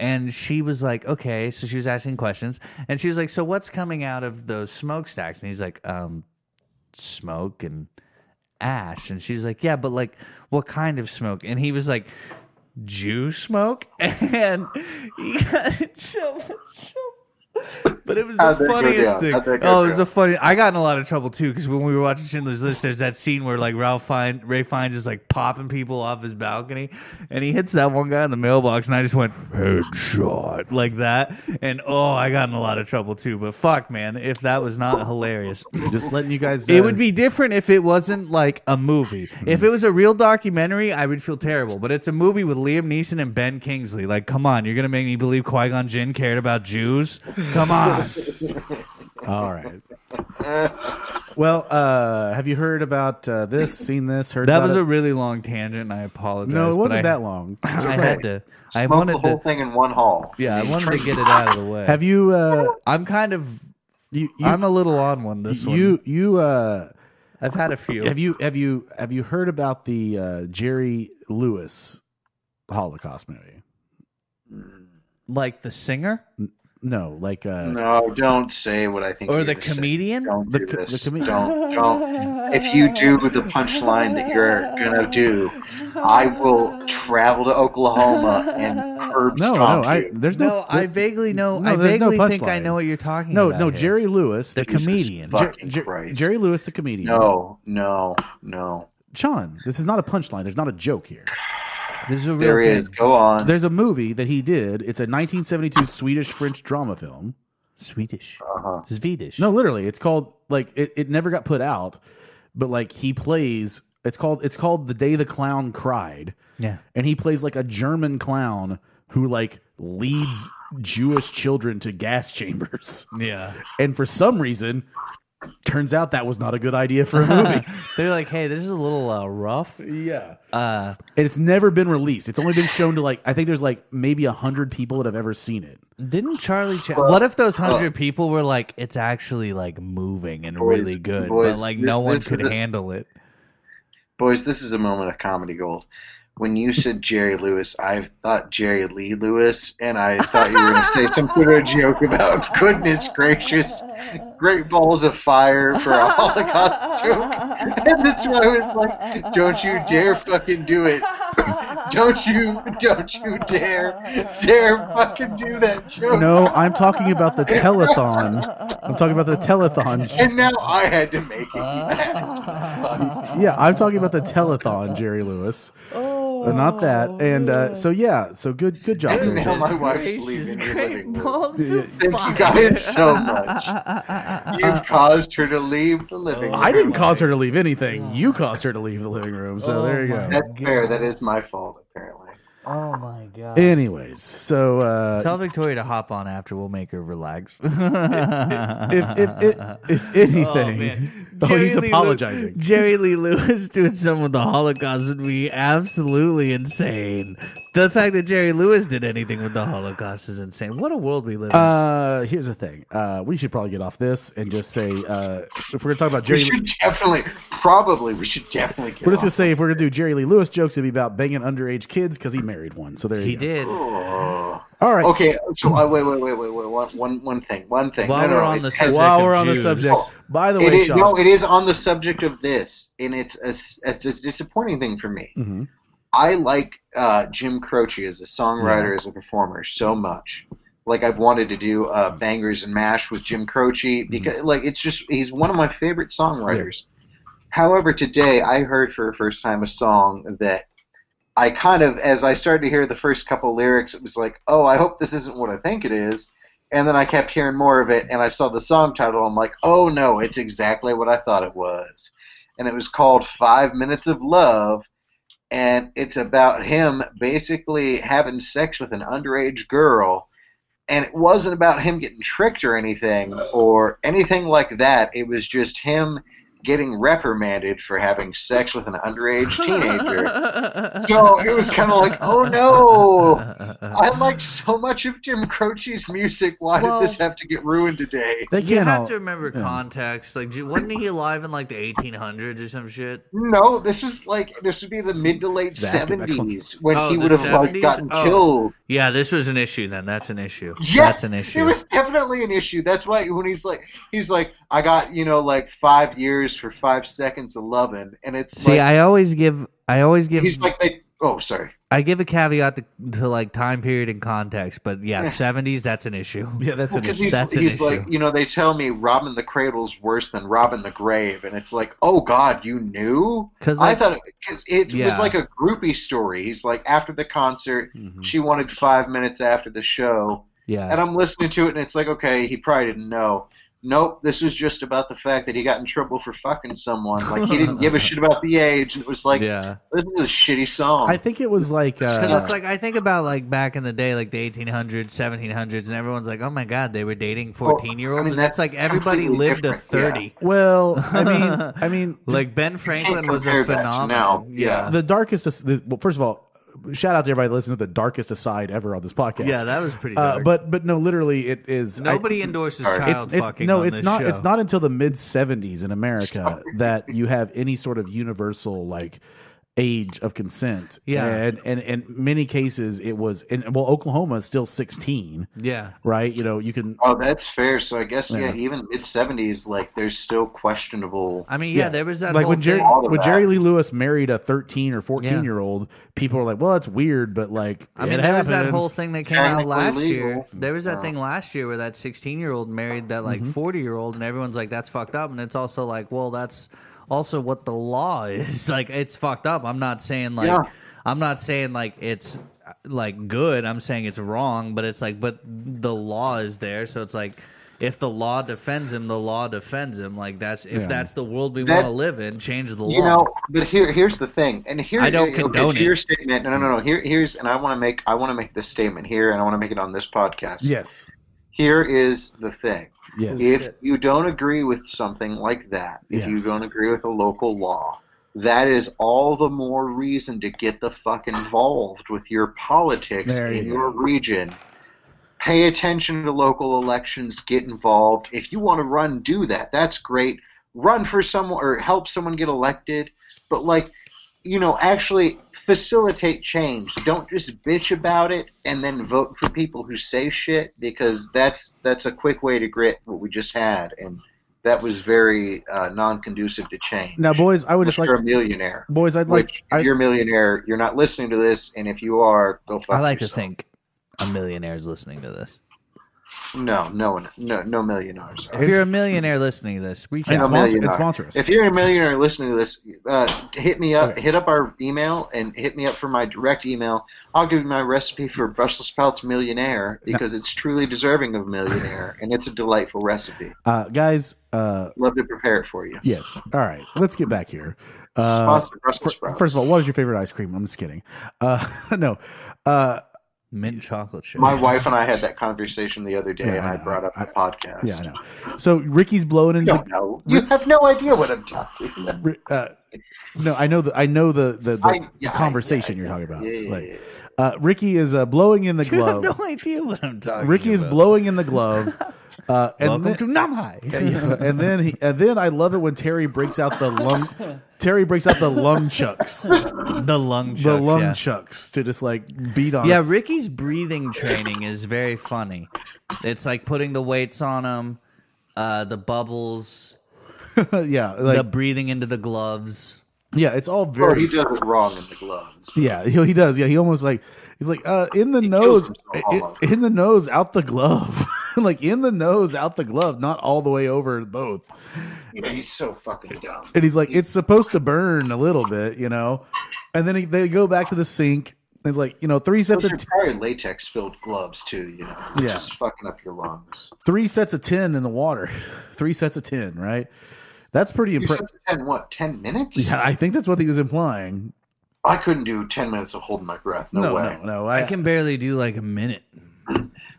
Speaker 3: And she was like, okay, so she was asking questions, and she was like, so what's coming out of those smokestacks? And he's like, um, smoke and ash. And she was like, yeah, but like, what kind of smoke? And he was like, Jew smoke, and he got it so much. so- But it was
Speaker 5: How'd
Speaker 3: the
Speaker 5: that go
Speaker 3: funniest
Speaker 5: down?
Speaker 3: thing.
Speaker 5: How'd that go
Speaker 3: Oh, it was
Speaker 5: down?
Speaker 3: the funny. I got in a lot of trouble too because when we were watching Schindler's List, there's that scene where like Ralph Fine, Ray Fiennes is like popping people off his balcony, and he hits that one guy in the mailbox, and I just went headshot like that, and oh, I got in a lot of trouble too. But fuck, man, if that was not hilarious,
Speaker 2: Just letting you guys.
Speaker 3: it would be different if it wasn't like a movie. If it was a real documentary, I would feel terrible. But it's a movie with Liam Neeson and Ben Kingsley. Like, come on, you're gonna make me believe Qui Gon Jinn cared about Jews? Come on.
Speaker 2: all right. Well, uh, have you heard about uh, this? Seen this? Heard
Speaker 3: that
Speaker 2: about
Speaker 3: was
Speaker 2: it?
Speaker 3: a really long tangent. and I apologize.
Speaker 2: no. It
Speaker 3: but
Speaker 2: wasn't
Speaker 3: I-
Speaker 2: that long.
Speaker 3: I had to. I
Speaker 5: Smoke
Speaker 3: wanted
Speaker 5: the whole
Speaker 3: to.
Speaker 5: thing in one haul.
Speaker 3: Yeah, I wanted to get it out of the way.
Speaker 2: Have you? Uh,
Speaker 3: I'm kind of.
Speaker 2: you? you
Speaker 3: I'm a little on one this one.
Speaker 2: you you uh
Speaker 3: I've had a few.
Speaker 2: have you have you have you heard about the uh Jerry Lewis Holocaust movie?
Speaker 3: like the singer
Speaker 2: No, like uh
Speaker 5: No, don't say what I think.
Speaker 3: or
Speaker 5: you're
Speaker 3: the
Speaker 5: gonna say.
Speaker 3: comedian?
Speaker 5: Don't
Speaker 2: The
Speaker 5: do
Speaker 2: co-
Speaker 5: this.
Speaker 2: the comed-
Speaker 5: don't, don't. If you do the punchline that you're gonna do, I will travel to Oklahoma and curb
Speaker 2: no, no,
Speaker 5: stomp
Speaker 2: I
Speaker 5: you.
Speaker 2: there's no,
Speaker 3: No, I
Speaker 2: there-
Speaker 3: vaguely know.
Speaker 2: no,
Speaker 3: I
Speaker 2: there's no
Speaker 3: vaguely think I
Speaker 2: punchline.
Speaker 3: know what you're talking
Speaker 2: No,
Speaker 3: about.
Speaker 2: no,
Speaker 3: here.
Speaker 2: Jerry Lewis, the
Speaker 5: Jesus
Speaker 2: comedian. Jer-
Speaker 5: fucking
Speaker 2: Jer-
Speaker 5: Christ.
Speaker 2: Jerry Lewis the comedian.
Speaker 5: No, no, no.
Speaker 2: Sean, this is not a punchline. There's not a joke here.
Speaker 3: There's a real
Speaker 5: There is.
Speaker 3: thing.
Speaker 5: Go on.
Speaker 2: There's a movie that he did. It's a 1972 Swedish French drama film.
Speaker 3: Swedish.
Speaker 5: uh-huh.
Speaker 3: Swedish.
Speaker 2: No, literally, it's called like it, it never got put out, but like he plays it's called it's called The Day the Clown Cried.
Speaker 3: Yeah.
Speaker 2: and he plays like a German clown who like leads Jewish children to gas chambers.
Speaker 3: Yeah.
Speaker 2: And for some reason, turns out that was not a good idea for a movie.
Speaker 3: They're like, hey, this is a little uh, rough.
Speaker 2: yeah.
Speaker 3: Uh,
Speaker 2: And it's never been released. It's only been shown to like I think there's like maybe a hundred people that have ever seen it.
Speaker 3: didn't Charlie? Cha- what if
Speaker 5: uh,
Speaker 3: those hundred people were like, it's actually like moving and
Speaker 5: Boys,
Speaker 3: really good, but
Speaker 5: boys,
Speaker 3: like
Speaker 5: thi-
Speaker 3: no one
Speaker 5: this
Speaker 3: could
Speaker 5: is a-
Speaker 3: handle it.
Speaker 5: Boys, this is a moment of comedy gold. When you said Jerry Lewis, I thought Jerry Lee Lewis, and I thought you were going to say some sort of joke about goodness gracious, great balls of fire for a Holocaust joke. And that's why I was like, don't you dare fucking do it. Don't you, don't you dare, dare fucking do that joke.
Speaker 2: No, I'm talking about the telethon. I'm talking about the telethon.
Speaker 5: And now I had to make it. Uh,
Speaker 2: Yeah, I'm talking about the telethon, Jerry Lewis. Oh, not that. And uh, so yeah, so good good job.
Speaker 5: and
Speaker 2: Jerry
Speaker 5: now
Speaker 2: Lewis.
Speaker 5: my wife's leaving your living room.
Speaker 3: Thank
Speaker 5: Thank you guys so much. You've caused her to leave the
Speaker 3: Oh,
Speaker 5: living room.
Speaker 2: I didn't cause her to leave anything. You caused her to leave the living room. So there you go.
Speaker 5: That's fair. That is my fault, apparently.
Speaker 3: Oh my god.
Speaker 2: Anyways, so uh,
Speaker 3: Tell Victoria to hop on after. We'll make her relax. Uh-huh,
Speaker 2: if, if, if, if anything, oh, he's
Speaker 3: Jerry Lee Lew-
Speaker 2: apologizing.
Speaker 3: Jerry Lee Lewis doing something with the Holocaust would be absolutely insane. The fact that Jerry Lewis did anything with the Holocaust is insane. What a world we live in.
Speaker 2: Uh, here's the thing. Uh, we should probably get off this and just say uh, if we're gonna talk about
Speaker 5: We
Speaker 2: Jerry,
Speaker 5: should definitely, probably, we should definitely get
Speaker 2: we're just gonna
Speaker 5: off.
Speaker 2: say if we're gonna do Jerry Lee Lewis jokes, it'd be about banging underage kids because he married one. So there
Speaker 3: he
Speaker 2: you go.
Speaker 3: did.
Speaker 2: All right.
Speaker 5: Okay, so uh, wait, wait, wait, wait, wait, one, one, one thing, one thing.
Speaker 3: While
Speaker 5: No, no,
Speaker 3: we're on
Speaker 5: it
Speaker 3: the
Speaker 5: has-
Speaker 3: subject uh,
Speaker 2: While
Speaker 3: of
Speaker 2: we're on the
Speaker 3: Jews.
Speaker 2: subject, by the
Speaker 5: Oh. it
Speaker 2: way,
Speaker 5: is,
Speaker 2: Sean,
Speaker 5: no, it is on the subject of this, and it's a, s- it's a disappointing thing for me.
Speaker 2: Mhm.
Speaker 5: I like uh, Jim Croce as a songwriter, as a performer, so much. Like I've wanted to do uh, bangers and mash with Jim Croce because, like, it's just he's one of my favorite songwriters. However, today I heard for the first time a song that I kind of, as I started to hear the first couple lyrics, it was like, oh, I hope this isn't what I think it is. And then I kept hearing more of it, and I saw the song title. I'm like, oh no, it's exactly what I thought it was. And it was called Five Minutes of Love, and it's about him basically having sex with an underage girl. And it wasn't about him getting tricked or anything or anything like that. It was just him getting reprimanded for having sex with an underage teenager. So it was kind of like, oh no, I liked so much of Jim Croce's music. Why
Speaker 3: Well-
Speaker 5: did this have to get ruined today?
Speaker 2: they
Speaker 3: You
Speaker 2: can't.
Speaker 3: have
Speaker 2: all-
Speaker 3: to remember
Speaker 2: yeah.
Speaker 3: context. Like, j- wasn't he alive in like the 1800s or some shit?
Speaker 5: No, this was like this would be the mid to late
Speaker 2: Zach, get back on.
Speaker 5: seventies when
Speaker 3: Oh,
Speaker 5: he
Speaker 3: the
Speaker 5: would have like
Speaker 3: 70s?
Speaker 5: gotten
Speaker 3: Oh.
Speaker 5: killed.
Speaker 3: Yeah, this was an issue. Then that's an issue.
Speaker 5: Yes,
Speaker 3: that's an issue.
Speaker 5: it was definitely an issue. That's why when he's like, he's like, I got you know like five years for five seconds of loving, and it's
Speaker 3: See,
Speaker 5: like
Speaker 3: I always give, I always give,
Speaker 5: he's like they. Oh, sorry.
Speaker 3: I give a caveat to, to like time period and context. But yeah, 70s, that's an issue.
Speaker 2: Yeah, that's an
Speaker 5: Because
Speaker 2: issue.
Speaker 5: he's,
Speaker 3: That's an
Speaker 5: he's
Speaker 3: issue.
Speaker 5: like, you know, they tell me robbing the cradle's worse than robbing the grave, and it's like, oh God, you knew?
Speaker 3: 'Cause,
Speaker 5: I
Speaker 3: like-
Speaker 5: thought it, cause it
Speaker 3: Yeah.
Speaker 5: was like a groupie story. He's like, after the concert,
Speaker 2: mm-hmm.
Speaker 5: she wanted five minutes after the show,
Speaker 3: Yeah.
Speaker 5: and I'm listening to it, and it's like, okay, he probably didn't know. Nope, this was just about the fact that he got in trouble for fucking someone. Like he didn't give a shit about the age, and it was like, Uh,
Speaker 3: yeah.
Speaker 5: this is a shitty song.
Speaker 2: I think it was like
Speaker 3: Because
Speaker 2: uh,
Speaker 3: it's like I think about like back in the day, like the 1800s, 1700s, and everyone's like, "Oh my God, they were dating 14 year olds,"
Speaker 5: I mean,
Speaker 3: and it's
Speaker 5: that's
Speaker 3: like everybody
Speaker 5: completely
Speaker 3: lived to
Speaker 5: different,
Speaker 3: 30.
Speaker 2: well, I mean, I mean,
Speaker 3: Like uh, Ben Franklin was a
Speaker 5: compare that to
Speaker 3: phenomenon.
Speaker 5: now. Yeah.
Speaker 2: the darkest. as- The, well, first of all, shout out to everybody listening to the darkest aside ever on this podcast.
Speaker 3: yeah, that was pretty.
Speaker 2: Uh,
Speaker 3: Dark.
Speaker 2: but but no, literally, it is I-
Speaker 3: nobody endorses
Speaker 5: It's-
Speaker 3: child
Speaker 2: it's, it's
Speaker 3: fucking.
Speaker 2: no,
Speaker 3: on
Speaker 2: it's
Speaker 3: this
Speaker 2: not.
Speaker 3: show.
Speaker 2: It's not until the mid '70s in America that you have any sort of universal like age of consent.
Speaker 3: Yeah.
Speaker 2: and and in many cases it was. And well, Oklahoma is still 16,
Speaker 3: Yeah,
Speaker 2: right? You know, you can.
Speaker 5: Oh, that's fair. So I guess yeah,
Speaker 2: Yeah.
Speaker 5: even mid seventies, like there's still questionable.
Speaker 3: I mean, yeah,
Speaker 2: Yeah.
Speaker 3: there was that
Speaker 2: Like
Speaker 3: whole
Speaker 2: when Jerry,
Speaker 3: thing-
Speaker 5: All of
Speaker 2: when
Speaker 5: that.
Speaker 2: Jerry Lee Lewis married a 13 or 14
Speaker 3: Yeah.
Speaker 2: year old, people are like, "Well, that's weird," but like,
Speaker 3: I mean,
Speaker 2: it
Speaker 3: there
Speaker 2: happens.
Speaker 3: was that whole thing that came out
Speaker 5: Technically
Speaker 3: last
Speaker 5: legal.
Speaker 3: year. There was that
Speaker 5: Yeah.
Speaker 3: thing last year where that 16 year old married that like 40 year old, and everyone's like, that's fucked up. And it's also like, well, that's also what the law is. Like, it's fucked up. I'm not saying like,
Speaker 5: Yeah.
Speaker 3: I'm not saying like it's uh, like good. I'm saying it's wrong, but it's like, but the law is there. So it's like, if the law defends him, the law defends him. Like, that's if that's the world we
Speaker 5: That-
Speaker 3: want to live in, change the law.
Speaker 5: You know, but here here's the thing, and here
Speaker 3: I don't
Speaker 5: okay,
Speaker 3: condone
Speaker 5: to your
Speaker 3: it.
Speaker 5: statement. No, no, no. no. Here here's, and I want to make I want to make this statement here, and I want to make it on this podcast.
Speaker 2: Yes,
Speaker 5: Here is the thing.
Speaker 2: yes.
Speaker 5: If you don't agree with something like that, if you
Speaker 2: Yes.
Speaker 5: don't agree with a local law, that is all the more reason to get the fuck involved with your politics
Speaker 2: There
Speaker 5: in
Speaker 2: you
Speaker 5: your region. Pay attention to local elections, get involved. If you want to run, do that. That's great. Run for someone or help someone get elected, but like you know, actually facilitate change. Don't just bitch about it and then vote for people who say shit because that's that's a quick way to grit what we just had, and that was very uh, non-conducive to change.
Speaker 2: Now, boys, I would
Speaker 5: Unless
Speaker 2: just like
Speaker 5: you're a millionaire.
Speaker 2: boys. I'd like.
Speaker 5: which, if
Speaker 2: I,
Speaker 5: you're a millionaire, you're not listening to this, and if you are, go fuck
Speaker 3: I like
Speaker 5: yourself.
Speaker 3: to think a millionaire's listening to this.
Speaker 5: No, no one, no, no millionaires. are.
Speaker 3: If you're a millionaire listening to this, reach
Speaker 2: It's
Speaker 3: out.
Speaker 5: No
Speaker 2: sponsor-
Speaker 5: millionaire.
Speaker 2: it's sponsor us.
Speaker 5: If you're a millionaire listening to this, uh, hit me up. Hit up our email and hit me up for my direct email. I'll give you my recipe for Brussels sprouts millionaire because it's truly deserving of millionaire and it's a delightful recipe.
Speaker 2: Uh, guys, uh,
Speaker 5: Love to prepare it for you.
Speaker 2: yes. All right, let's get back here. Uh,
Speaker 5: Sponsor Brussels
Speaker 2: fir-
Speaker 5: sprouts.
Speaker 2: first of all, what is your favorite ice cream? I'm just kidding. Uh, no. Uh,
Speaker 3: Mint chocolate chip.
Speaker 5: my wife and I had that conversation the other day,
Speaker 2: Yeah,
Speaker 5: and
Speaker 2: I
Speaker 5: I,
Speaker 2: know.
Speaker 5: brought up
Speaker 2: I-
Speaker 5: the podcast.
Speaker 2: yeah, I know. So Ricky's blowing
Speaker 5: You
Speaker 2: into
Speaker 5: don't know. You have no idea what I'm talking about.
Speaker 2: Ri- uh, no, I know the I know the the, the,
Speaker 5: I- yeah,
Speaker 2: the
Speaker 5: yeah,
Speaker 2: conversation
Speaker 5: yeah,
Speaker 2: you're talking about.
Speaker 5: yeah, yeah,
Speaker 2: Like,
Speaker 5: yeah,
Speaker 2: Uh, Ricky is uh, blowing in the
Speaker 3: you
Speaker 2: glove.
Speaker 3: have no idea what I'm talking
Speaker 2: Ricky is
Speaker 3: about.
Speaker 2: blowing in the glove. Uh, and
Speaker 3: Welcome
Speaker 2: then,
Speaker 3: to Namhai.
Speaker 2: yeah, and then he, and then I love it when Terry breaks out the lum. Terry breaks out the lum chucks,
Speaker 3: the lung chucks.
Speaker 2: the lum
Speaker 3: yeah.
Speaker 2: chucks to just like beat on.
Speaker 3: Yeah,
Speaker 2: it.
Speaker 3: Ricky's breathing training is very funny. It's like putting the weights on him, uh, the bubbles,
Speaker 2: yeah, like
Speaker 3: the breathing into the gloves.
Speaker 2: yeah. It's all
Speaker 5: Or
Speaker 2: very
Speaker 5: he does it wrong in the gloves.
Speaker 2: Yeah, he, he does. Yeah, he almost like he's like uh, in the
Speaker 5: kills
Speaker 2: nose,
Speaker 5: himself
Speaker 2: i- in the nose, out the glove, like in the nose, out the glove, not all the way over both.
Speaker 5: Yeah, he's so fucking dumb.
Speaker 2: And he's like, it's supposed to burn a little bit, you know. And then he, they go back to the sink. And it's like you know, three sets
Speaker 5: Those
Speaker 2: of
Speaker 5: are
Speaker 2: t-
Speaker 5: probably latex filled gloves too, you know. which
Speaker 2: Yeah.
Speaker 5: is fucking up your lungs.
Speaker 2: three sets of ten in the water, three sets of ten, right? That's pretty
Speaker 5: You
Speaker 2: impressive.
Speaker 5: said ten what? Ten minutes?
Speaker 2: Yeah, I think that's what he was implying.
Speaker 5: I couldn't do ten minutes of holding my breath. No,
Speaker 2: No,
Speaker 5: way.
Speaker 2: no, no. I,
Speaker 3: I can barely do like a minute.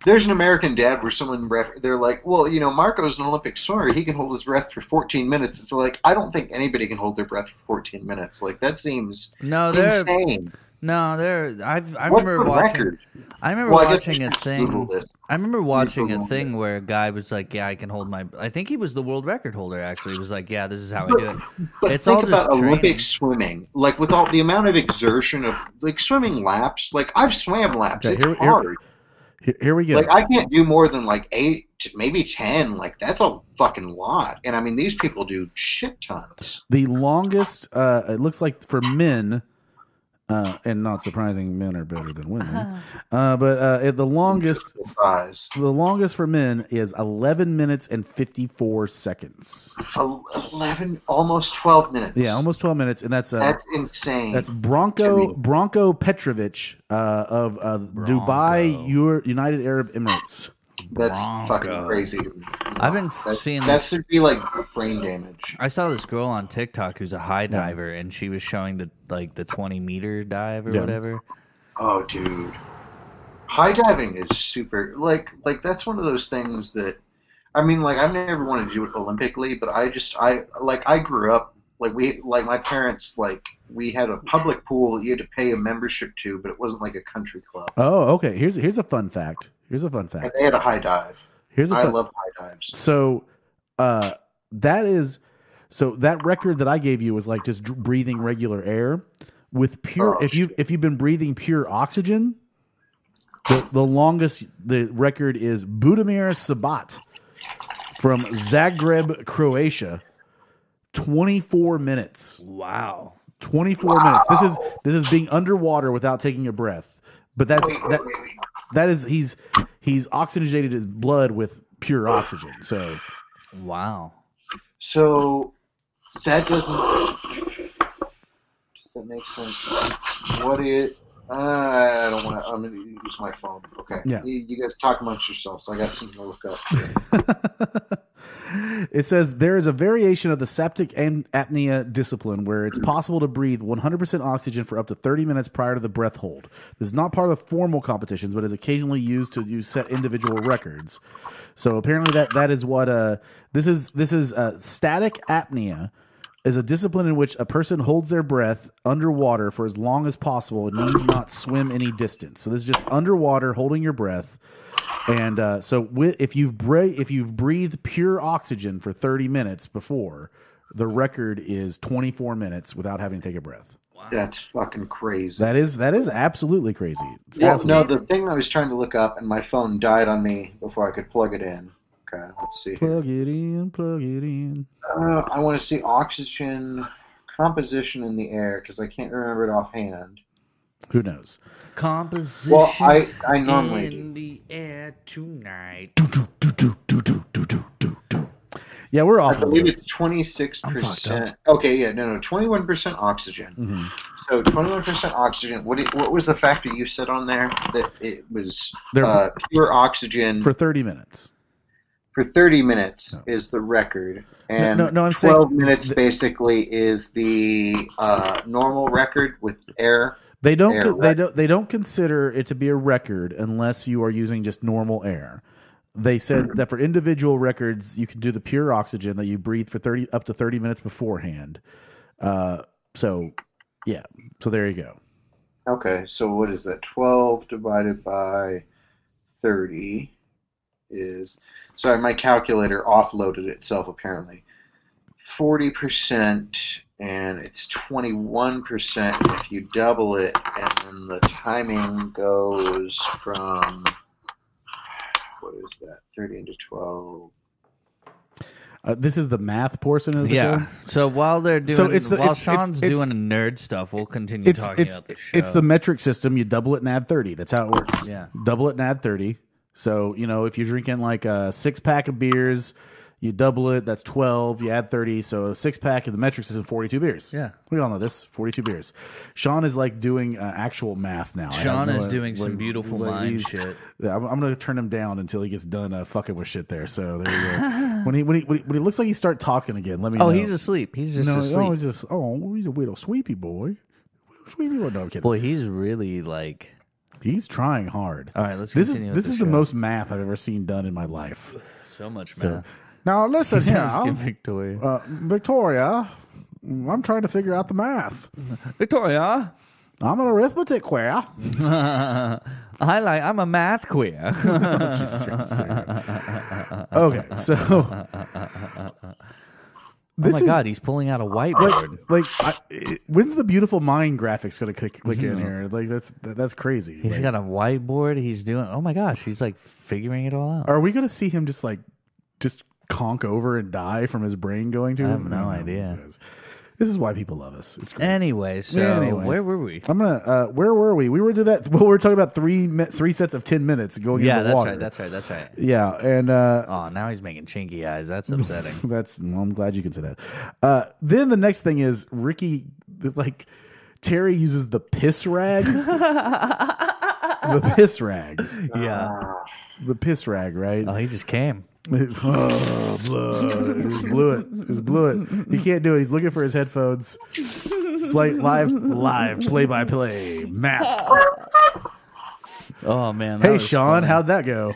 Speaker 5: There's an American Dad where someone ref- they're like, well, you know, Marco's an Olympic swimmer. He can hold his breath for 14 minutes. It's like I don't think anybody can hold their breath for 14 minutes. Like that seems
Speaker 3: No, there,
Speaker 5: insane.
Speaker 3: no, there. I've I
Speaker 5: What's
Speaker 3: remember
Speaker 5: the
Speaker 3: watching.
Speaker 5: record?
Speaker 3: I remember
Speaker 5: Well, I guess we
Speaker 3: watching a
Speaker 5: should
Speaker 3: thing.
Speaker 5: Google this.
Speaker 3: I remember watching a
Speaker 5: Google
Speaker 3: thing where a guy was like, "Yeah, I can hold my." I think he was the world record holder. Actually, he was like, "Yeah, this is how I do it."
Speaker 5: But
Speaker 3: it's
Speaker 5: think
Speaker 3: all just
Speaker 5: about
Speaker 3: training.
Speaker 5: Olympic swimming. Like with all the amount of exertion of like swimming laps. Like I've swam laps.
Speaker 2: Okay,
Speaker 5: it's
Speaker 2: here- here-
Speaker 5: hard.
Speaker 2: here, here we go.
Speaker 5: Like I can't do more than like eight, to maybe ten. Like that's a fucking lot. And I mean, these people do shit tons.
Speaker 2: The longest, uh, it looks like for men, uh, and not surprising, men are better than women. Uh, but uh, it- the longest,
Speaker 5: Size.
Speaker 2: the longest for men is eleven minutes and fifty four seconds.
Speaker 5: El- Eleven, almost twelve minutes.
Speaker 2: Yeah, almost twelve minutes, and that's uh,
Speaker 5: that's
Speaker 2: that's,
Speaker 5: insane.
Speaker 2: Bronco Bronco Petrovich uh, of uh, Dubai, Ur- United Arab Emirates.
Speaker 5: that's
Speaker 3: Bronco.
Speaker 5: fucking crazy.
Speaker 3: I've been f-
Speaker 5: That's,
Speaker 3: seeing
Speaker 5: that
Speaker 3: this.
Speaker 5: should be like brain damage.
Speaker 3: I saw this girl on TikTok who's a high diver, and she was showing the like the twenty meter dive or
Speaker 2: Yeah.
Speaker 3: whatever.
Speaker 5: Oh, dude, high diving is super. Like, like that's one of those things that, I mean, like I've never wanted to do it Olympically, but I just, I like, I grew up like we, like my parents, like we had a public pool that you had to pay a membership to, but it wasn't like a country club.
Speaker 2: Oh, okay. Here's here's a fun fact. Here's a fun
Speaker 5: And
Speaker 2: fact.
Speaker 5: they had a high dive.
Speaker 2: Here's a
Speaker 5: I
Speaker 2: fun,
Speaker 5: love high dives.
Speaker 2: So uh that is so that record that I gave you was like just dr- breathing regular air with pure
Speaker 5: Oh,
Speaker 2: if you if you've been breathing pure oxygen the, the longest the record is Budimir Sabat from Zagreb, Croatia. 24 minutes.
Speaker 3: Wow.
Speaker 2: 24 minutes. This is this is being underwater without taking a breath. But that's
Speaker 5: Wait, wait,
Speaker 2: that
Speaker 5: wait, wait.
Speaker 2: that is he's he's oxygenated his blood with pure oxygen. So
Speaker 3: Wow.
Speaker 5: So that doesn't. Does that make sense? What it? Uh, I don't want to. I'm gonna use my phone. Okay.
Speaker 2: Yeah.
Speaker 5: You, you guys talk amongst yourselves. I got something to look up.
Speaker 2: it says there is a variation of the septic and apnea discipline where it's possible to breathe 100% oxygen for up to 30 minutes prior to the breath hold. This is not part of the formal competitions, but is occasionally used to you set individual records. So apparently that that is what uh this is this is uh, static apnea is a discipline in which a person holds their breath underwater for as long as possible and need not swim any distance. So this is just underwater holding your breath. And uh, so, wi- if you've bra- if you've breathed pure oxygen for 30 minutes before, the record is 24 minutes without having to take a breath.
Speaker 5: That's fucking crazy.
Speaker 2: That is that is absolutely crazy. It's
Speaker 5: well, no,
Speaker 2: absolutely-
Speaker 5: the thing I was trying to look up, and my phone died on me before I could plug it in. Okay, let's see.
Speaker 2: plug it in, plug it in.
Speaker 5: Uh, I want to see oxygen composition in the air because I can't remember it offhand.
Speaker 2: Who knows?
Speaker 3: Composition.
Speaker 5: Well, I I normally do.
Speaker 3: in the air. that tonight.
Speaker 2: Yeah, we're
Speaker 5: I
Speaker 2: off. a
Speaker 5: believe
Speaker 2: little.
Speaker 5: it's twenty six
Speaker 2: fucked up. Mm-hmm.
Speaker 5: percent. Okay, yeah, no, no, twenty one percent oxygen. So twenty one percent oxygen. What did, what was the factor you said on there that it was
Speaker 2: They're-
Speaker 5: uh, pure oxygen
Speaker 2: for
Speaker 5: for,
Speaker 2: thirty minutes.
Speaker 5: thirty minutes is the record, and
Speaker 2: no, no, I'm saying
Speaker 5: twelve minutes basically is the uh, normal record with air.
Speaker 2: They don't.
Speaker 5: Air,
Speaker 2: con- they
Speaker 5: right.
Speaker 2: don't. They don't consider it to be a record unless you are using just normal air. They said that for individual records, you can do the pure oxygen that you breathe for thirty up to thirty minutes beforehand. Uh, so, yeah. So there you go.
Speaker 5: Okay, so what is that? Twelve divided by thirty is sorry, my calculator offloaded itself apparently. Forty percent and it's twenty one percent if you double it and then the timing goes from what is that? Thirty into twelve.
Speaker 2: Uh, this is the math portion of the
Speaker 3: Yeah.
Speaker 2: show.
Speaker 3: So while they're doing,
Speaker 2: So it's the-
Speaker 3: while
Speaker 2: it's- it's-
Speaker 3: Sean's
Speaker 2: it's-
Speaker 3: doing nerd stuff, we'll continue
Speaker 2: It's
Speaker 3: talking
Speaker 2: it's
Speaker 3: about the show.
Speaker 2: it's the metric system. You double it and add thirty. That's how it works.
Speaker 3: Yeah.
Speaker 2: Double it and add thirty. So you know if you're drinking like a six pack of beers, you double it. That's twelve. You add thirty. So a six pack of the metric system, forty two beers.
Speaker 3: Yeah.
Speaker 2: We all know this. Forty two beers. Sean is like doing uh, actual math now. I don't
Speaker 3: Sean
Speaker 2: know
Speaker 3: is
Speaker 2: what-
Speaker 3: doing
Speaker 2: what-
Speaker 3: some beautiful
Speaker 2: what
Speaker 3: mind
Speaker 2: he's-
Speaker 3: shit.
Speaker 2: Yeah, I'm, I'm gonna turn him down until he gets done uh, fucking with shit there. So there you go. when he when he when he, when he looks like he start talking again, let me.
Speaker 3: Oh,
Speaker 2: know.
Speaker 3: he's asleep. He's just
Speaker 2: no,
Speaker 3: asleep.
Speaker 2: oh, he's just oh, he's a little sweepy boy. Sweepy boy. No, I'm kidding.
Speaker 3: Boy, he's really like.
Speaker 2: He's trying hard.
Speaker 3: All right, let's
Speaker 2: This is
Speaker 3: continue. with
Speaker 2: this
Speaker 3: the
Speaker 2: is
Speaker 3: show.
Speaker 2: the most math I've ever seen done in my life.
Speaker 3: so much
Speaker 2: So
Speaker 3: math.
Speaker 2: now listen here,
Speaker 3: Let's get Victoria.
Speaker 2: uh, Victoria. I'm trying to figure out the math.
Speaker 3: Victoria,
Speaker 2: I'm an arithmetic queer.
Speaker 3: I like. I'm a math queer.
Speaker 2: Jesus Christ. okay, so
Speaker 3: oh
Speaker 2: this
Speaker 3: my
Speaker 2: is
Speaker 3: god, he's pulling out a whiteboard.
Speaker 2: like like I, it, when's the beautiful mind graphics going to click, click in here? Like that's that, that's crazy.
Speaker 3: He's
Speaker 2: Like,
Speaker 3: got a whiteboard. He's doing. Oh my gosh, he's like figuring it all out.
Speaker 2: are we going to see him just like just conk over and die from his brain going to? I
Speaker 3: have no idea.
Speaker 2: This is why people love us. It's great.
Speaker 3: Anyway, so
Speaker 2: Anyways.
Speaker 3: where were we?
Speaker 2: I'm gonna. Uh, where were we? We were to that. Well, we were talking about three mi- three sets of ten minutes going
Speaker 3: Yeah,
Speaker 2: into
Speaker 3: that's
Speaker 2: water.
Speaker 3: right. That's right. That's right.
Speaker 2: yeah, and uh,
Speaker 3: Oh, now he's making chinky eyes. That's upsetting.
Speaker 2: that's. Well, I'm glad you can say that. Uh, then the next thing is Ricky, like Terry uses the piss rag. the piss rag.
Speaker 3: yeah.
Speaker 2: The piss rag. Right.
Speaker 3: Oh, he just came.
Speaker 2: oh, blood. He just blew it. He just blew it. He can't do it. He's looking for his headphones. It's like live, live, play by play, map.
Speaker 3: Oh man. that
Speaker 2: Hey,
Speaker 3: was
Speaker 2: Sean,
Speaker 3: funny.
Speaker 2: how'd that go?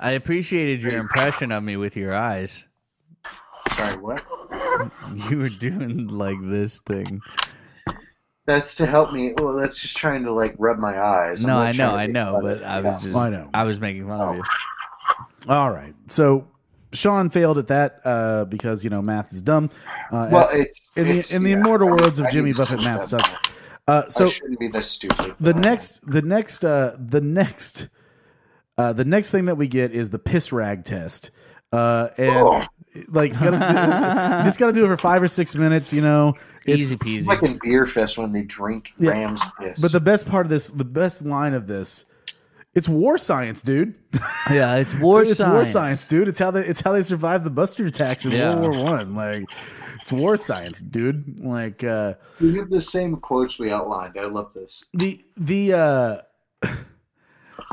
Speaker 3: I appreciated your impression of me with your eyes.
Speaker 5: Sorry, what?
Speaker 3: You were doing like this thing.
Speaker 5: That's to help me. Well, that's just trying to like rub my eyes. I'm
Speaker 3: No,
Speaker 5: not
Speaker 3: I know,
Speaker 5: trying to
Speaker 3: I
Speaker 5: be
Speaker 3: know,
Speaker 5: funny.
Speaker 3: but I
Speaker 5: Yeah.
Speaker 3: was just,
Speaker 2: I
Speaker 3: I,
Speaker 2: know. Oh,
Speaker 3: was making fun of you.
Speaker 2: All right. So Sean failed at that uh, because you know math is dumb. Uh,
Speaker 5: Well,
Speaker 2: at-
Speaker 5: it's
Speaker 2: in the
Speaker 5: it's-
Speaker 2: in the
Speaker 5: yeah,
Speaker 2: immortal
Speaker 5: I mean,
Speaker 2: words
Speaker 5: I
Speaker 2: of
Speaker 5: need
Speaker 2: Jimmy
Speaker 5: to
Speaker 2: Buffett,
Speaker 5: switch
Speaker 2: math
Speaker 5: that Oh,
Speaker 2: sucks. Uh,
Speaker 5: I
Speaker 2: so
Speaker 5: shouldn't be this stupid.
Speaker 2: the next the next uh, the next uh, the next thing that we get is the piss rag test. Uh, and
Speaker 5: Oh.
Speaker 2: like you gotta, you just gotta do it for five or six minutes, you know. It's-
Speaker 3: Easy
Speaker 5: It's
Speaker 3: peasy.
Speaker 5: like in beer fest when they drink
Speaker 2: Yeah.
Speaker 5: Rams piss.
Speaker 2: But the best part of this, the best line of this, it's war science, dude.
Speaker 3: yeah, it's war
Speaker 2: it's
Speaker 3: science.
Speaker 2: war science, dude. It's how they it's how they survived the Buster attacks in
Speaker 3: Yeah.
Speaker 2: World War One. Like it's war science, dude. Like uh,
Speaker 5: we have the same quotes we outlined. I love this.
Speaker 2: the the uh,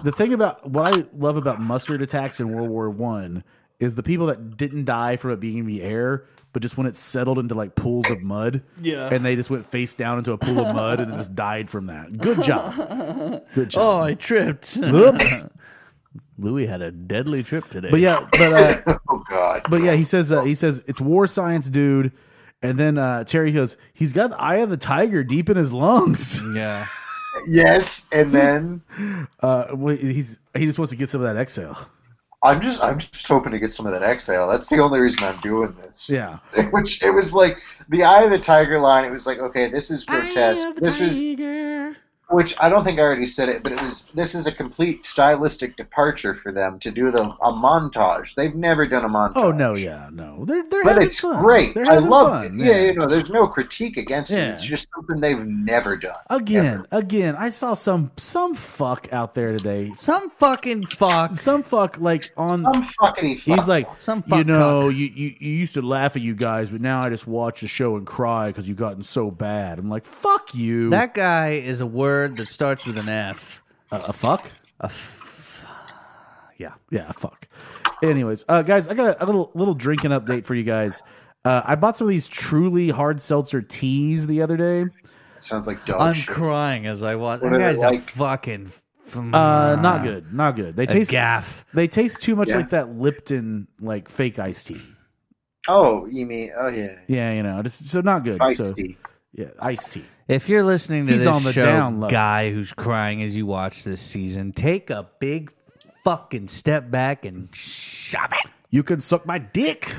Speaker 2: the thing about what I love about mustard attacks in World War One is the people that didn't die from it being in the air, but just when it settled into like pools of mud, yeah, and they just went face down into a pool of mud and then just died from that. Good job, good
Speaker 3: Oh,
Speaker 2: job.
Speaker 3: I tripped.
Speaker 2: Oops.
Speaker 3: Louis had a deadly trip today.
Speaker 2: But yeah, but uh,
Speaker 5: Oh God.
Speaker 2: But yeah, he says uh, he says it's war science, dude. And then uh, Terry goes, he's got the eye of the tiger deep in his lungs.
Speaker 3: yeah.
Speaker 5: yes, and then
Speaker 2: Uh, well, he's he just wants to get some of that exhale.
Speaker 5: I'm just I'm just hoping to get some of that exhale. That's the only reason I'm doing this.
Speaker 2: Yeah,
Speaker 5: Which it was like the eye of the tiger line. It was like okay, this is grotesque. This was which I don't think I already said it, but it was this is a complete stylistic departure for them to do the a montage. They've never done a montage.
Speaker 2: Oh no, yeah, no. They're they're
Speaker 5: But
Speaker 2: having
Speaker 5: it's
Speaker 2: fun.
Speaker 5: great.
Speaker 2: They're
Speaker 5: I
Speaker 2: having
Speaker 5: love
Speaker 2: fun,
Speaker 5: it. Yeah. you know, there's no critique against
Speaker 2: Yeah. Uh,
Speaker 5: it. It's just something they've never done.
Speaker 2: Again, again, I saw some some fuck out there today.
Speaker 3: Some fucking fuck.
Speaker 2: Some fuck like on
Speaker 5: Some fucking
Speaker 2: He's like,
Speaker 3: Some
Speaker 2: you
Speaker 3: fuck
Speaker 2: know, you, you, you used to laugh at you guys, but now I just watch the show and cry because you've gotten so bad. I'm like, fuck you.
Speaker 3: That guy is a word that starts with an F.
Speaker 2: a, a fuck?
Speaker 3: A f-
Speaker 2: Yeah, yeah, a fuck. Anyways, uh, guys, I got a, a little little drinking update for you guys. Uh, I bought some of these truly hard seltzer teas the other day.
Speaker 5: sounds like
Speaker 2: Oh,
Speaker 5: dog
Speaker 3: I'm
Speaker 5: shit.
Speaker 3: crying as I watch. That
Speaker 5: are they
Speaker 3: guy's a
Speaker 5: like?
Speaker 3: fucking. f-
Speaker 2: Uh, not good, not good. They
Speaker 3: A
Speaker 2: taste
Speaker 3: gaff.
Speaker 2: they taste too much
Speaker 5: Yeah.
Speaker 2: like that Lipton like fake iced tea.
Speaker 5: oh, you mean oh yeah,
Speaker 2: Yeah, you know, just so not good.
Speaker 5: iced
Speaker 2: so
Speaker 5: tea.
Speaker 2: yeah, iced tea.
Speaker 3: If you're listening to
Speaker 2: He's
Speaker 3: this
Speaker 2: on the
Speaker 3: show,
Speaker 2: down low.
Speaker 3: guy who's crying as you watch this season, take a big fucking step back and shove it.
Speaker 2: You can suck my dick.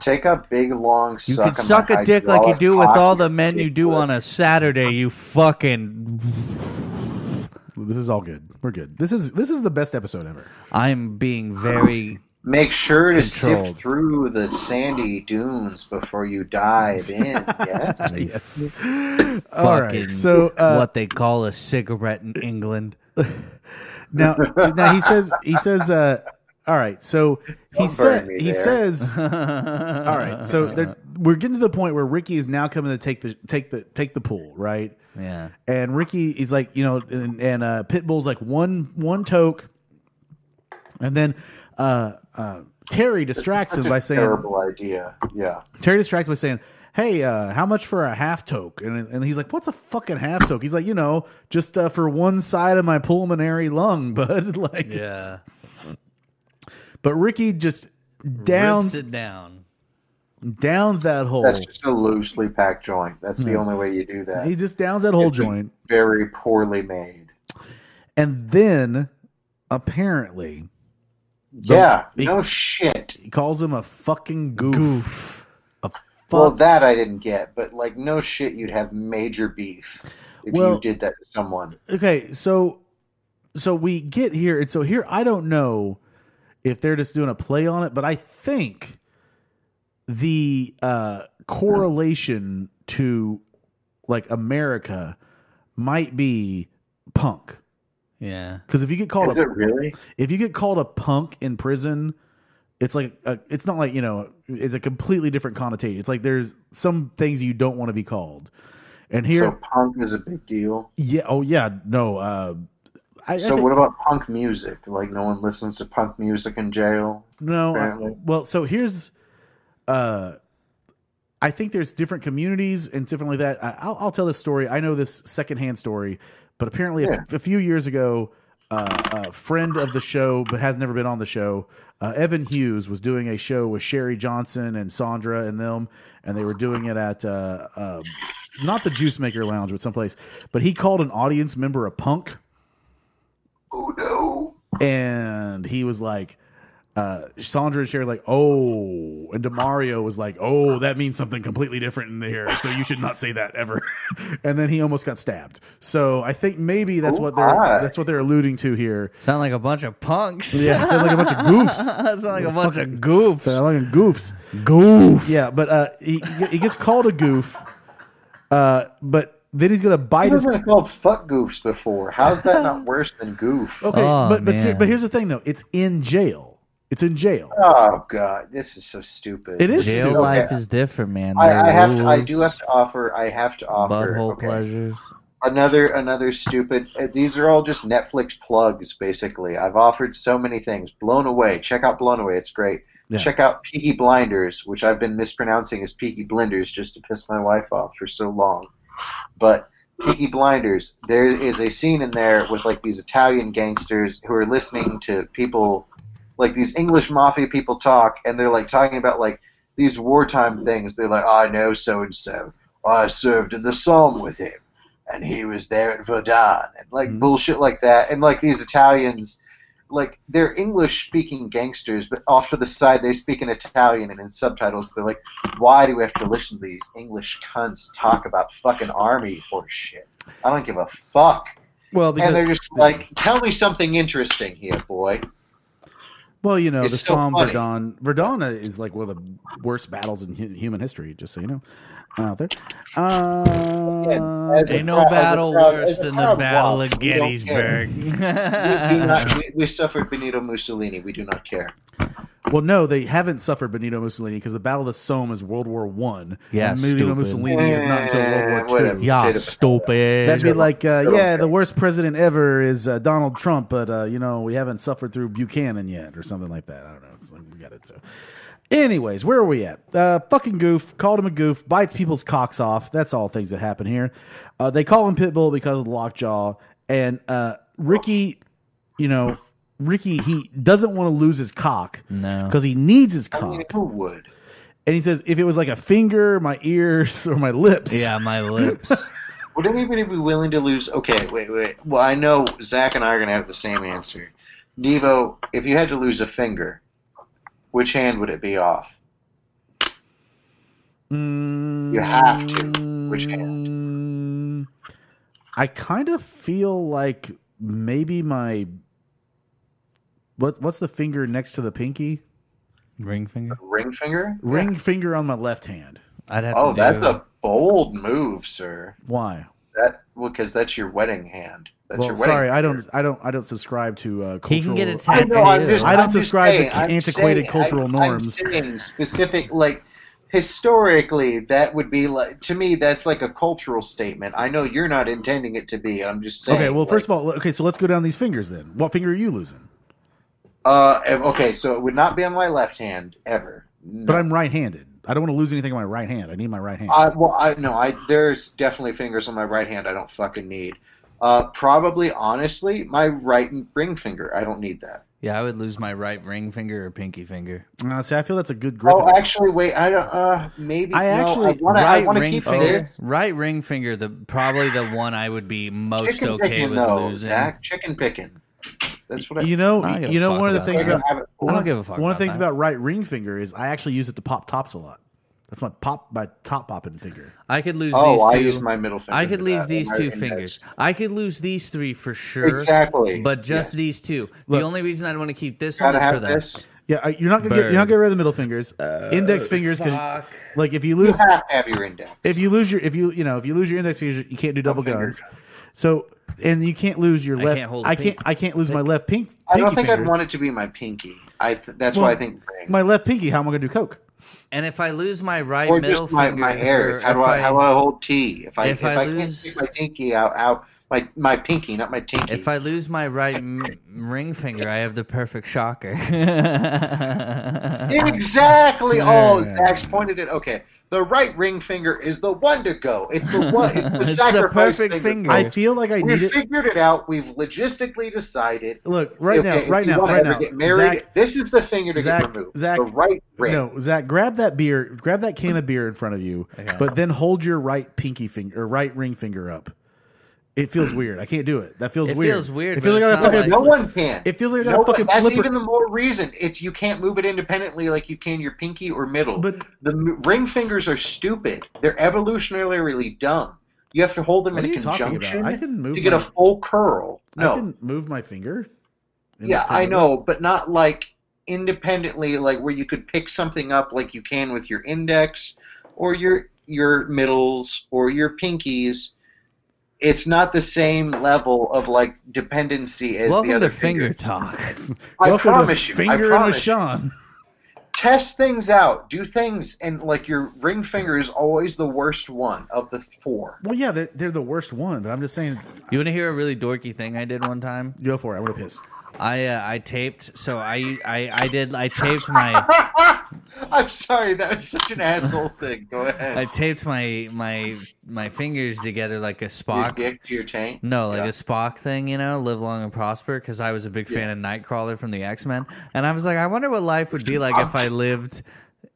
Speaker 5: Take a big long
Speaker 3: You
Speaker 5: suck.
Speaker 3: can
Speaker 5: of
Speaker 3: suck
Speaker 5: my
Speaker 3: a dick like you
Speaker 5: hydraulic
Speaker 3: do with
Speaker 5: cock
Speaker 3: all
Speaker 5: and
Speaker 3: the men
Speaker 5: dick
Speaker 3: you do
Speaker 5: would.
Speaker 3: on a Saturday. You fucking.
Speaker 2: This is all good. We're good. This is this is the best episode ever.
Speaker 3: I'm being very.
Speaker 5: Make sure to
Speaker 3: Controlled.
Speaker 5: sift through the sandy dunes before you dive in. Yes.
Speaker 2: Yes. All
Speaker 3: Fucking
Speaker 2: right. So uh,
Speaker 3: what they call a cigarette in England.
Speaker 2: now, now he says he says. Uh, all right. So he
Speaker 5: Don't
Speaker 2: said
Speaker 5: burn me
Speaker 2: he
Speaker 5: there.
Speaker 2: says. all right. So they're- we're getting to the point where Ricky is now coming to take the take the take the pool right,
Speaker 3: Yeah.
Speaker 2: and Ricky he's like you know and, and uh, Pitbull's like one one toke, and then uh, uh, Terry distracts him by saying
Speaker 5: Terrible idea. Yeah.
Speaker 2: Terry distracts him by saying, "Hey, uh, how much for a half toke?" And and he's like, "What's a fucking half toke?" He's like, "You know, just uh, for one side of my pulmonary lung, bud." like,
Speaker 3: Yeah.
Speaker 2: but Ricky just
Speaker 3: Downs
Speaker 2: downs
Speaker 3: it down.
Speaker 2: downs that whole.
Speaker 5: That's just a loosely packed joint.
Speaker 2: Mm.
Speaker 5: That's the only way you do that.
Speaker 2: He just downs that whole joint,
Speaker 5: Very poorly made.
Speaker 2: and then apparently
Speaker 5: yeah.
Speaker 2: it-
Speaker 5: no shit.
Speaker 2: he calls him a fucking goof. A fuck.
Speaker 5: Well, that I didn't get, but like, no shit, you'd have major beef if
Speaker 2: Well-
Speaker 5: you did that to someone.
Speaker 2: okay, so so we get here, and so here I don't know if they're just doing a play on it, but I think the uh correlation to like America might be punk.
Speaker 3: Yeah.
Speaker 2: Because if you get called
Speaker 5: Is
Speaker 2: a
Speaker 5: it really?
Speaker 2: if you get called a punk in prison, it's like a, it's not like you know it's a completely different connotation. It's like there's some things you don't want to be called, and here,
Speaker 5: So punk is a big deal.
Speaker 2: yeah, oh yeah, no. Uh, I, I
Speaker 5: So
Speaker 2: think-
Speaker 5: what about punk music? Like, no one listens to punk music in jail.
Speaker 2: No. I,
Speaker 5: Apparently.
Speaker 2: well, so here's, uh, I think there's different communities and different like that. I, I'll, I'll tell this story. I know this secondhand story, but apparently a-
Speaker 5: Yeah.
Speaker 2: a, few years ago, uh, a friend of the show, but has never been on the show, uh, Evan Hughes was doing a show with Sherry Johnson and Sandra and them, and they were doing it at uh, uh, not the Juice Maker Lounge, but someplace. But he called an audience member a punk
Speaker 5: Oh no!
Speaker 2: and he was like uh Sandra and Sherry like oh and Demario was like oh that means something completely different in here so you should not say that ever and then he almost got stabbed so I think maybe that's what they're
Speaker 5: Oh, my.
Speaker 2: that's what they're alluding to here
Speaker 3: Sound like a bunch of punks.
Speaker 2: yeah it sounds like a bunch of goofs
Speaker 3: Sound like a bunch of goofs.
Speaker 2: Sound like goofs
Speaker 3: Goof.
Speaker 2: yeah but uh he, he gets called a goof uh but then he's gonna
Speaker 5: I
Speaker 2: bite his
Speaker 5: have been called fuck goofs before. How's that not worse than goof?
Speaker 2: okay
Speaker 3: Oh,
Speaker 2: but but, ser-
Speaker 3: man.
Speaker 2: but here's the thing though it's in jail it's in jail
Speaker 5: Oh god, this is so stupid.
Speaker 2: It is
Speaker 3: Jail
Speaker 2: Okay.
Speaker 3: life is different, man.
Speaker 5: I,
Speaker 3: There are
Speaker 5: I have. To, I do
Speaker 3: rules,
Speaker 5: have to offer. I have to offer.
Speaker 3: butthole
Speaker 5: okay.
Speaker 3: pleasures.
Speaker 5: Another, another stupid. uh, These are all just Netflix plugs, basically. I've offered so many things. Blown away. Check out Blown Away. It's great.
Speaker 2: Yeah.
Speaker 5: Check out Peaky Blinders, which I've been mispronouncing as Peaky Blinders just to piss my wife off for so long. But Peaky Blinders, there is a scene in there with like these Italian gangsters who are listening to people, like these English mafia people talk, and they're like talking about like these wartime things. They're like, I know so and so. I served in the Somme with him, Mm-hmm. and he was there at Verdun, and like bullshit like that. And like these Italians like they're English speaking gangsters, but off to the side they speak in Italian and in subtitles they're like, why do we have to listen to these English cunts talk about fucking army or shit? I don't give a fuck.
Speaker 2: Well, because,
Speaker 5: and they're just like, tell me something interesting here, boy.
Speaker 2: well, you know,
Speaker 5: it's
Speaker 2: the
Speaker 5: so
Speaker 2: Somme
Speaker 5: funny.
Speaker 2: Verdun. Verdun is like one of the worst battles in hu- human history. Just so you know, out there. Uh,
Speaker 5: As a
Speaker 3: Ain't
Speaker 5: crowd-
Speaker 3: no
Speaker 5: as a
Speaker 3: battle
Speaker 5: crowd-
Speaker 3: worse
Speaker 5: as a
Speaker 3: than the
Speaker 5: crowd
Speaker 3: Battle
Speaker 5: watch,
Speaker 3: of
Speaker 5: we don't care.
Speaker 3: Gettysburg.
Speaker 5: We, do not, we, we suffered Benito Mussolini. We do not care.
Speaker 2: well, no, they haven't suffered Benito Mussolini because the Battle of the Somme is World War One.
Speaker 3: Yeah,
Speaker 2: and Benito
Speaker 3: stupid.
Speaker 2: Mussolini is not until World War
Speaker 5: Eh, Whatever.
Speaker 2: Two.
Speaker 3: yeah,
Speaker 5: Potato-
Speaker 3: stupid.
Speaker 2: That'd be like, uh,
Speaker 5: don't
Speaker 2: yeah,
Speaker 5: care.
Speaker 2: the worst president ever is uh, Donald Trump, but uh, you know we haven't suffered through Buchanan yet, or something like that. I don't know. It's like, we got it. So, anyways, where are we at? Uh, fucking goof called him a goof, bites people's cocks off. That's all things that happen here. Uh, they call him Pitbull because of the lockjaw, and uh, Ricky, you know, Ricky, he doesn't want to lose his cock
Speaker 3: no.
Speaker 2: because he needs his
Speaker 5: I mean,
Speaker 2: cock,
Speaker 5: who would?
Speaker 2: and he says if it was like a finger, my ears, or my lips,
Speaker 3: Yeah, my lips.
Speaker 5: Would anybody be willing to lose? Okay, wait, wait. Well, I know Zach and I are going to have the same answer. Devo, if you had to lose a finger, which hand would it be off? You have to. Which hand?
Speaker 2: Mm, I kind of feel like maybe my what what's the finger next to the pinky?
Speaker 3: Ring finger.
Speaker 5: Ring finger?
Speaker 2: Ring finger on my left hand.
Speaker 3: I'd have
Speaker 5: Oh,
Speaker 3: to.
Speaker 5: that's
Speaker 3: do-
Speaker 5: a bold move, sir.
Speaker 2: Why?
Speaker 5: That because that's your wedding hand. That's your
Speaker 2: Well,
Speaker 5: wedding.
Speaker 2: sorry, I
Speaker 5: finger.
Speaker 2: don't, I don't, I don't subscribe to uh, cultural.
Speaker 3: He can get a
Speaker 5: I know. I'm
Speaker 3: tattoo.
Speaker 5: just.
Speaker 2: I don't
Speaker 5: I'm just
Speaker 2: subscribe to
Speaker 5: saying, I'm
Speaker 2: antiquated
Speaker 5: saying-
Speaker 2: cultural
Speaker 5: I'm-
Speaker 2: norms.
Speaker 5: I'm saying specific, like historically, that would be like to me. That's like a cultural statement. I know you're not intending it to be. I'm just saying.
Speaker 2: okay, well,
Speaker 5: like,
Speaker 2: first of all, okay, so let's go down these fingers then. What finger are you losing?
Speaker 5: Uh, if- okay, so it would not be on my left hand ever. No. Uh,
Speaker 2: But I'm right-handed. I don't want to lose anything on my right hand. I need my right hand.
Speaker 5: I, well, I no, I there's definitely fingers on my right hand I don't fucking need. Uh, probably honestly, my right ring finger. I don't need that.
Speaker 3: yeah, I would lose my right ring finger or pinky finger.
Speaker 2: Uh, see, I feel that's a good grip.
Speaker 5: Oh,
Speaker 2: on it.
Speaker 5: actually, wait. I don't. Uh, maybe.
Speaker 2: I
Speaker 5: no,
Speaker 2: actually-
Speaker 5: I wanna,
Speaker 3: right
Speaker 5: I wanna
Speaker 3: ring
Speaker 5: keep
Speaker 3: finger.
Speaker 5: this.
Speaker 3: Right ring finger. The probably the one I would be most
Speaker 5: Chicken
Speaker 3: okay
Speaker 5: picking
Speaker 3: with
Speaker 5: though,
Speaker 3: losing.
Speaker 5: Zach. Chicken picking. That's what I.
Speaker 2: you know,
Speaker 3: I don't give a
Speaker 2: you know,
Speaker 3: fuck
Speaker 2: one of the
Speaker 3: about
Speaker 2: things
Speaker 3: that.
Speaker 2: about
Speaker 5: I don't-
Speaker 3: I
Speaker 2: One
Speaker 3: don't
Speaker 2: of-
Speaker 3: give a fuck
Speaker 2: One of
Speaker 3: about
Speaker 2: the things
Speaker 3: that.
Speaker 2: about right ring finger is I actually use it to pop tops a lot. That's my pop, my top popping finger.
Speaker 3: I could lose
Speaker 5: oh,
Speaker 3: these
Speaker 5: I
Speaker 3: two.
Speaker 5: use my uh, middle finger.
Speaker 3: I
Speaker 5: for
Speaker 3: could lose
Speaker 5: that,
Speaker 3: these
Speaker 5: my
Speaker 3: two
Speaker 5: index.
Speaker 3: fingers. I could lose these three for sure.
Speaker 5: Exactly.
Speaker 3: But just these two.
Speaker 2: Look.
Speaker 3: the only reason I'd want to keep this one
Speaker 5: gotta
Speaker 3: is for
Speaker 5: have
Speaker 3: that.
Speaker 5: this.
Speaker 2: Yeah, I, you're not gonna get, you're not
Speaker 3: Bird.
Speaker 2: getting rid of the middle fingers, index fingers, because
Speaker 3: Uh, Fuck.
Speaker 2: like if you
Speaker 5: You
Speaker 2: lose
Speaker 5: have to have your index.
Speaker 2: if you lose your if you you know if you lose your index fingers, you can't do double
Speaker 5: finger
Speaker 2: guns. So and you can't lose your
Speaker 3: I
Speaker 2: left.
Speaker 3: can't hold a
Speaker 2: I can't
Speaker 3: pink-
Speaker 2: I can't lose my left pink.
Speaker 5: I don't
Speaker 2: pinky
Speaker 5: think
Speaker 2: finger.
Speaker 5: I'd want it to be my pinky. I th- that's why I
Speaker 2: Well,
Speaker 5: think ring.
Speaker 2: my left pinky. How am I gonna do coke?
Speaker 3: And if I lose my right
Speaker 5: or
Speaker 3: middle
Speaker 5: just my,
Speaker 3: finger,
Speaker 5: my hair.
Speaker 3: or
Speaker 5: How do
Speaker 3: if
Speaker 5: I, how do I hold T? If I
Speaker 3: if
Speaker 5: if,
Speaker 3: I
Speaker 5: I,
Speaker 3: lose-
Speaker 5: can't take my pinky out out my my pinky, not my tinky.
Speaker 3: If I lose my right m- ring finger, I have the perfect shocker.
Speaker 5: exactly. Oh, Zach's pointed it. Okay, the right ring finger is the one to go. It's the one. It's the,
Speaker 3: It's the
Speaker 5: sacrifice
Speaker 3: perfect finger.
Speaker 2: I feel like I
Speaker 5: We
Speaker 2: need it.
Speaker 5: figured it out. We've logistically decided.
Speaker 2: Look right
Speaker 5: okay,
Speaker 2: now, right
Speaker 5: if you
Speaker 2: now,
Speaker 5: wanna
Speaker 2: right
Speaker 5: ever
Speaker 2: now.
Speaker 5: Get married.
Speaker 2: Zach,
Speaker 5: this is the finger to
Speaker 2: Zach,
Speaker 5: get removed.
Speaker 2: Zach,
Speaker 5: the right ring.
Speaker 2: No, Zach, grab that beer, grab that can of beer in front of you,
Speaker 3: Okay.
Speaker 2: but then hold your right pinky finger or right ring finger up. It feels weird. I can't do it. That feels
Speaker 3: It
Speaker 2: weird.
Speaker 3: feels weird,
Speaker 2: It feels
Speaker 3: but
Speaker 2: like I
Speaker 3: it's
Speaker 2: got a
Speaker 3: not
Speaker 2: fucking.
Speaker 5: No
Speaker 2: flip-
Speaker 5: one can.
Speaker 2: It feels like I got
Speaker 5: No
Speaker 2: a fucking
Speaker 5: one, that's
Speaker 2: flipper.
Speaker 5: even the more reason. It's you can't move it independently like you can your pinky or middle.
Speaker 2: But-
Speaker 5: the m- ring fingers are stupid. They're evolutionarily dumb. You have to hold them
Speaker 2: What
Speaker 5: in
Speaker 2: are
Speaker 5: a
Speaker 2: you talking about?
Speaker 5: conjunction
Speaker 2: I can move
Speaker 5: to get
Speaker 2: my-
Speaker 5: a full curl.
Speaker 2: I
Speaker 5: No,
Speaker 2: can move my finger.
Speaker 5: yeah, I know, but not like independently, like where you could pick something up like you can with your index or your your middles or your pinkies. It's not the same level of like dependency as the
Speaker 3: Welcome
Speaker 5: other
Speaker 3: to finger
Speaker 5: fingers.
Speaker 3: talk.
Speaker 5: I
Speaker 2: Welcome
Speaker 5: promise
Speaker 2: to
Speaker 5: you. I
Speaker 2: Finger
Speaker 5: promise
Speaker 2: and
Speaker 5: you.
Speaker 2: Rashawn.
Speaker 5: Test things out. Do things, and like your ring finger is always the worst one of the four.
Speaker 2: Well, yeah, they're, they're the worst one, but I'm just saying,
Speaker 3: You want to hear a really dorky thing I did one time?
Speaker 2: go for it. I want to piss.
Speaker 3: I uh, I taped. So I, I I did. I taped my
Speaker 5: I'm sorry, that was such an asshole thing. Go ahead.
Speaker 3: I taped my my my fingers together like a
Speaker 5: your
Speaker 3: Spock.
Speaker 5: dick to your tank.
Speaker 3: No, like
Speaker 5: Yeah.
Speaker 3: a Spock thing, you know, live long and prosper. Because I was a big fan of Nightcrawler from the X Men, and I was like, I wonder what life would be like if I lived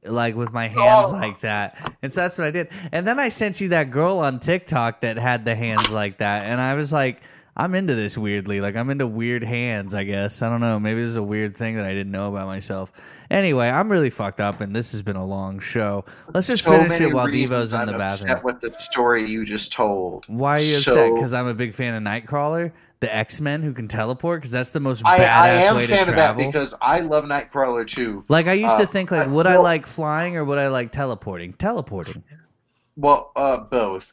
Speaker 3: like with my hands
Speaker 5: Oh.
Speaker 3: like that. And so that's what I did. And then I sent you that girl on TikTok that had the hands like that, and I was like, I'm into this weirdly. Like I'm into weird hands, I guess. I don't know. Maybe this is a weird thing that I didn't know about myself. Anyway, I'm really fucked up and this has been a long show. Let's just
Speaker 5: So
Speaker 3: finish
Speaker 5: many
Speaker 3: it while
Speaker 5: reasons
Speaker 3: Devo's in
Speaker 5: I'm
Speaker 3: the
Speaker 5: upset
Speaker 3: bathroom.
Speaker 5: With the story you just told.
Speaker 3: Why are you
Speaker 5: So-
Speaker 3: upset? Because I'm a big fan of Nightcrawler, the X Men who can teleport. Because that's the most
Speaker 5: I,
Speaker 3: badass
Speaker 5: I am
Speaker 3: way to
Speaker 5: fan of that
Speaker 3: travel.
Speaker 5: because I love Nightcrawler too.
Speaker 3: like I used
Speaker 5: uh,
Speaker 3: to think, like
Speaker 5: I-
Speaker 3: would I
Speaker 5: well-
Speaker 3: like flying or would I like teleporting? Teleporting.
Speaker 5: Well, uh, both.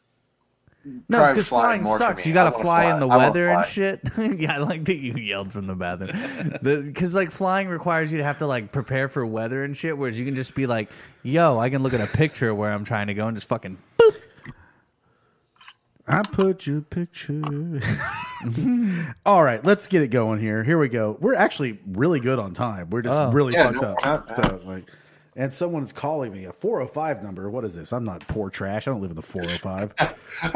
Speaker 3: No,
Speaker 5: Probably
Speaker 3: because
Speaker 5: flying
Speaker 3: flying
Speaker 5: more for
Speaker 3: sucks.
Speaker 5: me.
Speaker 3: You gotta
Speaker 5: I wanna
Speaker 3: fly
Speaker 5: fly.
Speaker 3: in the
Speaker 5: I wanna
Speaker 3: weather and
Speaker 5: fly.
Speaker 3: shit. yeah, I like that you yelled from the bathroom. Because like flying requires you to have to like prepare for weather and shit, whereas you can just be like, "Yo, I can look at a picture of where I'm trying to go and just fucking."
Speaker 2: I put your picture. All right, let's get it going here. Here we go. We're actually really good on time. We're just
Speaker 3: Oh.
Speaker 2: really
Speaker 5: Yeah,
Speaker 2: fucked
Speaker 5: no, we're
Speaker 2: up.
Speaker 5: not
Speaker 2: So like, and someone's calling me a 405 number. What is this? I'm not poor trash. I don't live in the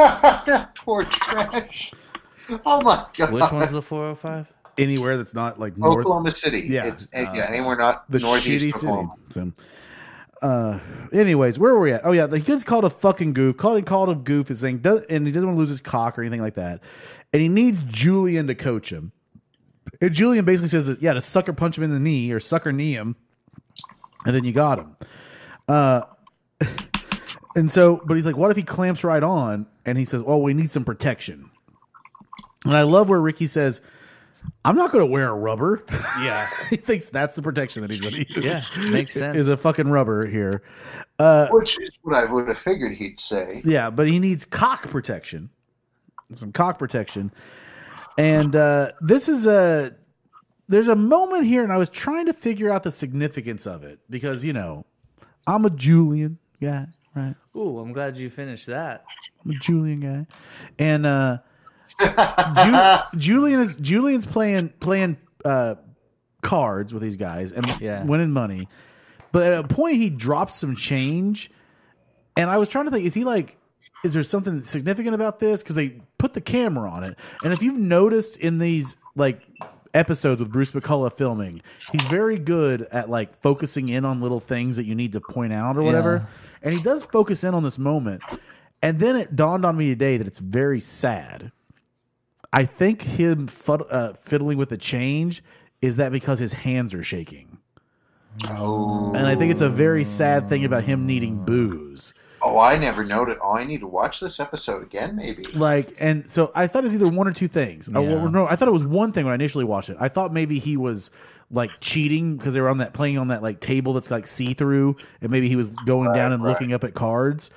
Speaker 2: 405.
Speaker 5: Poor trash. Oh my god.
Speaker 3: Which one's the 405?
Speaker 2: Anywhere that's not like north.
Speaker 5: Oklahoma City.
Speaker 2: Yeah.
Speaker 5: It's, uh,
Speaker 3: Uh,
Speaker 5: yeah, anywhere not
Speaker 2: the
Speaker 5: northeast
Speaker 2: shitty
Speaker 5: Oklahoma.
Speaker 2: city. So, uh, anyways, where were we at? Oh yeah, he gets called a fucking goof. Called called a goof is saying, does, and he doesn't want to lose his cock or anything like that. And he needs Julian to coach him. And Julian basically says, that, yeah, to sucker punch him in the knee or sucker knee him, and then you got him. Uh, and so, but he's like, what if he clamps right on? And he says, well, we need some protection. And I love where Ricky says, I'm not going to wear a rubber.
Speaker 3: Yeah,
Speaker 2: he thinks that's the protection that he's going to use
Speaker 3: yeah, makes sense.
Speaker 2: is a fucking rubber here. Uh,
Speaker 5: Which is what I would have figured he'd say.
Speaker 2: Yeah, but he needs cock protection, some cock protection, and uh, this is a there's a moment here, and I was trying to figure out the significance of it because you know I'm a Julian guy, right?
Speaker 3: Ooh, I'm glad you finished that.
Speaker 2: I'm a Julian guy, and uh, Ju- Julian is Julian's playing playing uh, cards with these guys and
Speaker 3: Yeah.
Speaker 2: winning money, but at a point he drops some change, and I was trying to think: is he like? Is there something significant about this? Because they put the camera on it, and if you've noticed in these like episodes with Bruce McCullough filming, he's very good at like focusing in on little things that you need to point out or whatever, and he does focus in on this moment. And then it dawned on me today that it's very sad. I think him fud- uh, fiddling with the change is that because his hands are shaking.
Speaker 5: Oh.
Speaker 2: And I think it's a very sad thing about him needing booze.
Speaker 5: Oh, I never noted. Oh, I need to watch this episode again, maybe.
Speaker 2: Like, and so I thought it was either one or two things. I,
Speaker 3: Yeah.
Speaker 2: no, I thought it was one thing when I initially watched it. I thought maybe he was like cheating because they were on that playing on that like table that's like see through, and maybe he was going down and looking up at cards.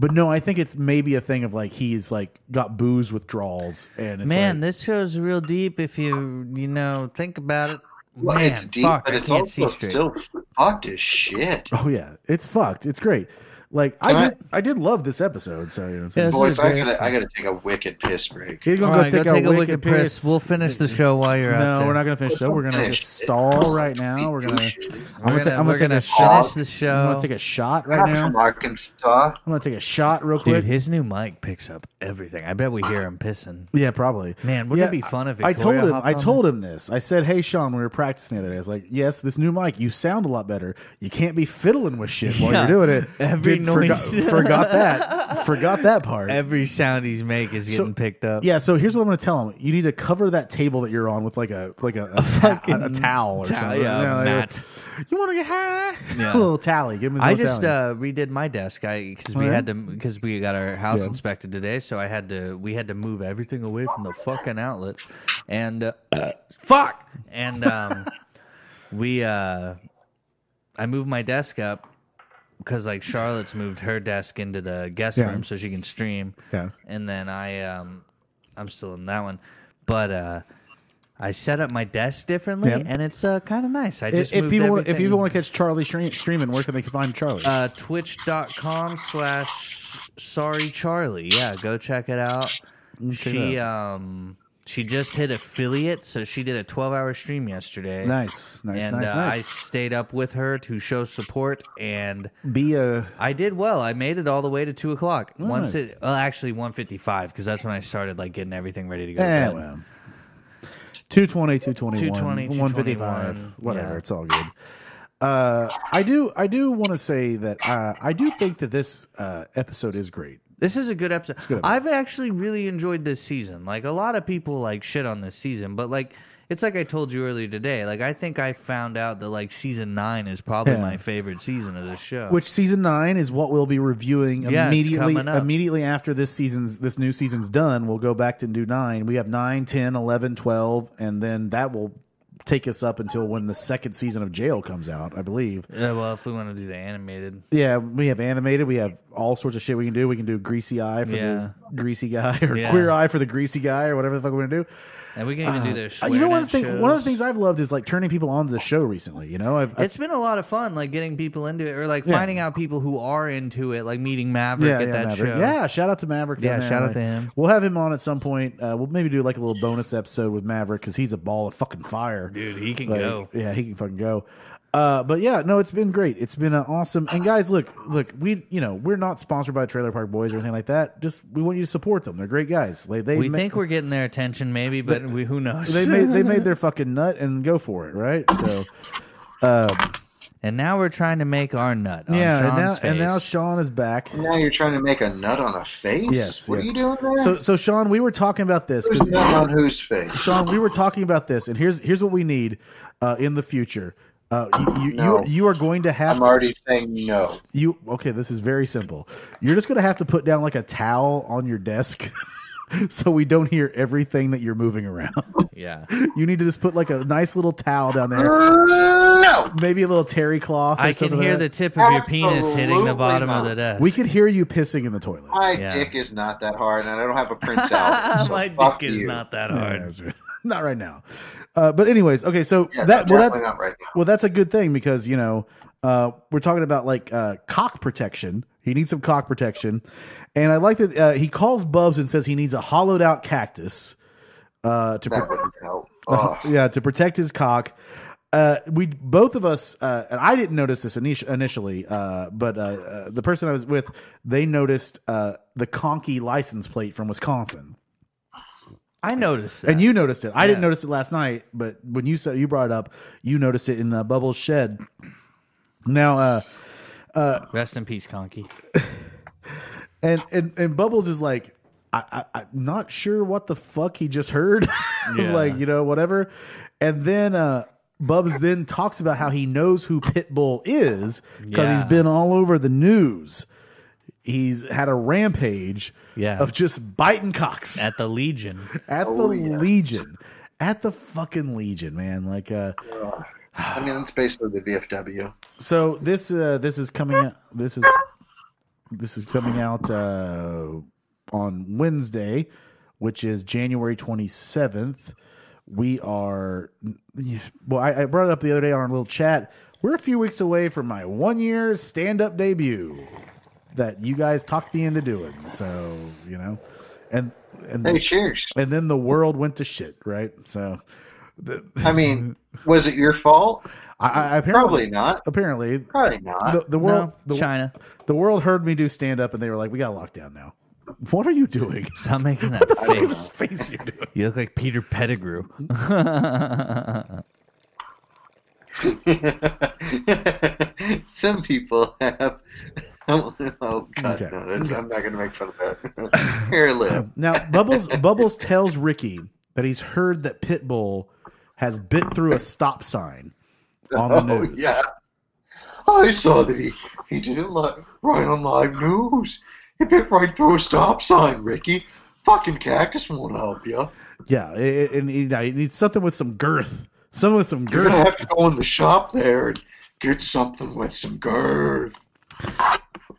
Speaker 2: But no, I think it's maybe a thing of like he's like got booze withdrawals, and it's
Speaker 3: Man,
Speaker 2: like-
Speaker 3: this show's real deep. If you you know think about it,
Speaker 5: Well,
Speaker 3: man,
Speaker 5: it's deep,
Speaker 3: fuck,
Speaker 5: but
Speaker 3: I
Speaker 5: it's
Speaker 3: can't
Speaker 5: also
Speaker 3: see straight.
Speaker 5: still fucked as shit.
Speaker 2: Oh yeah, it's fucked. It's great. Like I
Speaker 5: Can I-
Speaker 2: did, I did love this episode. So you know, so-
Speaker 3: Yeah, this is
Speaker 5: Boys,
Speaker 3: a
Speaker 5: I
Speaker 3: great
Speaker 5: gotta, I
Speaker 3: time.
Speaker 5: gotta take a wicked piss break.
Speaker 2: he's gonna
Speaker 3: All
Speaker 2: go,
Speaker 3: right,
Speaker 2: take,
Speaker 3: go take
Speaker 2: a, wicked piss.
Speaker 3: We'll finish the show while you're out
Speaker 2: no,
Speaker 3: there.
Speaker 2: we're not gonna finish. the show. We're gonna
Speaker 5: Finish
Speaker 2: just
Speaker 5: it.
Speaker 2: stall right now. We're gonna.
Speaker 3: We're
Speaker 2: I'm gonna,
Speaker 3: gonna,
Speaker 2: ta- I'm gonna
Speaker 3: we're
Speaker 2: take
Speaker 3: gonna
Speaker 2: a shot.
Speaker 3: finish the
Speaker 2: I'm
Speaker 3: show.
Speaker 2: gonna take a shot right
Speaker 5: I'm
Speaker 2: now.
Speaker 5: from
Speaker 2: I'm
Speaker 5: Arkansas.
Speaker 2: gonna take a shot real quick.
Speaker 3: Dude, his new mic picks up everything. I bet we hear him pissing.
Speaker 2: yeah, probably.
Speaker 3: Man, wouldn't it be fun if
Speaker 2: I told
Speaker 3: Victoria
Speaker 2: him.
Speaker 3: hopped
Speaker 2: I
Speaker 3: on
Speaker 2: told him this. I said, "Hey, Sean, we were practicing the other day. I was like, yes, this new mic. You sound a lot better. You can't be fiddling with shit while
Speaker 3: Yeah.
Speaker 2: you're doing it. forgo-
Speaker 3: Every noise.
Speaker 2: forgot that. Forgot that part.
Speaker 3: Every sound he's make is
Speaker 2: So-
Speaker 3: getting picked up.
Speaker 2: Yeah, so here's what I'm going to tell him. You need to cover that table that you're on with like a like a, a, ta- a towel or
Speaker 3: towel,
Speaker 2: something.
Speaker 3: yeah,
Speaker 2: like,
Speaker 3: mat.
Speaker 2: You want to get high?
Speaker 3: Yeah.
Speaker 2: a little tally. Give him. His
Speaker 3: I
Speaker 2: little
Speaker 3: just
Speaker 2: tally.
Speaker 3: uh, redid my desk. I because we
Speaker 2: Oh, yeah?
Speaker 3: had to because we got our house
Speaker 2: Yeah.
Speaker 3: inspected today, so I had to we had to move everything away from the fucking outlets and uh, fuck and um, we uh, I moved my desk up because like Charlotte's moved her desk into the guest
Speaker 2: Yeah.
Speaker 3: room so she can stream.
Speaker 2: Yeah.
Speaker 3: and then I um, I'm still in that one, but uh, I set up my desk differently,
Speaker 2: Yeah.
Speaker 3: and it's uh, kind of nice. I
Speaker 2: if,
Speaker 3: just
Speaker 2: if
Speaker 3: moved
Speaker 2: people want, if
Speaker 3: everything-
Speaker 2: people want to catch Charlie stream, streaming, where can they find Charlie?
Speaker 3: uh, twitch.com slash sorry charlie yeah go check it out
Speaker 2: check
Speaker 3: she
Speaker 2: it
Speaker 3: um she just hit affiliate so she did a 12 hour stream yesterday
Speaker 2: nice, nice,
Speaker 3: and
Speaker 2: nice,
Speaker 3: uh, i
Speaker 2: nice.
Speaker 3: stayed up with her to show support and
Speaker 2: Be a
Speaker 3: i did well i made it all the way to 2 o'clock once
Speaker 2: nice.
Speaker 3: it well actually 155 because that's when i started like getting everything ready to go to
Speaker 2: eh,
Speaker 3: bed.
Speaker 2: well. 220, 221,
Speaker 3: 220,
Speaker 2: 155, whatever.
Speaker 3: yeah.
Speaker 2: It's all good. Uh, I do, I do want to say that uh, I do think that this uh, episode is great.
Speaker 3: This is a good episode.
Speaker 4: good.
Speaker 3: I've actually really enjoyed this season. Like a lot of people like shit on this season, but like it's like I told you earlier today. Like I think I found out that like season nine is probably
Speaker 2: Yeah.
Speaker 3: my favorite season of this show.
Speaker 2: Which season nine is what we'll be reviewing
Speaker 3: Yeah, it's
Speaker 2: immediately
Speaker 3: coming up.
Speaker 2: immediately after this season's this new season's done. We'll go back to do nine. We have nine, 10, 11, 12, and then that will take us up until when the second season of Jail comes out, I believe.
Speaker 3: Yeah, Uh, well, if we want to do the animated,
Speaker 2: Yeah, we have animated. We have all sorts of shit we can do. We can do Greasy Eye for
Speaker 3: Yeah.
Speaker 2: the Greasy Guy or
Speaker 3: Yeah.
Speaker 2: Queer Eye for the Greasy Guy or whatever the fuck we're gonna do.
Speaker 3: and we can even do the.
Speaker 2: Uh, you know
Speaker 3: swear
Speaker 2: one
Speaker 3: net
Speaker 2: thing. One of the
Speaker 3: shows.
Speaker 2: things I've loved is like turning people onto the show recently. You know, I've, I've
Speaker 3: It's been a lot of fun, like getting people into it, or like finding out people who are into it, like meeting Maverick at that
Speaker 2: Maverick.
Speaker 3: show.
Speaker 2: Yeah, shout out to Maverick.
Speaker 3: Yeah,
Speaker 2: down there.
Speaker 3: shout out
Speaker 2: Like,
Speaker 3: to him.
Speaker 2: We'll have him on at some point. Uh, we'll maybe do like a little bonus episode with Maverick because he's a ball of fucking fire,
Speaker 3: dude, he can
Speaker 2: Like,
Speaker 3: go.
Speaker 2: Yeah, he can fucking go. Uh, but yeah, no, it's been great. It's been uh, awesome. And guys, look, look, we you know we're not sponsored by Trailer Park Boys or anything like that. Just we want you to support them. They're great guys. They they
Speaker 3: We
Speaker 2: ma-
Speaker 3: think we're getting their attention, maybe, but we, who knows?
Speaker 2: they made they made their fucking nut and go for it, right? So.
Speaker 3: and now we're trying to make our nut. On
Speaker 2: Yeah, and
Speaker 3: Sean's
Speaker 2: now,
Speaker 3: face.
Speaker 2: and now Sean is back.
Speaker 5: Now you're trying to make a nut on a face?
Speaker 2: Yes,
Speaker 5: What
Speaker 2: yes.
Speaker 5: are you doing there?
Speaker 2: So, so Sean, we were talking about this.
Speaker 5: Who's
Speaker 2: 'cause-
Speaker 5: nut on whose face?
Speaker 2: Sean, we were talking about this, and here's here's what we need uh, in the future. Uh, you, you,
Speaker 5: No.
Speaker 2: you you are going to have
Speaker 5: I'm
Speaker 2: to,
Speaker 5: already saying no.
Speaker 2: you okay. This is very simple. You're just going to have to put down like a towel on your desk, so we don't hear everything that you're moving around.
Speaker 3: yeah,
Speaker 2: you need to just put like a nice little towel down there,
Speaker 5: No.
Speaker 2: maybe a little terry cloth. Or
Speaker 3: I
Speaker 2: something
Speaker 3: can
Speaker 2: like
Speaker 3: hear the
Speaker 2: that.
Speaker 3: tip of your penis hitting the
Speaker 5: Absolutely
Speaker 3: bottom
Speaker 5: not.
Speaker 3: of the desk.
Speaker 2: We could hear you pissing in the toilet.
Speaker 5: My
Speaker 3: Yeah.
Speaker 5: dick is not that hard, and I don't have a Prince album. So
Speaker 3: My
Speaker 5: fuck
Speaker 3: dick is
Speaker 5: you.
Speaker 3: not that
Speaker 2: Yeah,
Speaker 3: hard.
Speaker 2: that's right. Not right now, uh, but anyways, okay. So
Speaker 5: Yeah,
Speaker 2: that well, that's
Speaker 5: definitely not right now.
Speaker 2: Well, that's a good thing because you know uh, we're talking about like uh, cock protection. He needs some cock protection, and I like that uh, he calls Bubs and says he needs a hollowed out cactus uh, to pro-
Speaker 5: That
Speaker 2: uh,
Speaker 5: wouldn't help. Ugh.
Speaker 2: yeah to protect his cock. Uh, we both of us, uh, and I didn't notice this init- initially, uh, but uh, uh, the person I was with, they noticed uh, the conky license plate from Wisconsin,
Speaker 3: I noticed that.
Speaker 2: and you noticed it. I didn't
Speaker 3: Yeah.
Speaker 2: notice it last night, but when you said you brought it up, you noticed it in uh, Bubbles' shed. Now, uh,
Speaker 3: Rest in peace, Conky.
Speaker 2: and and and Bubbles is like, I, I I'm not sure what the fuck he just heard, like you know whatever, and then uh, Bubs then talks about how he knows who Pitbull is because
Speaker 3: Yeah.
Speaker 2: he's been all over the news. He's had a rampage
Speaker 3: Yeah.
Speaker 2: of just biting cocks at,
Speaker 3: At the Oh, Legion.
Speaker 2: the Legion, at the fucking Legion, man. Like, uh,
Speaker 5: I mean, that's basically the VFW.
Speaker 2: so this uh, this is coming out. This is this is coming out uh, on Wednesday, which is January twenty seventh. We are well. I, I brought it up the other day on our little chat. We're a few weeks away from my one year stand up debut that you guys talked me into doing. So you know, and and
Speaker 5: Hey, cheers.
Speaker 2: and then the world went to shit, right? So
Speaker 5: I mean, was it your fault?
Speaker 2: I, I apparently
Speaker 5: Probably not.
Speaker 2: apparently
Speaker 5: Probably not.
Speaker 2: the, the world
Speaker 3: no,
Speaker 2: the,
Speaker 3: China.
Speaker 2: The world heard me do stand up and they were like, we got locked down now. What are you doing?
Speaker 3: Stop making that face.
Speaker 2: face you're doing.
Speaker 3: You look like Peter Pettigrew.
Speaker 5: Some people have. Oh God,
Speaker 2: Okay.
Speaker 5: no! That's, I'm not going to make fun of that. Here, live.
Speaker 2: Now, Bubbles Bubbles tells Ricky that he's heard that Pitbull has bit through a stop sign on the
Speaker 5: Oh
Speaker 2: news.
Speaker 5: yeah, I saw that he he did it li- right on live news. He bit right through a stop sign, Ricky. Fucking cactus won't help you.
Speaker 2: Yeah, it, it- and he, now he needs something with some girth. Something with some
Speaker 5: You're gonna
Speaker 2: girth.
Speaker 5: have to go in the shop there and get something with some girth.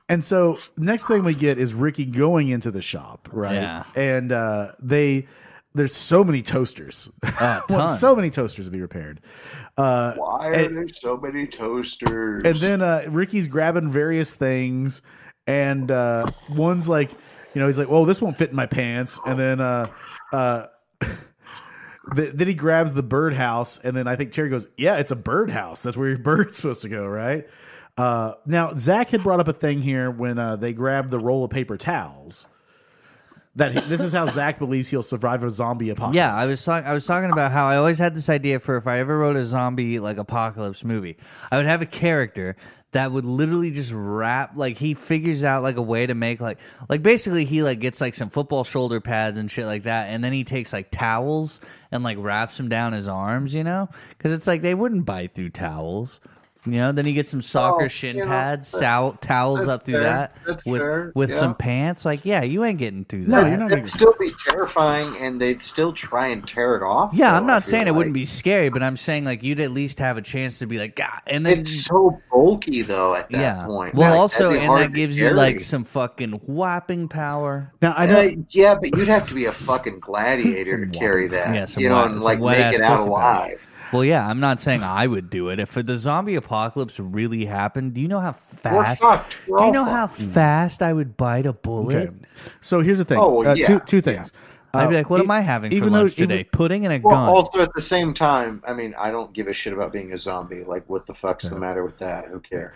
Speaker 2: And so next thing we get is Ricky going into the shop, right?
Speaker 3: Yeah.
Speaker 2: And uh, they there's so many toasters.
Speaker 3: Uh, ton.
Speaker 2: so many toasters to be repaired. Uh,
Speaker 5: Why are
Speaker 2: And-
Speaker 5: there so many toasters?
Speaker 2: and then uh, Ricky's grabbing various things, and uh, one's like, you know, he's like, "Well, this won't fit in my pants," and then. Uh, uh, th- Then he grabs the birdhouse, and then I think Terry goes, "Yeah, it's a birdhouse. That's where your bird's supposed to go, right?" Uh, now Zach had brought up a thing here when uh, they grabbed the roll of paper towels that he- this is how Zach believes he'll survive a zombie apocalypse.
Speaker 3: Yeah, I was talking. I was talking about how I always had this idea for if I ever wrote a zombie like apocalypse movie, I would have a character that would literally just wrap like he figures out like a way to make like like basically he like gets like some football shoulder pads and shit like that, and then he takes like towels and like wraps them down his arms, you know, because it's like they wouldn't bite through towels. You know, then he gets some soccer
Speaker 5: Oh,
Speaker 3: shin
Speaker 5: you know,
Speaker 3: pads, sow- towels
Speaker 5: that's
Speaker 3: up through
Speaker 5: fair,
Speaker 3: that
Speaker 5: that's
Speaker 3: with
Speaker 5: fair,
Speaker 3: with
Speaker 5: yeah.
Speaker 3: some pants. Like, yeah, you ain't getting through that.
Speaker 2: no, you're not. Gonna,
Speaker 5: It'd still be terrifying, and they'd still try and tear it off.
Speaker 3: Yeah,
Speaker 5: though,
Speaker 3: I'm
Speaker 5: I
Speaker 3: not
Speaker 5: feel
Speaker 3: saying it
Speaker 5: like.
Speaker 3: wouldn't be scary, but I'm saying like you'd at least have a chance to be like, God, and then
Speaker 5: It's so bulky though at that
Speaker 3: yeah.
Speaker 5: point.
Speaker 3: Well,
Speaker 5: Like,
Speaker 3: also,
Speaker 5: that'd be
Speaker 3: and
Speaker 5: hard
Speaker 3: that
Speaker 5: to
Speaker 3: gives you
Speaker 5: carry.
Speaker 3: like some fucking whopping power.
Speaker 2: now I know.
Speaker 5: Uh, yeah, but you'd have to be a fucking gladiator
Speaker 3: Some
Speaker 5: to carry
Speaker 3: wet-
Speaker 5: that.
Speaker 3: yeah, some
Speaker 5: you know,
Speaker 3: wet-
Speaker 5: and
Speaker 3: some
Speaker 5: like
Speaker 3: wet-ass
Speaker 5: make it out
Speaker 3: pussy
Speaker 5: alive.
Speaker 3: Well, yeah, I'm not saying I would do it. If the zombie apocalypse really happened, do you know how
Speaker 5: We're
Speaker 3: fast?
Speaker 5: fucked. We're
Speaker 3: Do you
Speaker 5: all
Speaker 3: know how
Speaker 5: fucked.
Speaker 3: fast I would bite a bullet?
Speaker 2: Okay. So here's the thing.
Speaker 5: Oh,
Speaker 2: uh,
Speaker 5: yeah,
Speaker 2: two, two things.
Speaker 3: I'd be
Speaker 2: Uh,
Speaker 3: like, what
Speaker 2: e-
Speaker 3: am I having for
Speaker 2: even though-
Speaker 3: lunch
Speaker 2: even-
Speaker 3: today? Pudding and a
Speaker 5: Well,
Speaker 3: gun.
Speaker 5: also at the same time, I mean, I don't give a shit about being a zombie. Like, what the fuck's the matter with that? Who cares?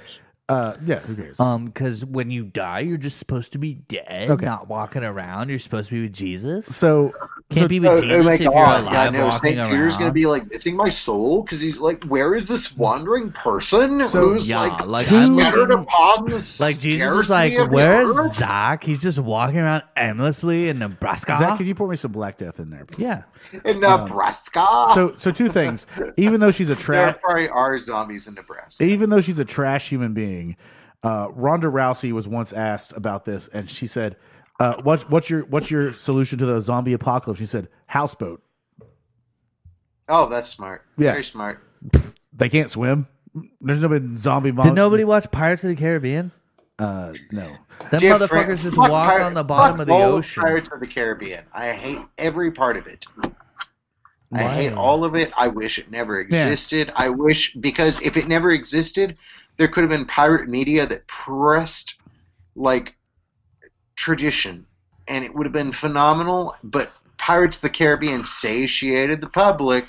Speaker 2: Uh, yeah. Who cares?
Speaker 3: Um, because when you die, you're just supposed to be dead, not walking around. You're supposed to be with Jesus.
Speaker 2: so
Speaker 3: Can't
Speaker 2: so
Speaker 5: uh,
Speaker 3: be
Speaker 5: Oh,
Speaker 3: with Jesus if you're alive walking
Speaker 5: St. Peter's gonna
Speaker 3: around. Hmm.
Speaker 5: be like missing my soul because he's like, where is this wandering person
Speaker 2: So,
Speaker 5: who's
Speaker 3: yeah,
Speaker 5: like,
Speaker 3: like, I'm
Speaker 5: scattered
Speaker 3: looking-
Speaker 5: upon the
Speaker 3: like Jesus is
Speaker 5: scarcity
Speaker 3: like,
Speaker 5: of the
Speaker 3: where's
Speaker 5: earth?"
Speaker 3: Zach? He's just walking around aimlessly in Nebraska.
Speaker 2: Zach, could you pour me some Black Death in there? please?
Speaker 3: yeah,
Speaker 5: in Nebraska?
Speaker 2: So so two things. Even though she's a
Speaker 5: there
Speaker 2: trash,
Speaker 5: probably are zombies in Nebraska.
Speaker 2: even though she's a trash human being, uh, Ronda Rousey was once asked about this, and she said, uh, "What's what's your what's your solution to the zombie apocalypse?" She said, "Houseboat.
Speaker 5: Oh, that's smart.
Speaker 2: Yeah.
Speaker 5: Very smart.
Speaker 2: They can't swim. There's no been zombie. Mo-
Speaker 3: did nobody watch Pirates of the Caribbean?
Speaker 2: Uh, no.
Speaker 3: Them
Speaker 5: Dear
Speaker 3: motherfuckers
Speaker 5: friend,
Speaker 3: just
Speaker 5: fuck
Speaker 3: walk
Speaker 5: Pirate-
Speaker 3: on the bottom
Speaker 5: fuck
Speaker 3: of the
Speaker 5: all
Speaker 3: ocean.
Speaker 5: Pirates of the Caribbean. I hate every part of it. I
Speaker 3: Why?
Speaker 5: hate all of it. I wish it never existed. I wish because if it never existed, there could have been pirate media that pressed like tradition, and it would have been phenomenal. But Pirates of the Caribbean satiated the public,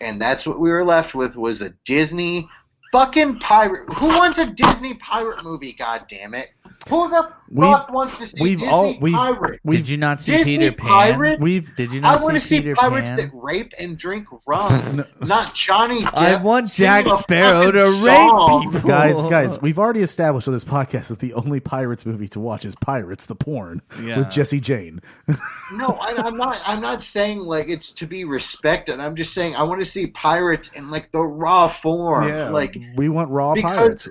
Speaker 5: and that's what we were left with was a Disney fucking pirate. Who wants a Disney pirate movie? God damn it! Who the
Speaker 2: We've-
Speaker 5: fuck wants to see
Speaker 2: we've
Speaker 5: Disney
Speaker 2: all- we've-
Speaker 5: pirate?
Speaker 2: We've-
Speaker 3: Did you not see
Speaker 5: Disney
Speaker 3: Peter Pan?
Speaker 5: pirates?
Speaker 2: We've-
Speaker 3: Did you
Speaker 5: I
Speaker 3: not
Speaker 5: want to
Speaker 3: see
Speaker 5: see
Speaker 3: Peter
Speaker 5: pirates
Speaker 3: Pan?
Speaker 5: that rape and drink rum, not Johnny. Depp
Speaker 3: I want
Speaker 5: singing
Speaker 3: Jack
Speaker 5: a
Speaker 3: Sparrow
Speaker 5: fucking
Speaker 3: to
Speaker 5: song.
Speaker 3: rape people.
Speaker 2: Guys, guys, we've already established on this podcast that the only Pirates movie to watch is Pirates, the porn
Speaker 3: Yeah.
Speaker 2: with Jesse Jane.
Speaker 5: No, I, I'm not. I'm not saying like it's to be respected. I'm just saying I want to see pirates in like the raw form. Like
Speaker 2: Um, we want raw
Speaker 5: because-
Speaker 2: pirates.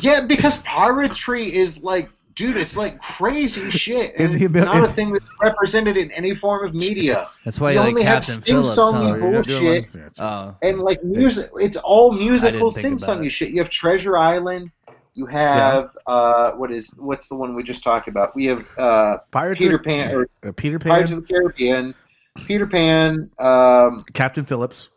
Speaker 5: yeah, because piratry is like. Dude, it's like crazy shit, and
Speaker 2: In the
Speaker 5: it's
Speaker 2: Amer-
Speaker 5: not a thing that's represented in any form of media.
Speaker 3: That's why you like
Speaker 5: only have
Speaker 3: Captain Phillips.
Speaker 5: sing-songy
Speaker 3: Huh?
Speaker 2: Oh, You're not doing
Speaker 5: bullshit.
Speaker 2: one-
Speaker 3: Oh.
Speaker 5: and like music it's all musical
Speaker 3: think
Speaker 5: sing
Speaker 3: about
Speaker 5: songy
Speaker 3: it.
Speaker 5: shit you have treasure island you have uh what is what's the one we just talked about we have uh
Speaker 2: Pirates
Speaker 5: Peter
Speaker 2: of-
Speaker 5: Pan- or-
Speaker 2: uh, Peter Pan,
Speaker 5: pirates of the caribbean peter pan um
Speaker 2: Captain Phillips,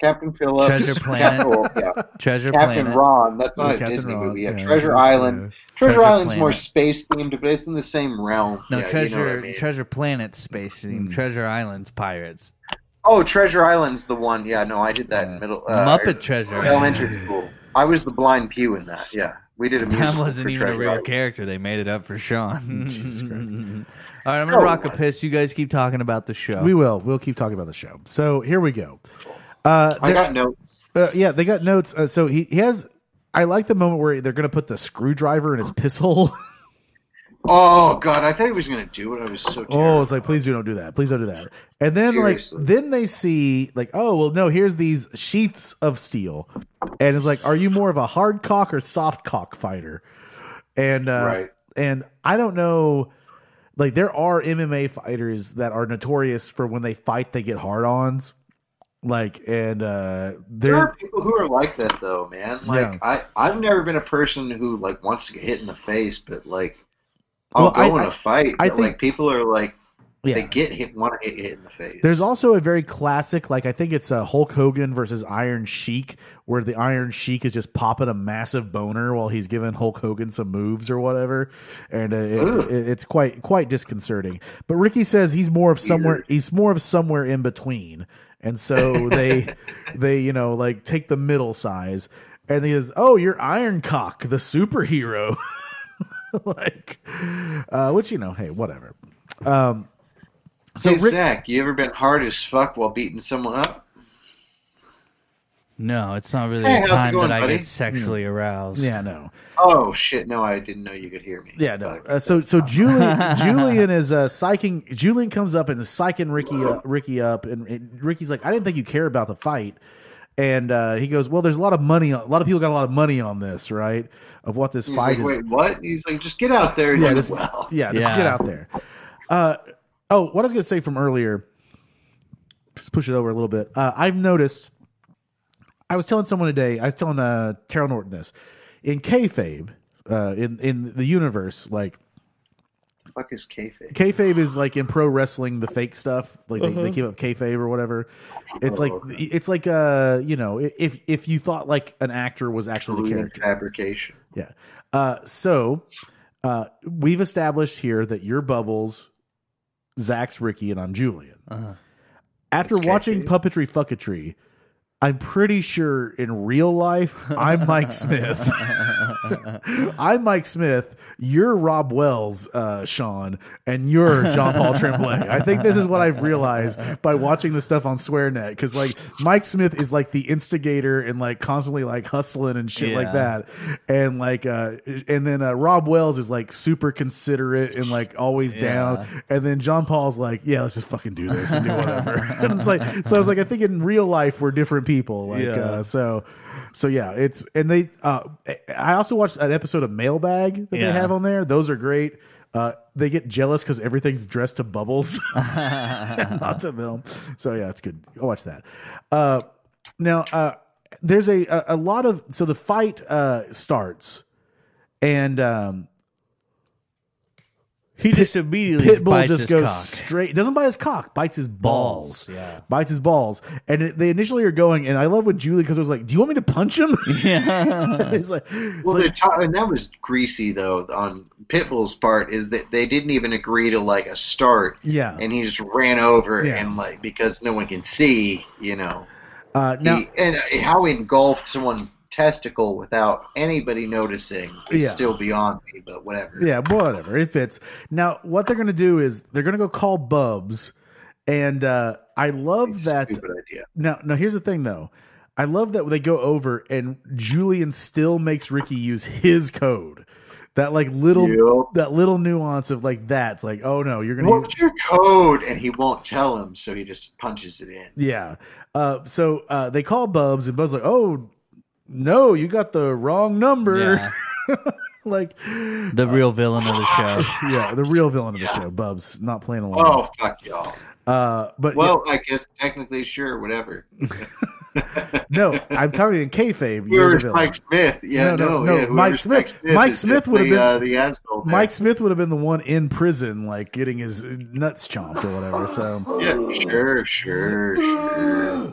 Speaker 5: captain phillips
Speaker 3: Treasure Planet.
Speaker 5: Captain- well, yeah,
Speaker 3: Treasure
Speaker 5: captain
Speaker 3: Planet.
Speaker 5: ron that's not
Speaker 2: Yeah,
Speaker 5: a
Speaker 2: Captain
Speaker 5: disney
Speaker 2: Ron,
Speaker 5: movie yeah,
Speaker 2: yeah.
Speaker 5: treasure
Speaker 2: Yeah.
Speaker 5: island treasure,
Speaker 3: Treasure
Speaker 5: island's more
Speaker 3: Planet.
Speaker 5: space themed but it's in the same realm
Speaker 3: No,
Speaker 5: Yeah, you know what
Speaker 3: Treasure
Speaker 5: I mean.
Speaker 3: Treasure Planet space team. Treasure Island's pirates.
Speaker 5: oh treasure island's the one yeah no i did that in middle uh,
Speaker 3: Muppet Treasure.
Speaker 5: elementary school i was the blind pew in that yeah we did a
Speaker 3: That
Speaker 5: musical
Speaker 3: wasn't
Speaker 5: for
Speaker 3: even a
Speaker 5: Treasure
Speaker 3: real
Speaker 5: Island.
Speaker 3: character. They made it up for Sean.
Speaker 2: Jesus Christ.
Speaker 3: All right, I'm gonna
Speaker 5: No,
Speaker 3: rock a
Speaker 5: it
Speaker 3: piss. You guys keep talking about the show.
Speaker 2: We will. We'll keep talking about the show. So here we go. Uh,
Speaker 5: i got notes
Speaker 2: Uh, yeah, they got notes. Uh, so he, he has. I like the moment where they're going to put the screwdriver in his piss hole.
Speaker 5: Oh god, I thought he was gonna do it. I was so
Speaker 2: oh,
Speaker 5: terrified.
Speaker 2: it's like please do don't do that. Please don't do that. And then
Speaker 5: Seriously.
Speaker 2: like then they see like oh well no here's these sheaths of steel, and it's like are you more of a hard cock or soft cock fighter? And uh,
Speaker 5: Right.
Speaker 2: and I don't know. Like there are MMA fighters that are notorious for when they fight they get hard ons, like and uh,
Speaker 5: there
Speaker 2: they're
Speaker 5: are people who are like that though, man. Like
Speaker 2: Yeah.
Speaker 5: I, I've never been a person who like wants to get hit in the face, but like I'll
Speaker 2: Well, I-
Speaker 5: go in a fight.
Speaker 2: I
Speaker 5: but,
Speaker 2: think-
Speaker 5: like people are like
Speaker 2: yeah.
Speaker 5: they get hit, want to get hit in the face.
Speaker 2: There's also a very classic, like I think it's a Hulk Hogan versus Iron Sheik, where the Iron Sheik is just popping a massive boner while he's giving Hulk Hogan some moves or whatever, and uh, it, it- it's quite quite disconcerting. But Ricky says he's more of somewhere he's more of somewhere in between, and so they they you know like take the middle size, and he goes, "Oh, you're Iron Cock, the superhero." like, uh, which you know, hey, whatever. Um, so
Speaker 5: hey,
Speaker 2: Rick,
Speaker 5: Zach, you ever been hard as fuck while beating someone up?
Speaker 3: No, it's not really
Speaker 5: Hey,
Speaker 3: a
Speaker 5: how's it
Speaker 3: time
Speaker 5: going,
Speaker 3: that I
Speaker 5: buddy?
Speaker 3: get sexually aroused.
Speaker 2: yeah, no,
Speaker 5: Oh shit! No, I didn't know you could hear me.
Speaker 2: yeah, no.
Speaker 5: Fuck.
Speaker 2: Uh, so so Julian Julian is uh, psyching. Julian comes up and is psyching Ricky uh, Ricky up, and, and Ricky's like, I didn't think you care about the fight. And uh, he goes, well, there's a lot of money. A lot of people got a lot of money on this, right? Of what this
Speaker 5: He's
Speaker 2: fight
Speaker 5: like,
Speaker 2: is.
Speaker 5: wait, what? He's like, just get out there and
Speaker 2: yeah,
Speaker 5: do
Speaker 2: just,
Speaker 5: it well.
Speaker 2: yeah, just
Speaker 3: Yeah.
Speaker 2: get out there. Uh, oh, what I was going to say from earlier, just push it over a little bit. Uh, I've noticed, I was telling someone today, I was telling uh, Terrell Norton this, in kayfabe, uh, in, in the universe, like,
Speaker 5: Fuck is kayfabe?
Speaker 2: kayfabe is like in pro wrestling the fake stuff like they,
Speaker 5: Mm-hmm.
Speaker 2: they keep up kayfabe or whatever it's like
Speaker 5: Oh,
Speaker 2: it's like uh you know if if you thought like an actor was actually the character
Speaker 5: Fabrication.
Speaker 2: yeah. Uh, so uh, we've established here that you're Bubbles, Zach's Ricky, and I'm Julian. After
Speaker 5: Uh-huh. That's
Speaker 2: watching
Speaker 5: catchy.
Speaker 2: Puppetry Fucketry, I'm pretty sure in real life I'm Mike Smith. I'm Mike Smith. You're Rob Wells, uh, Sean, and you're John Paul Tremblay. I think this is what I've realized by watching this stuff on SwearNet because like Mike Smith is like the instigator and like constantly like hustling and shit like
Speaker 3: Yeah.
Speaker 2: that that. and like uh and then uh, rob wells is like super considerate and like always down and then john paul's like yeah let's just fucking do this and do whatever and it's like so i was like i think in real life we're different people like
Speaker 3: Yeah.
Speaker 2: uh, so so yeah it's and they uh i also watched an episode of mailbag that they
Speaker 3: Yeah.
Speaker 2: have on there those are great uh, they get jealous because everything's dressed to bubbles lots of them. So yeah, it's good. I'll watch that. Uh, now uh, there's a, a a lot of so the fight uh, starts, and um,
Speaker 3: He just immediately
Speaker 2: Pitbull
Speaker 3: bites
Speaker 2: just
Speaker 3: his
Speaker 2: goes
Speaker 3: cock.
Speaker 2: straight. Doesn't bite his cock, bites his balls.
Speaker 3: Balls, yeah.
Speaker 2: bites his balls. And it, they initially are going, and I love with Julie because I was like, "Do you want me to punch him?" Yeah. it's like, it's
Speaker 5: Well,
Speaker 2: like-
Speaker 5: they're ta- and that was greasy though on Pitbull's part is that they didn't even agree to like a start.
Speaker 2: Yeah.
Speaker 5: and he just ran over
Speaker 2: Yeah.
Speaker 5: and like because no one can see, you know.
Speaker 2: uh, now
Speaker 5: he, and uh, how engulfed someone's testicle without anybody noticing is
Speaker 2: Yeah.
Speaker 5: still beyond me. But whatever.
Speaker 2: Yeah, whatever. It fits. Now, what they're going to do is they're going to go call Bubs. And uh, I love that.
Speaker 5: Stupid idea.
Speaker 2: Now, now here's the thing, though. I love that they go over and Julian still makes Ricky use his code. That like little
Speaker 5: Yep.
Speaker 2: that little nuance of like that's like oh no you're gonna use-
Speaker 5: What's your code? And he won't tell him, so he just punches it in.
Speaker 2: yeah. Uh, so uh, they call Bubs and Bubs like oh no you got the wrong number
Speaker 3: Yeah,
Speaker 2: like
Speaker 3: the real villain of the show.
Speaker 2: yeah the real villain of the show Bubs not playing along
Speaker 5: Oh fuck y'all!
Speaker 2: uh, but
Speaker 5: Well, I guess technically, sure, whatever.
Speaker 2: No, I'm talking in kayfabe. You're the
Speaker 5: Where's
Speaker 2: villain.
Speaker 5: Mike Smith?
Speaker 2: No,
Speaker 5: Yeah, no,
Speaker 2: no, no,
Speaker 5: yeah,
Speaker 2: Mike
Speaker 5: whoever's
Speaker 2: Smith- Mike
Speaker 5: is
Speaker 2: Smith would've
Speaker 5: definitely,
Speaker 2: been-
Speaker 5: uh, the asshole. there.
Speaker 2: Mike Smith would have been the one in prison, like getting his nuts chomped or whatever. So,
Speaker 5: Yeah, sure, sure, sure.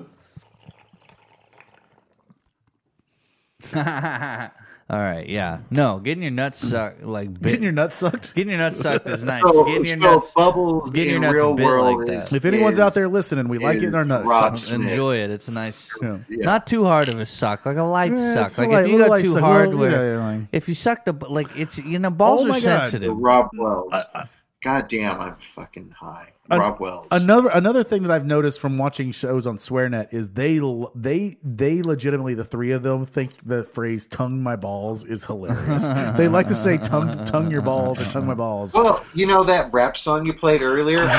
Speaker 3: All right, yeah. No, getting your nuts sucked like bit,
Speaker 2: getting your nuts sucked.
Speaker 3: getting your nuts sucked is nice.
Speaker 5: So,
Speaker 3: getting
Speaker 5: so
Speaker 3: your nuts,
Speaker 5: bubbles
Speaker 3: getting your
Speaker 5: in
Speaker 3: nuts
Speaker 5: real
Speaker 3: bit
Speaker 5: world
Speaker 3: like that.
Speaker 5: is-
Speaker 2: If anyone's
Speaker 5: is-
Speaker 2: out there listening, we like
Speaker 5: is
Speaker 2: getting our nuts
Speaker 5: rotten.
Speaker 2: sucked.
Speaker 3: enjoy it. It's a nice,
Speaker 2: Yeah.
Speaker 5: Yeah.
Speaker 3: not too hard of a suck, like a light
Speaker 2: Yeah,
Speaker 3: suck.
Speaker 2: it's
Speaker 3: Like
Speaker 2: a light-
Speaker 3: if you
Speaker 2: little
Speaker 3: go
Speaker 2: light
Speaker 3: too
Speaker 2: suck,
Speaker 3: hard,
Speaker 2: little-
Speaker 3: where
Speaker 2: yeah, yeah, like-
Speaker 3: if you suck the like it's you know balls
Speaker 2: Oh
Speaker 3: are
Speaker 2: my God.
Speaker 3: sensitive.
Speaker 5: Rob Wells.
Speaker 2: Uh,
Speaker 5: God damn, I'm fucking high. Rob Wells.
Speaker 2: Another another thing that I've noticed from watching shows on SwearNet is they l- they they legitimately the three of them think the phrase "tongue my balls" is hilarious. they like to say "tongue tongue your balls" or "tongue my balls."
Speaker 5: well, you know that rap song you played earlier?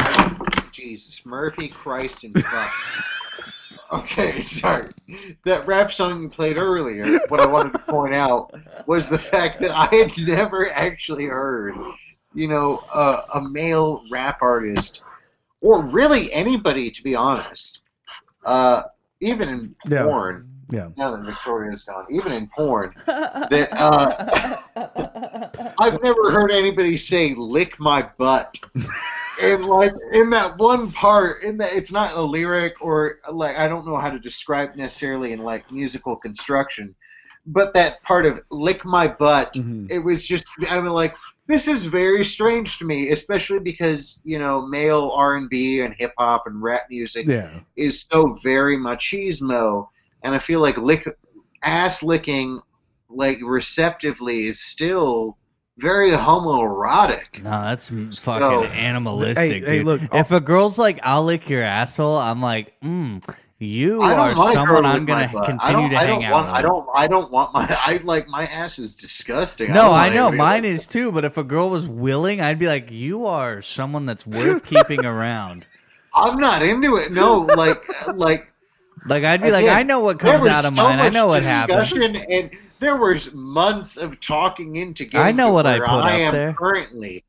Speaker 5: Jesus, Murphy, Christ, and fuck. okay, sorry. That rap song you played earlier, what I wanted to point out was the fact that I had never actually heard, you know, uh, a male rap artist, or really anybody, to be honest, uh, even in
Speaker 2: Yeah.
Speaker 5: porn.
Speaker 2: Yeah.
Speaker 5: now that Victoria's gone, even in porn, that uh, I've never heard anybody say "lick my butt." And like in that one part, in that it's not a lyric or like I don't know how to describe necessarily in like musical construction, but that part of "lick my butt,"
Speaker 3: Mm-hmm.
Speaker 5: it was just I'm like. This is very strange to me, especially because you know male R and B and hip hop and rap music
Speaker 2: Yeah.
Speaker 5: is so very machismo, and I feel like lick ass licking like receptively is still very homoerotic.
Speaker 3: No, that's m- fucking animalistic,
Speaker 4: Hey,
Speaker 3: dude.
Speaker 4: hey, look,
Speaker 3: if a girl's like, "I'll lick your asshole," I'm like, mm, "You
Speaker 5: I
Speaker 3: are
Speaker 5: don't like
Speaker 3: someone
Speaker 5: her with
Speaker 3: I'm gonna
Speaker 5: my butt. I
Speaker 3: continue
Speaker 5: don't,
Speaker 3: to
Speaker 5: I
Speaker 3: hang
Speaker 5: don't
Speaker 3: out
Speaker 5: want,
Speaker 3: with."
Speaker 5: I don't. I don't want my. I like my ass is disgusting.
Speaker 3: no,
Speaker 5: don't
Speaker 3: I
Speaker 5: want
Speaker 3: know
Speaker 5: anybody
Speaker 3: mine
Speaker 5: to-
Speaker 3: is too. But if a girl was willing, I'd be like, "You are someone that's worth keeping around."
Speaker 5: I'm not into it. No, like like
Speaker 3: Like I'd be like,
Speaker 5: Again,
Speaker 3: "I know what
Speaker 5: there
Speaker 3: comes
Speaker 5: was
Speaker 3: out of
Speaker 5: so
Speaker 3: mine. I
Speaker 5: much
Speaker 3: know what happens."
Speaker 5: discussion And there was months of talking into getting.
Speaker 3: I know
Speaker 5: to
Speaker 3: what I
Speaker 5: where
Speaker 3: put
Speaker 5: I
Speaker 3: up
Speaker 5: am
Speaker 3: there.
Speaker 5: currently.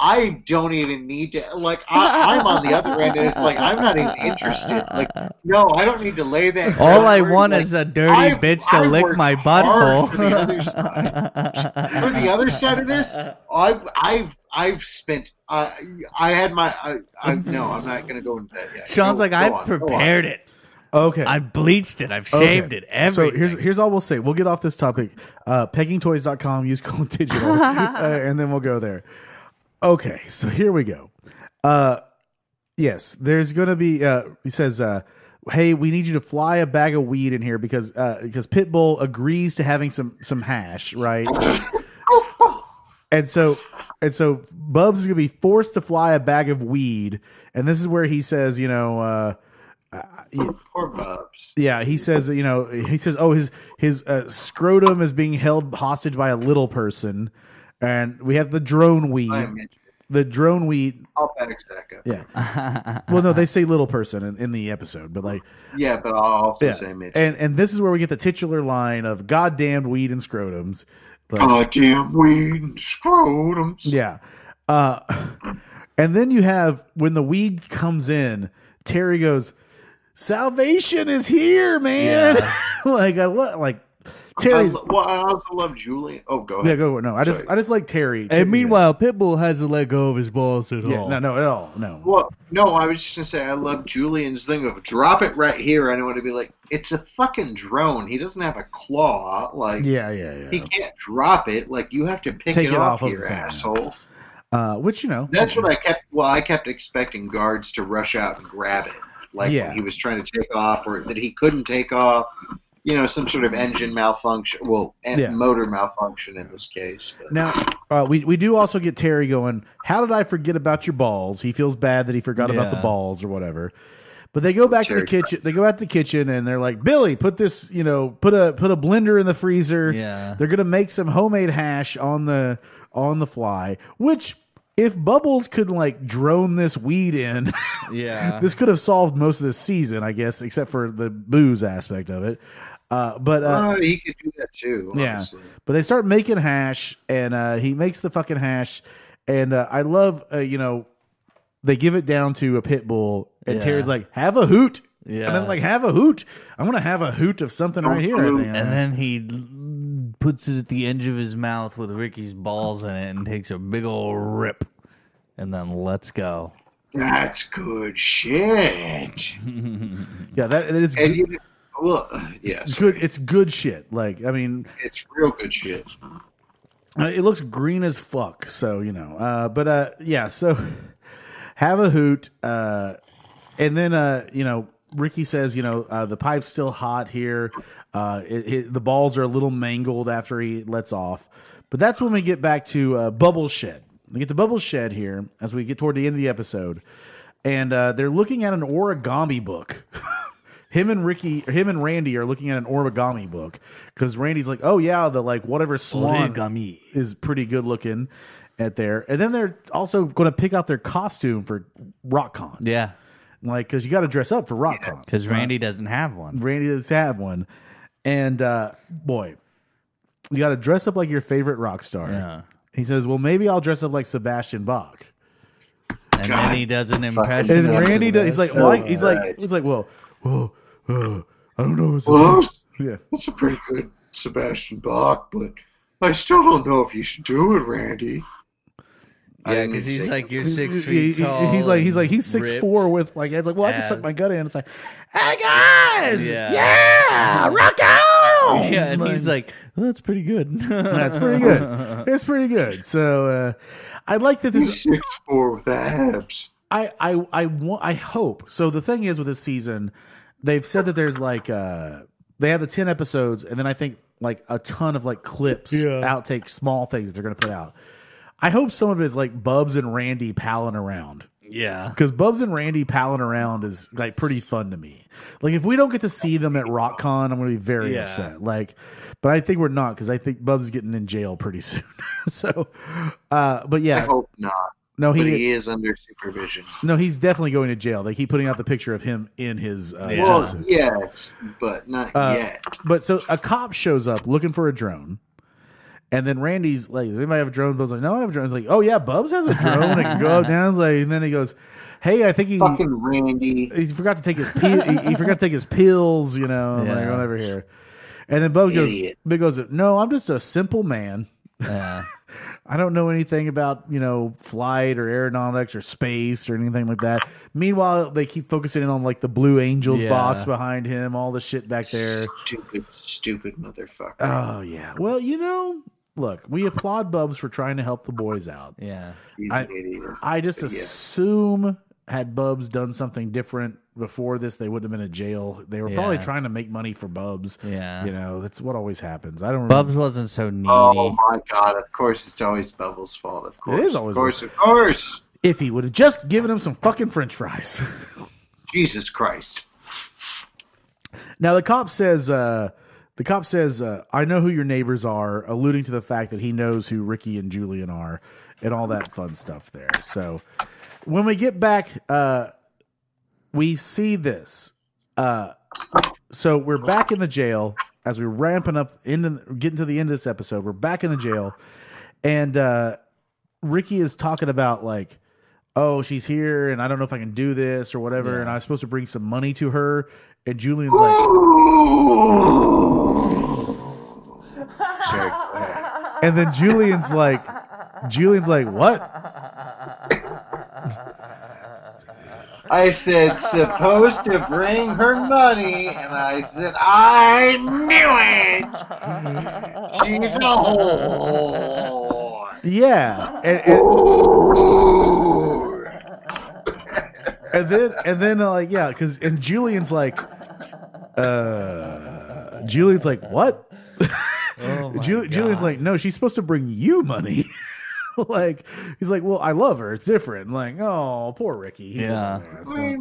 Speaker 5: I don't even need to like. I, I'm on the other end, and it's like I'm not even interested. Like, no, I don't need to lay that.
Speaker 3: All I
Speaker 5: groundwork.
Speaker 3: want
Speaker 5: Like,
Speaker 3: is a dirty
Speaker 5: I-
Speaker 3: bitch to
Speaker 5: I
Speaker 3: lick
Speaker 5: worked
Speaker 3: my
Speaker 5: hard
Speaker 3: butthole.
Speaker 5: for the other side. for the other side of this, I've I've I've spent. Uh, I had my. I, I no, I'm not going to go into that yet.
Speaker 3: Sean's
Speaker 5: Go-
Speaker 3: like,
Speaker 5: go
Speaker 3: "I've
Speaker 5: on, go on."
Speaker 3: prepared it.
Speaker 2: Okay.
Speaker 3: I've bleached it. I've
Speaker 2: Okay.
Speaker 3: shaved it. Everything."
Speaker 2: So here's here's all we'll say. We'll get off this topic. Uh, peggingtoys.com, use code digital, uh, and then we'll go there. Okay, so here we go. Uh, yes, there's gonna be. Uh, he says, uh, "Hey, we need you to fly a bag of weed in here because uh, because Pitbull agrees to having some some hash, right?" and so and so Bubs is gonna be forced to fly a bag of weed, and this is where he says, you know. Uh,
Speaker 5: Poor Bubs.
Speaker 2: yeah, he says, you know, he says, oh, his his uh, scrotum is being held hostage by a little person, and we have the drone
Speaker 5: I
Speaker 2: weed.
Speaker 5: am interested.
Speaker 2: The drone weed.
Speaker 5: I'll back stack up.
Speaker 2: Yeah. well, no, they say little person in, in the episode, but like,
Speaker 5: Yeah, but I'll also
Speaker 2: yeah.
Speaker 5: say Mitch.
Speaker 2: and and this is where we get the titular line of "goddamned weed and scrotums." Like,
Speaker 5: Goddamn weed and scrotums.
Speaker 2: Yeah. Uh, and then you have when the weed comes in, Terry goes, "Salvation is here, man!" like I lo- like
Speaker 5: I,
Speaker 2: Terry's.
Speaker 5: lo- well, I also love Julie. Oh, go
Speaker 2: Yeah,
Speaker 5: ahead.
Speaker 2: go. No, I just
Speaker 5: Sorry.
Speaker 2: I just like Terry. Terry's
Speaker 3: And meanwhile, Pitbull hasn't let go of his balls at
Speaker 2: good. yeah,
Speaker 3: all.
Speaker 2: no, no, at all, no.
Speaker 5: Well, no, I was just gonna say I love Julian's thing of drop it right here, and I want to be like, it's a fucking drone. He doesn't have a claw. Like,
Speaker 2: Yeah, yeah,
Speaker 5: he
Speaker 2: yeah.
Speaker 5: can't drop it. Like, you have to pick
Speaker 2: Take
Speaker 5: it,
Speaker 2: it
Speaker 5: off,
Speaker 2: off of
Speaker 5: here,
Speaker 2: the thing.
Speaker 5: asshole.
Speaker 2: Uh, which you know,
Speaker 5: That's what I kept. Well, I kept expecting guards to rush out and grab it, like
Speaker 2: Yeah.
Speaker 5: when he was trying to take off, or that he couldn't take off. You know, some sort of engine malfunction. Well, and
Speaker 2: Yeah.
Speaker 5: motor malfunction in this case. But.
Speaker 2: Now uh, we we do also get Terry going. How did I forget about your balls? He feels bad that he forgot about the
Speaker 3: Yeah.
Speaker 2: balls or whatever. But they go back to the
Speaker 5: Terry-
Speaker 2: kitchen. They go out to the kitchen and they're like, Billy, put this, you know, put a put a blender in the freezer.
Speaker 3: Yeah.
Speaker 2: they're gonna make some homemade hash on the on the fly. Which, if Bubbles could like drone this weed in,
Speaker 3: Yeah.
Speaker 2: this could have solved most of this season, I guess, except for the booze aspect of it. Uh, but uh,
Speaker 5: oh, he could do that too. Oh, Honestly.
Speaker 2: yeah, but they start making hash, and uh, he makes the fucking hash, and uh, I love uh, you know they give it down to a pit bull, and
Speaker 3: Yeah.
Speaker 2: Terry's like, "Have a hoot,"
Speaker 3: Yeah.
Speaker 2: and it's like, "Have a hoot." I'm gonna have a hoot of something right here. I think.
Speaker 3: and then he l- puts it at the edge of his mouth with Ricky's balls in it and takes a big ol' rip. And then let's go.
Speaker 5: That's good shit.
Speaker 2: yeah, that it is
Speaker 5: And
Speaker 2: good,
Speaker 5: you, well, yes,
Speaker 2: good. It's good shit. Like I mean,
Speaker 5: it's real good shit.
Speaker 2: Uh, it looks green as fuck, so you know. Uh, but uh, yeah, so have a hoot, uh, and then uh, you know, Ricky says, you know, uh, the pipe's still hot here. Uh, it, it, the balls are a little mangled after he lets off, but that's when we get back to uh, Bubble Shed. We get to Bubble Shed here as we get toward the end of the episode, and uh, they're looking at an origami book. him and Ricky, him and Randy are looking at an origami book because Randy's like, "Oh yeah, the like whatever swan
Speaker 3: Origami.
Speaker 2: is pretty good looking at there. And then they're also going to pick out their costume for RockCon. Like 'cause
Speaker 3: Yeah.
Speaker 2: Like, because you got to dress up for RockCon.
Speaker 3: Because Randy doesn't have one.
Speaker 2: Randy does have one. And uh, boy, you got to dress up like your favorite rock star.
Speaker 3: Yeah.
Speaker 2: He saes, Well, maybe I'll dress up like Sebastian Bach.
Speaker 3: And
Speaker 5: God.
Speaker 3: then he does an impression.
Speaker 2: And
Speaker 3: of
Speaker 2: Randy does, he's like,
Speaker 3: Sylvester.
Speaker 2: well, he's like,
Speaker 5: right.
Speaker 2: he's like, well, whoa, uh, I don't know. What's
Speaker 5: Well, that's,
Speaker 2: yeah.
Speaker 5: that's a pretty good Sebastian Bach, but I still don't know if you should do it, Randy. I
Speaker 3: Yeah,
Speaker 5: didn't
Speaker 3: because he's
Speaker 5: say-
Speaker 3: like, you're
Speaker 2: He-
Speaker 3: six
Speaker 2: he-
Speaker 3: feet
Speaker 2: he-
Speaker 3: tall.
Speaker 2: He's like, he's like,
Speaker 3: and
Speaker 2: he's six
Speaker 3: ripped.
Speaker 2: four with like, it's like, well, I can
Speaker 3: Yeah.
Speaker 2: suck my gut in. It's like, hey guys,
Speaker 3: Yeah.
Speaker 2: yeah, rock on.
Speaker 3: Yeah, and he's like, well, that's pretty good.
Speaker 2: that's pretty good. It's pretty good. So uh, I like that
Speaker 5: He's
Speaker 2: this.
Speaker 5: six four with abs.
Speaker 2: I I I want. I hope. So the thing is with this season, they've said that there's like uh they have the ten episodes, and then I think like a ton of like clips,
Speaker 6: Yeah.
Speaker 2: outtake, small things that they're gonna put out. I hope some of it is like Bubs and Randy palling around
Speaker 3: Yeah.
Speaker 2: because Bubs and Randy palling around is like pretty fun to me. Like if we don't get to see them at RockCon, I'm gonna be very
Speaker 3: Yeah.
Speaker 2: upset. Like, but I think we're not because I think Bubs is getting in jail pretty soon. so, uh, but
Speaker 5: I
Speaker 2: yeah,
Speaker 5: hope not.
Speaker 2: no,
Speaker 5: But
Speaker 2: he
Speaker 5: he is under supervision.
Speaker 2: no, he's definitely going to jail. They keep putting out the picture of him in his uh,
Speaker 3: Yeah.
Speaker 2: jumpsuit.
Speaker 5: Well, yes, but not
Speaker 2: Uh,
Speaker 5: yet.
Speaker 2: But so a cop shows up looking for a drone. And then Randy's like, does anybody have a drone? Bub's like, no, I don't have a drone. He's like, oh yeah, Bubs has a drone. It can go up down. It's Like, and then he goes, hey, I think he
Speaker 5: Fucking Randy.
Speaker 2: he forgot to take his pi- he, he forgot to take his pills. You know, I'm like
Speaker 3: Yeah.
Speaker 2: whatever here. And then Bubs goes,
Speaker 5: Idiot.
Speaker 2: Big goes, no, I'm just a simple man.
Speaker 3: Yeah.
Speaker 2: I don't know anything about you know flight or aeronautics or space or anything like that. Meanwhile, they keep focusing in on like the Blue Angels
Speaker 3: Yeah.
Speaker 2: box behind him, all the shit back there.
Speaker 5: Stupid, stupid motherfucker.
Speaker 2: Oh yeah. Well, you know, look, we applaud Bubs for trying to help the boys out.
Speaker 3: yeah.
Speaker 5: He's
Speaker 2: I-
Speaker 5: an idiot.
Speaker 2: I just
Speaker 5: Yeah.
Speaker 2: assume had Bubs done something different before this, they wouldn't have been in jail. They were probably
Speaker 3: Yeah.
Speaker 2: trying to make money for Bubs.
Speaker 3: Yeah.
Speaker 2: You know, that's what always happens. I don't
Speaker 3: Bubs wasn't so needy.
Speaker 5: Oh my god! Of course, it's always Bubble's fault. Of course,
Speaker 2: is always
Speaker 5: of course, of course.
Speaker 2: if he would have just given him some fucking French fries.
Speaker 5: Jesus Christ!
Speaker 2: now the cop says, uh, the cop says, uh, I know who your neighbors are, alluding to the fact that he knows who Ricky and Julian are, and all that fun stuff there. So when we get back, uh, we see this. Uh, so we're back in the jail as we're ramping up into getting to the end of this episode. We're back in the jail, and uh, Ricky is talking about like, oh, she's here, and I don't know if I can do this or whatever, and I was supposed to bring some money to her, and Julian's like,
Speaker 5: "Oh!"
Speaker 2: and then Julian's like, Julian's like, what?
Speaker 5: I said supposed to bring her money, and I said I knew it. She's a whore.
Speaker 2: Yeah, and, and- and then and then uh, like yeah because and julian's like uh julian's like what
Speaker 3: Oh my
Speaker 2: Ju- julian's
Speaker 3: God.
Speaker 2: like no she's supposed to bring you money like he's like well i love her it's different like oh poor ricky He's
Speaker 3: Yeah.
Speaker 2: like, "That's not-"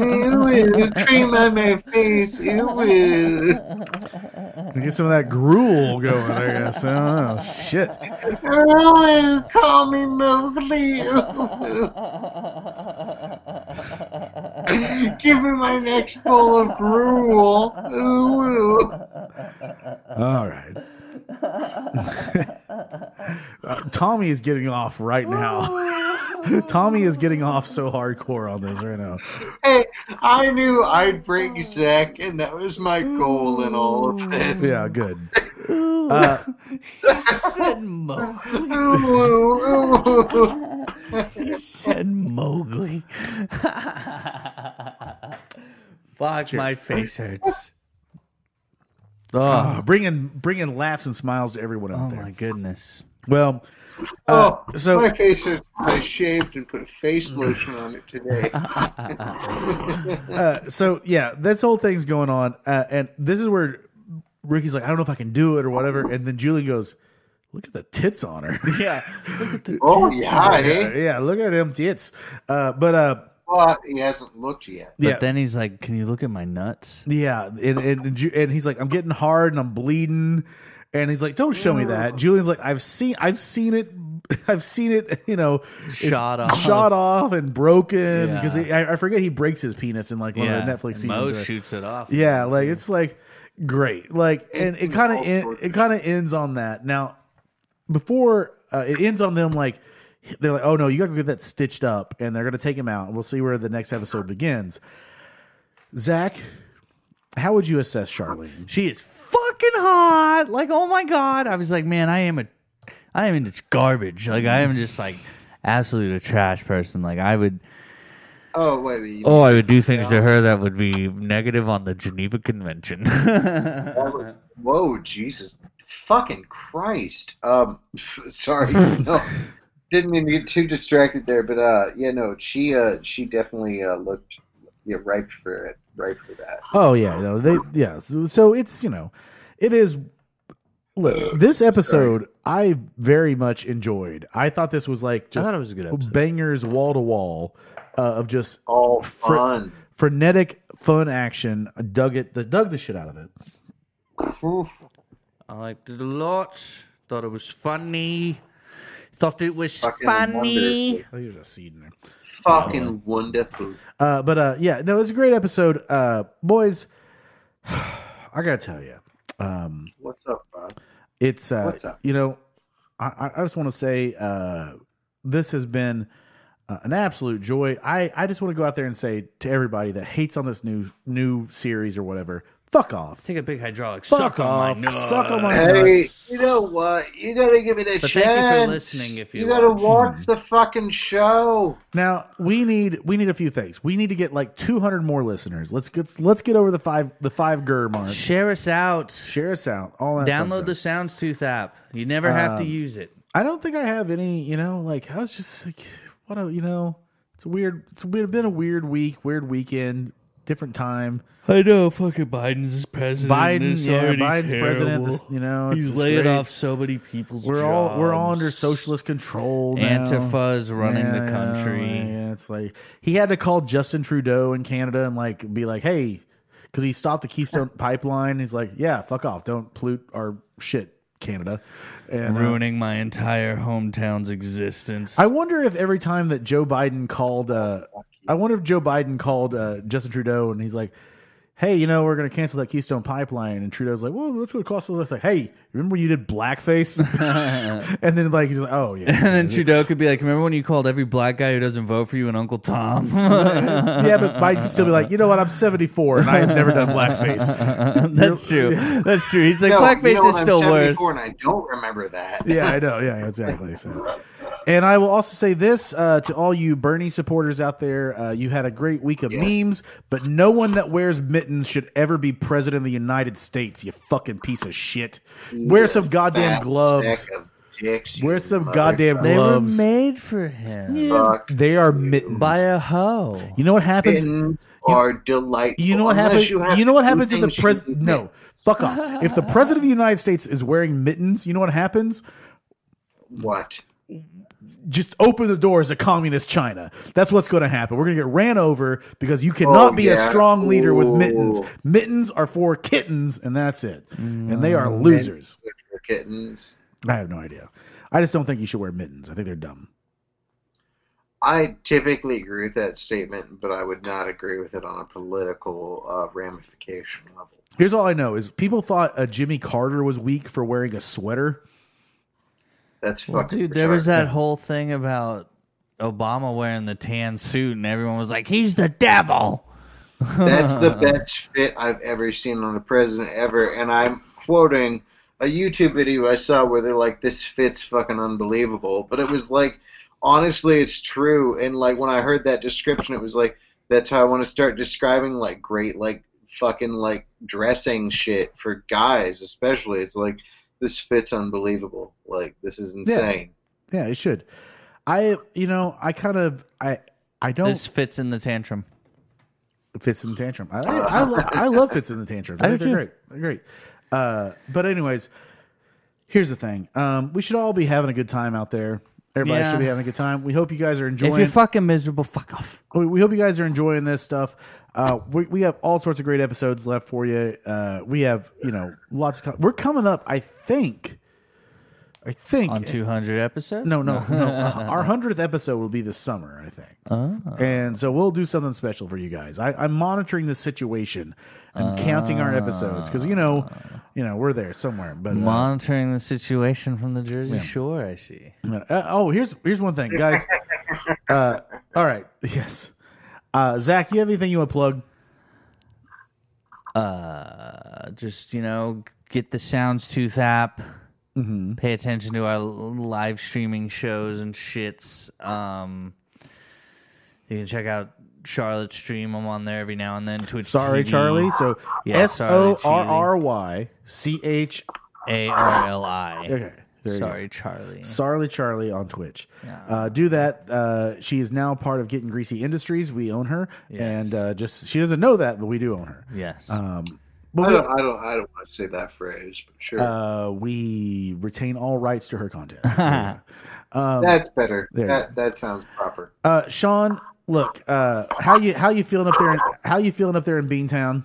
Speaker 5: Cream on my face. Ew.
Speaker 2: get some of that gruel going i guess oh shit
Speaker 5: Oh, call me Mowgli. Give me my next bowl of gruel. Ooh.
Speaker 2: all right Uh, tommy is getting off right now tommy is getting off so hardcore on this right now
Speaker 5: Hey, I knew I'd bring Zach, and that was my goal in all of this.
Speaker 2: yeah good
Speaker 3: said Mowgli.
Speaker 5: Ooh, ooh.
Speaker 3: He said Mowgli. Fuck, my face hurts.
Speaker 2: Uh, bringing bringing laughs and smiles to everyone out
Speaker 3: Oh
Speaker 2: there.
Speaker 3: my goodness.
Speaker 2: Well,
Speaker 5: Oh,
Speaker 2: so-
Speaker 5: my face hurts. I shaved and put face lotion on it today.
Speaker 2: uh, so yeah, this whole thing's going on, uh, and this is where Ricky's like, I don't know if I can do it or whatever, and then Julie goes, Look at the tits on her.
Speaker 3: Yeah.
Speaker 5: oh yeah, eh?
Speaker 2: yeah, look at them tits. Uh, but uh,
Speaker 5: Well, he hasn't looked yet.
Speaker 3: But
Speaker 2: yeah,
Speaker 3: then he's like, "Can you look at my nuts?"
Speaker 2: yeah, and, and Ju- and he's like, I'm getting hard and I'm bleeding. And he's like, "Don't show me that." Julian's like, "I've seen, I've seen it, I've seen it. You know, it's
Speaker 3: Shot off.
Speaker 2: shot off, and broken.
Speaker 3: Yeah.
Speaker 2: Because I, I forget he breaks his penis in like one of the Netflix
Speaker 3: and Mo
Speaker 2: seasons. or-
Speaker 3: shoots it off.
Speaker 2: Yeah, like it's like great. Like and it kind of
Speaker 5: all
Speaker 2: en-
Speaker 5: sorts
Speaker 2: it kind of ends on that. Now before uh, it ends on them like they're like, "Oh no, you got to get that stitched up." And they're going to take him out. We'll see where the next episode begins. Zach, how would you assess Charlene?
Speaker 3: She is fucking hot. Like, oh my god. I was like, man, I am a, I am into garbage. Like, I am just like, absolute a trash person. Like, I would,
Speaker 5: Oh wait, you
Speaker 3: oh, I would do things to her that would be negative on the Geneva Convention.
Speaker 5: Whoa, Jesus, fucking Christ. Um, sorry, no, didn't mean to get too distracted there, but uh, yeah, no, she uh, she definitely uh looked yeah, ripe for it, ripe for that.
Speaker 2: Oh yeah, you know they yeah. So, so it's you know, it is. Look, this episode I very much enjoyed. I thought this was like
Speaker 3: I
Speaker 2: just
Speaker 3: thought it was a good episode. Oh,
Speaker 2: bangers wall to wall uh, of just
Speaker 5: All
Speaker 2: Fr-
Speaker 5: fun.
Speaker 2: frenetic fun action. I dug it, the dug the shit out of it.
Speaker 3: I liked it a lot. Thought it was funny. Thought it was
Speaker 5: Fucking
Speaker 3: funny.
Speaker 5: wonderful.
Speaker 2: I think there's a seed in there.
Speaker 3: Oh.
Speaker 5: Fucking wonderful.
Speaker 2: Uh, but uh, yeah, no, it's a great episode, uh, boys. I gotta tell you,
Speaker 5: What's up, Bob?
Speaker 2: it's uh,
Speaker 5: What's up?
Speaker 2: you know, I, I- I just want to say uh, this has been uh, an absolute joy. I, I just want to go out there and say to everybody that hates on this new new series or whatever, fuck off,
Speaker 3: Take a big hydraulic.
Speaker 2: fuck
Speaker 3: suck
Speaker 2: off,
Speaker 3: on my nuts.
Speaker 2: suck on my
Speaker 5: Hey,
Speaker 2: nuts.
Speaker 5: you know what? You gotta give it a
Speaker 3: But
Speaker 5: chance.
Speaker 3: thank you for listening if you
Speaker 5: gotta
Speaker 3: watch.
Speaker 5: watch the fucking show.
Speaker 2: Now we need we need a few things. We need to get like 200 more listeners. Let's get let's get over the five the five ger mark.
Speaker 3: Share us out.
Speaker 2: Share us out. All that. fun
Speaker 3: Download
Speaker 2: stuff.
Speaker 3: the Soundstooth app. You never have to use it.
Speaker 2: I don't think I have any. You know, like I was just like, what a you know, it's a weird. It's weird, been a weird week, weird weekend, different time.
Speaker 3: I know. Fucking Biden's is president.
Speaker 2: Biden, yeah, Biden's president. This, you know, it's,
Speaker 3: He's
Speaker 2: it's
Speaker 3: laying
Speaker 2: great.
Speaker 3: off so many people's
Speaker 2: We're all we're all under
Speaker 3: jobs.
Speaker 2: socialist control. Now.
Speaker 3: Antifa's running
Speaker 2: Yeah, yeah,
Speaker 3: the country.
Speaker 2: Yeah, it's like he had to call Justin Trudeau in Canada and like be like, hey, because he stopped the Keystone pipeline. He's like, yeah, fuck off, don't pollute our shit, Canada, and uh,
Speaker 3: Ruining my entire hometown's existence.
Speaker 2: I wonder if every time that Joe Biden called, uh, I wonder if Joe Biden called uh, Justin Trudeau and he's like, "Hey, you know, we're going to cancel that Keystone Pipeline," and Trudeau's like, "Well, that's going to cost us." It's like, "Hey, remember when you did blackface?" and then like he's like, "Oh yeah,
Speaker 3: and then Trudeau could be like, "Remember when you called every black guy who doesn't vote for you an Uncle Tom?"
Speaker 2: yeah," but Biden could still be like, "You know what? I'm 74 and I have never done blackface."
Speaker 3: Uh, That's true. That's true. He's like,
Speaker 5: No,
Speaker 3: blackface
Speaker 5: you know,
Speaker 3: is
Speaker 5: I'm
Speaker 3: still
Speaker 5: 74
Speaker 3: worse.
Speaker 5: And I don't remember that.
Speaker 2: yeah, I know. Yeah, exactly. So. And I will also say this uh, to all you Bernie supporters out there: uh, you had a great week of
Speaker 5: Yes.
Speaker 2: memes, but no one that wears mittens should ever be president of the United States. You fucking piece of shit! Wear some goddamn
Speaker 5: Fat
Speaker 2: gloves.
Speaker 5: sack of dicks, you
Speaker 2: Wear some goddamn
Speaker 3: They were
Speaker 2: gloves.
Speaker 3: made for him
Speaker 5: motherfucker.
Speaker 2: They are mittens.
Speaker 3: by a hoe.
Speaker 2: you know what happens?
Speaker 5: Mittens are delightful.
Speaker 2: You know what
Speaker 5: unless
Speaker 2: happens?
Speaker 5: You,
Speaker 2: You,
Speaker 5: have
Speaker 2: know what
Speaker 5: two
Speaker 2: happens if the
Speaker 5: things you
Speaker 2: president?
Speaker 5: need.
Speaker 2: No, fuck off. If the president of the United States is wearing mittens, you know what happens?
Speaker 5: What?
Speaker 2: just open the doors to communist China. That's what's going to happen. We're going to get ran over because you cannot
Speaker 5: Oh,
Speaker 2: be a
Speaker 5: yeah.
Speaker 2: strong leader with mittens.
Speaker 5: Ooh.
Speaker 2: Mittens are for kittens, and that's it. And they
Speaker 5: Mm.
Speaker 2: are losers.
Speaker 5: Kittens.
Speaker 2: I have no idea. I just don't think you should wear mittens. I think they're dumb.
Speaker 5: I typically agree with that statement, but I would not agree with it on a political uh, ramification level.
Speaker 2: Here's all I know is people thought uh, Jimmy Carter was weak for wearing a sweater.
Speaker 5: That's fucking.
Speaker 3: Dude, there was
Speaker 5: retarded.
Speaker 3: that whole thing about Obama wearing the tan suit, and everyone was like, "He's the devil."
Speaker 5: That's the best fit I've ever seen on a president ever, and I'm quoting a YouTube video I saw where they're like, "This fit's fucking unbelievable," but it was like, honestly, it's true. And like when I heard that description, it was like, that's how I want to start describing like great like fucking like dressing shit for guys, especially. It's like this fit's unbelievable. Like this is insane.
Speaker 2: Yeah, it should. I, you know, I kind of, I, I don't
Speaker 3: This fits in the tantrum.
Speaker 2: Fits in the tantrum. I, I, I, lo- I love Fits in the tantrum. I
Speaker 3: Uh. do
Speaker 2: think they're
Speaker 3: too.
Speaker 2: great. They're great. Uh, but anyways, here's the thing. Um, we should all be having a good time out there. Everybody
Speaker 3: Yeah.
Speaker 2: should be having a good time. We hope you guys are
Speaker 3: If
Speaker 2: enjoying.
Speaker 3: you're fucking miserable, fuck off.
Speaker 2: we we hope you guys are enjoying this stuff. Uh, we, we have all sorts of great episodes left for you. Uh, we have you know lots of. co- we're coming up. I think. I think
Speaker 3: On 200 episodes.
Speaker 2: no, no, no. Our hundredth episode will be this summer, I think,
Speaker 3: Ah.
Speaker 2: and so we'll do something special for you guys. I, I'm monitoring the situation and counting our episodes because you know, you know, we're there somewhere. But uh,
Speaker 3: Monitoring the situation from the Jersey Shore, I see.
Speaker 2: uh, oh, here's here's one thing, guys. uh, all right, yes, uh, Zach, you have anything you want to plug?
Speaker 3: Uh, just you know, get the Soundstooth app.
Speaker 2: Mm-hmm.
Speaker 3: Pay attention to our l- live streaming shows and shits. Um, you can check out Charlotte's stream. I'm on there every now and then. Twitch.
Speaker 2: Sorry,
Speaker 3: TV,
Speaker 2: Charlie. So
Speaker 3: Yeah,
Speaker 2: S
Speaker 3: sorry,
Speaker 2: O
Speaker 3: Charlie.
Speaker 2: R R Y C H.
Speaker 3: A R L I.
Speaker 2: Okay, There you go.
Speaker 3: Sorry, Charlie.
Speaker 2: Sarly Charlie on Twitch. Uh, do that. Uh, she is now part of Getting Greasy Industries. We own her, and uh, just she doesn't know that, but we do own her.
Speaker 3: yes.
Speaker 2: Um,
Speaker 5: I
Speaker 2: but
Speaker 5: don't, I don't, I don't want to say that phrase, but sure,
Speaker 2: we, uh, we retain all rights to her content. There you go. um,
Speaker 5: that's better.
Speaker 2: there you
Speaker 5: That that sounds proper.
Speaker 2: uh, Sean, look, uh, how you how you feeling up there? In, how you feeling up there in Beantown?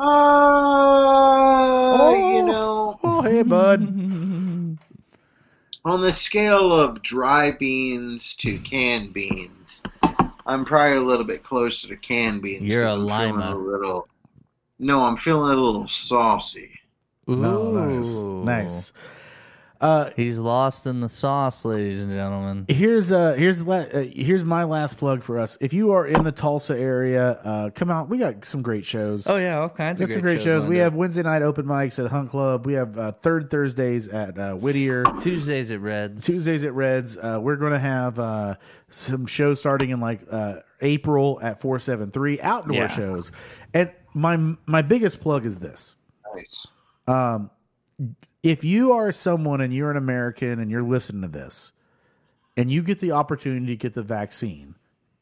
Speaker 5: Uh, you know,
Speaker 2: Oh, hey, bud.
Speaker 5: on the scale of dry beans to canned beans, I'm probably a little bit closer to canned beans.
Speaker 3: You're
Speaker 5: 'cause
Speaker 3: a
Speaker 5: I'm feeling
Speaker 3: lima.
Speaker 5: A little, no, I'm feeling a little saucy.
Speaker 2: No, nice,
Speaker 3: Ooh.
Speaker 2: nice. Uh,
Speaker 3: He's lost in the sauce, ladies and gentlemen.
Speaker 2: here's uh here's la- uh, here's my last plug for us. If you are in the Tulsa area, uh, come out. We got some great shows.
Speaker 3: Oh yeah, all kinds
Speaker 2: We
Speaker 3: of
Speaker 2: got some great shows. We have Wednesday night open mics at Hunt Club. We have uh, third Thursdays at uh, Whittier.
Speaker 3: Tuesdays at Reds.
Speaker 2: Tuesdays at Reds. Uh, we're going to have uh, some shows starting in like uh, April at four seven three outdoor
Speaker 3: Yeah.
Speaker 2: shows. And my my biggest plug is this:
Speaker 5: Nice.
Speaker 2: if you are someone and you're an American and you're listening to this, and you get the opportunity to get the vaccine,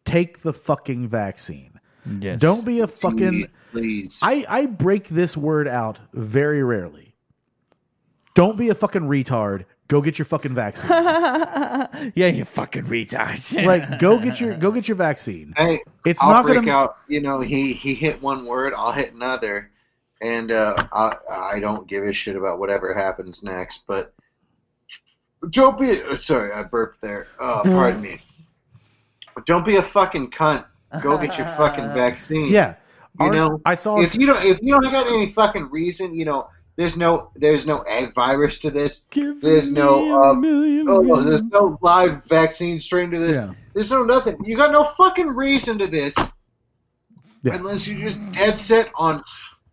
Speaker 2: take the fucking vaccine.
Speaker 3: Yes.
Speaker 2: Don't be a fucking.
Speaker 5: Please, please.
Speaker 2: I, I break this word out very rarely. Don't be a fucking retard. Go get your fucking vaccine.
Speaker 3: Yeah, you fucking retards.
Speaker 2: like go get your go get your vaccine.
Speaker 5: Hey,
Speaker 2: It's
Speaker 5: I'll
Speaker 2: not
Speaker 5: break
Speaker 2: gonna
Speaker 5: out. You know, he he hit one word, I'll hit another, and uh, I I don't give a shit about whatever happens next. But don't be uh, sorry, I burped there. Uh, pardon me. Don't be a fucking cunt. Go get your fucking vaccine.
Speaker 2: Yeah.
Speaker 5: you
Speaker 2: Our-
Speaker 5: know.
Speaker 2: I saw
Speaker 5: if you don't if you don't got any fucking reason, you know, there's no there's no egg virus to this. there's no uh, oh, there's no live vaccine strain to this.
Speaker 2: Mm-hmm. Yeah.
Speaker 5: There's no nothing. You got no fucking reason to this,
Speaker 2: Yeah.
Speaker 5: unless you're just dead set on,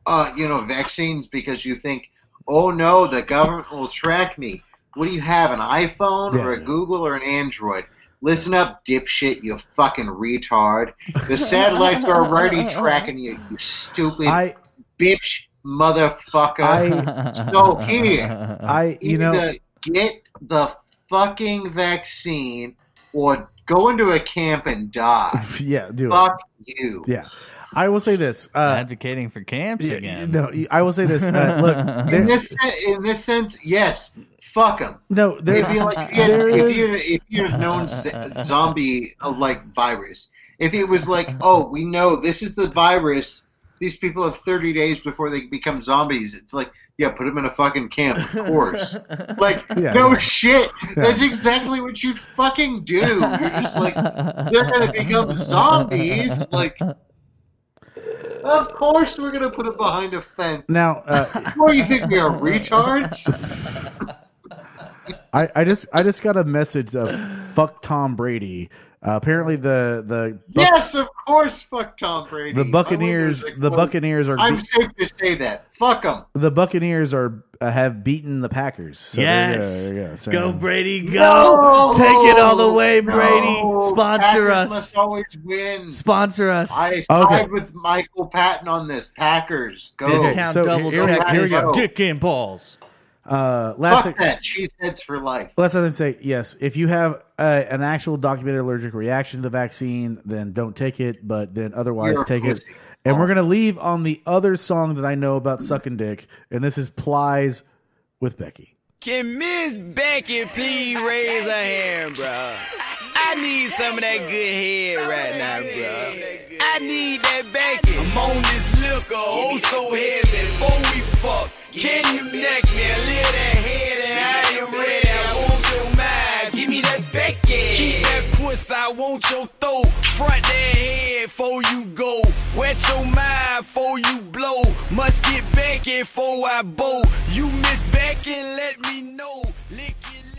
Speaker 5: uh, you know, vaccines because you think, oh no, the government will track me. What do you have, an iPhone
Speaker 2: Yeah,
Speaker 5: or a
Speaker 2: yeah.
Speaker 5: Google or an Android? Listen up, dipshit, you fucking retard. The satellites are already tracking you, you stupid
Speaker 2: I
Speaker 5: bitch motherfucker.
Speaker 2: I
Speaker 5: so here,
Speaker 2: I you
Speaker 5: either
Speaker 2: know
Speaker 5: get the fucking vaccine or go into a camp and die.
Speaker 2: yeah, do it.
Speaker 5: Fuck you.
Speaker 2: Yeah. I will say this. Uh
Speaker 3: Advocating for camps
Speaker 2: yeah,
Speaker 3: again.
Speaker 2: no, I will say this. Uh, look,
Speaker 5: In
Speaker 2: there,
Speaker 5: this sen- in this sense, yes, fuck them.
Speaker 2: no,
Speaker 5: It'd be
Speaker 2: there,
Speaker 5: like if you had,
Speaker 2: There
Speaker 5: if
Speaker 2: is-
Speaker 5: you if you had known z- zombie uh, like virus. If it was like, oh, we know this is the virus. These people have 30 days before they become zombies. It's like, yeah, put them in a fucking camp, of course. Like,
Speaker 2: Yeah.
Speaker 5: no shit. That's exactly what you'd fucking do. You're just like, they're going to become zombies. Like, of course we're going to put them behind a fence.
Speaker 2: now uh,
Speaker 5: What, you think we are retards?
Speaker 2: I, I just I just got a message of fuck Tom Brady. Uh, apparently the the Buc-
Speaker 5: Yes, of course. Fuck Tom Brady.
Speaker 2: the
Speaker 5: My
Speaker 2: Buccaneers
Speaker 5: window's
Speaker 2: the
Speaker 5: exposed.
Speaker 2: Buccaneers are
Speaker 5: I'm
Speaker 2: be-
Speaker 5: safe to say that. Fuck them.
Speaker 2: the Buccaneers are uh, have beaten the Packers. So there you
Speaker 3: yes.
Speaker 2: there you So-
Speaker 3: Go Brady, go. Take it all the way, Brady. Sponsor
Speaker 5: Packers
Speaker 3: us.
Speaker 5: Must always win.
Speaker 3: Sponsor us.
Speaker 5: I side
Speaker 2: Okay.
Speaker 5: with Michael Patton on this. Packers go.
Speaker 3: Discount
Speaker 2: so
Speaker 3: double
Speaker 2: here-
Speaker 3: check
Speaker 5: here we
Speaker 3: this
Speaker 5: go.
Speaker 3: dick and balls.
Speaker 2: Uh, last
Speaker 5: Fuck
Speaker 2: thing,
Speaker 5: that. Cheeseheads for life.
Speaker 2: Let's not say yes. If you have uh, an actual documented allergic reaction to the vaccine, then don't take it. But then otherwise,
Speaker 5: You're a
Speaker 2: take it.
Speaker 5: pussy. Oh.
Speaker 2: And we're gonna leave on the other song that I know about sucking dick, and this is Plies with Becky.
Speaker 6: Can Miss Becky please raise her hand, bro? I need some of that good head right now, bro. I need that Becky. I'm on this liquor, oh so heavy. Before we fuck, can you neck me a little that head and I am ready. I want your mind, give me that Becky. Keep that pussy, I want your throat. Front that head before you go. Wet your mind before you blow. Must get Becky before I bow. You miss Becky, let me know. Lick it.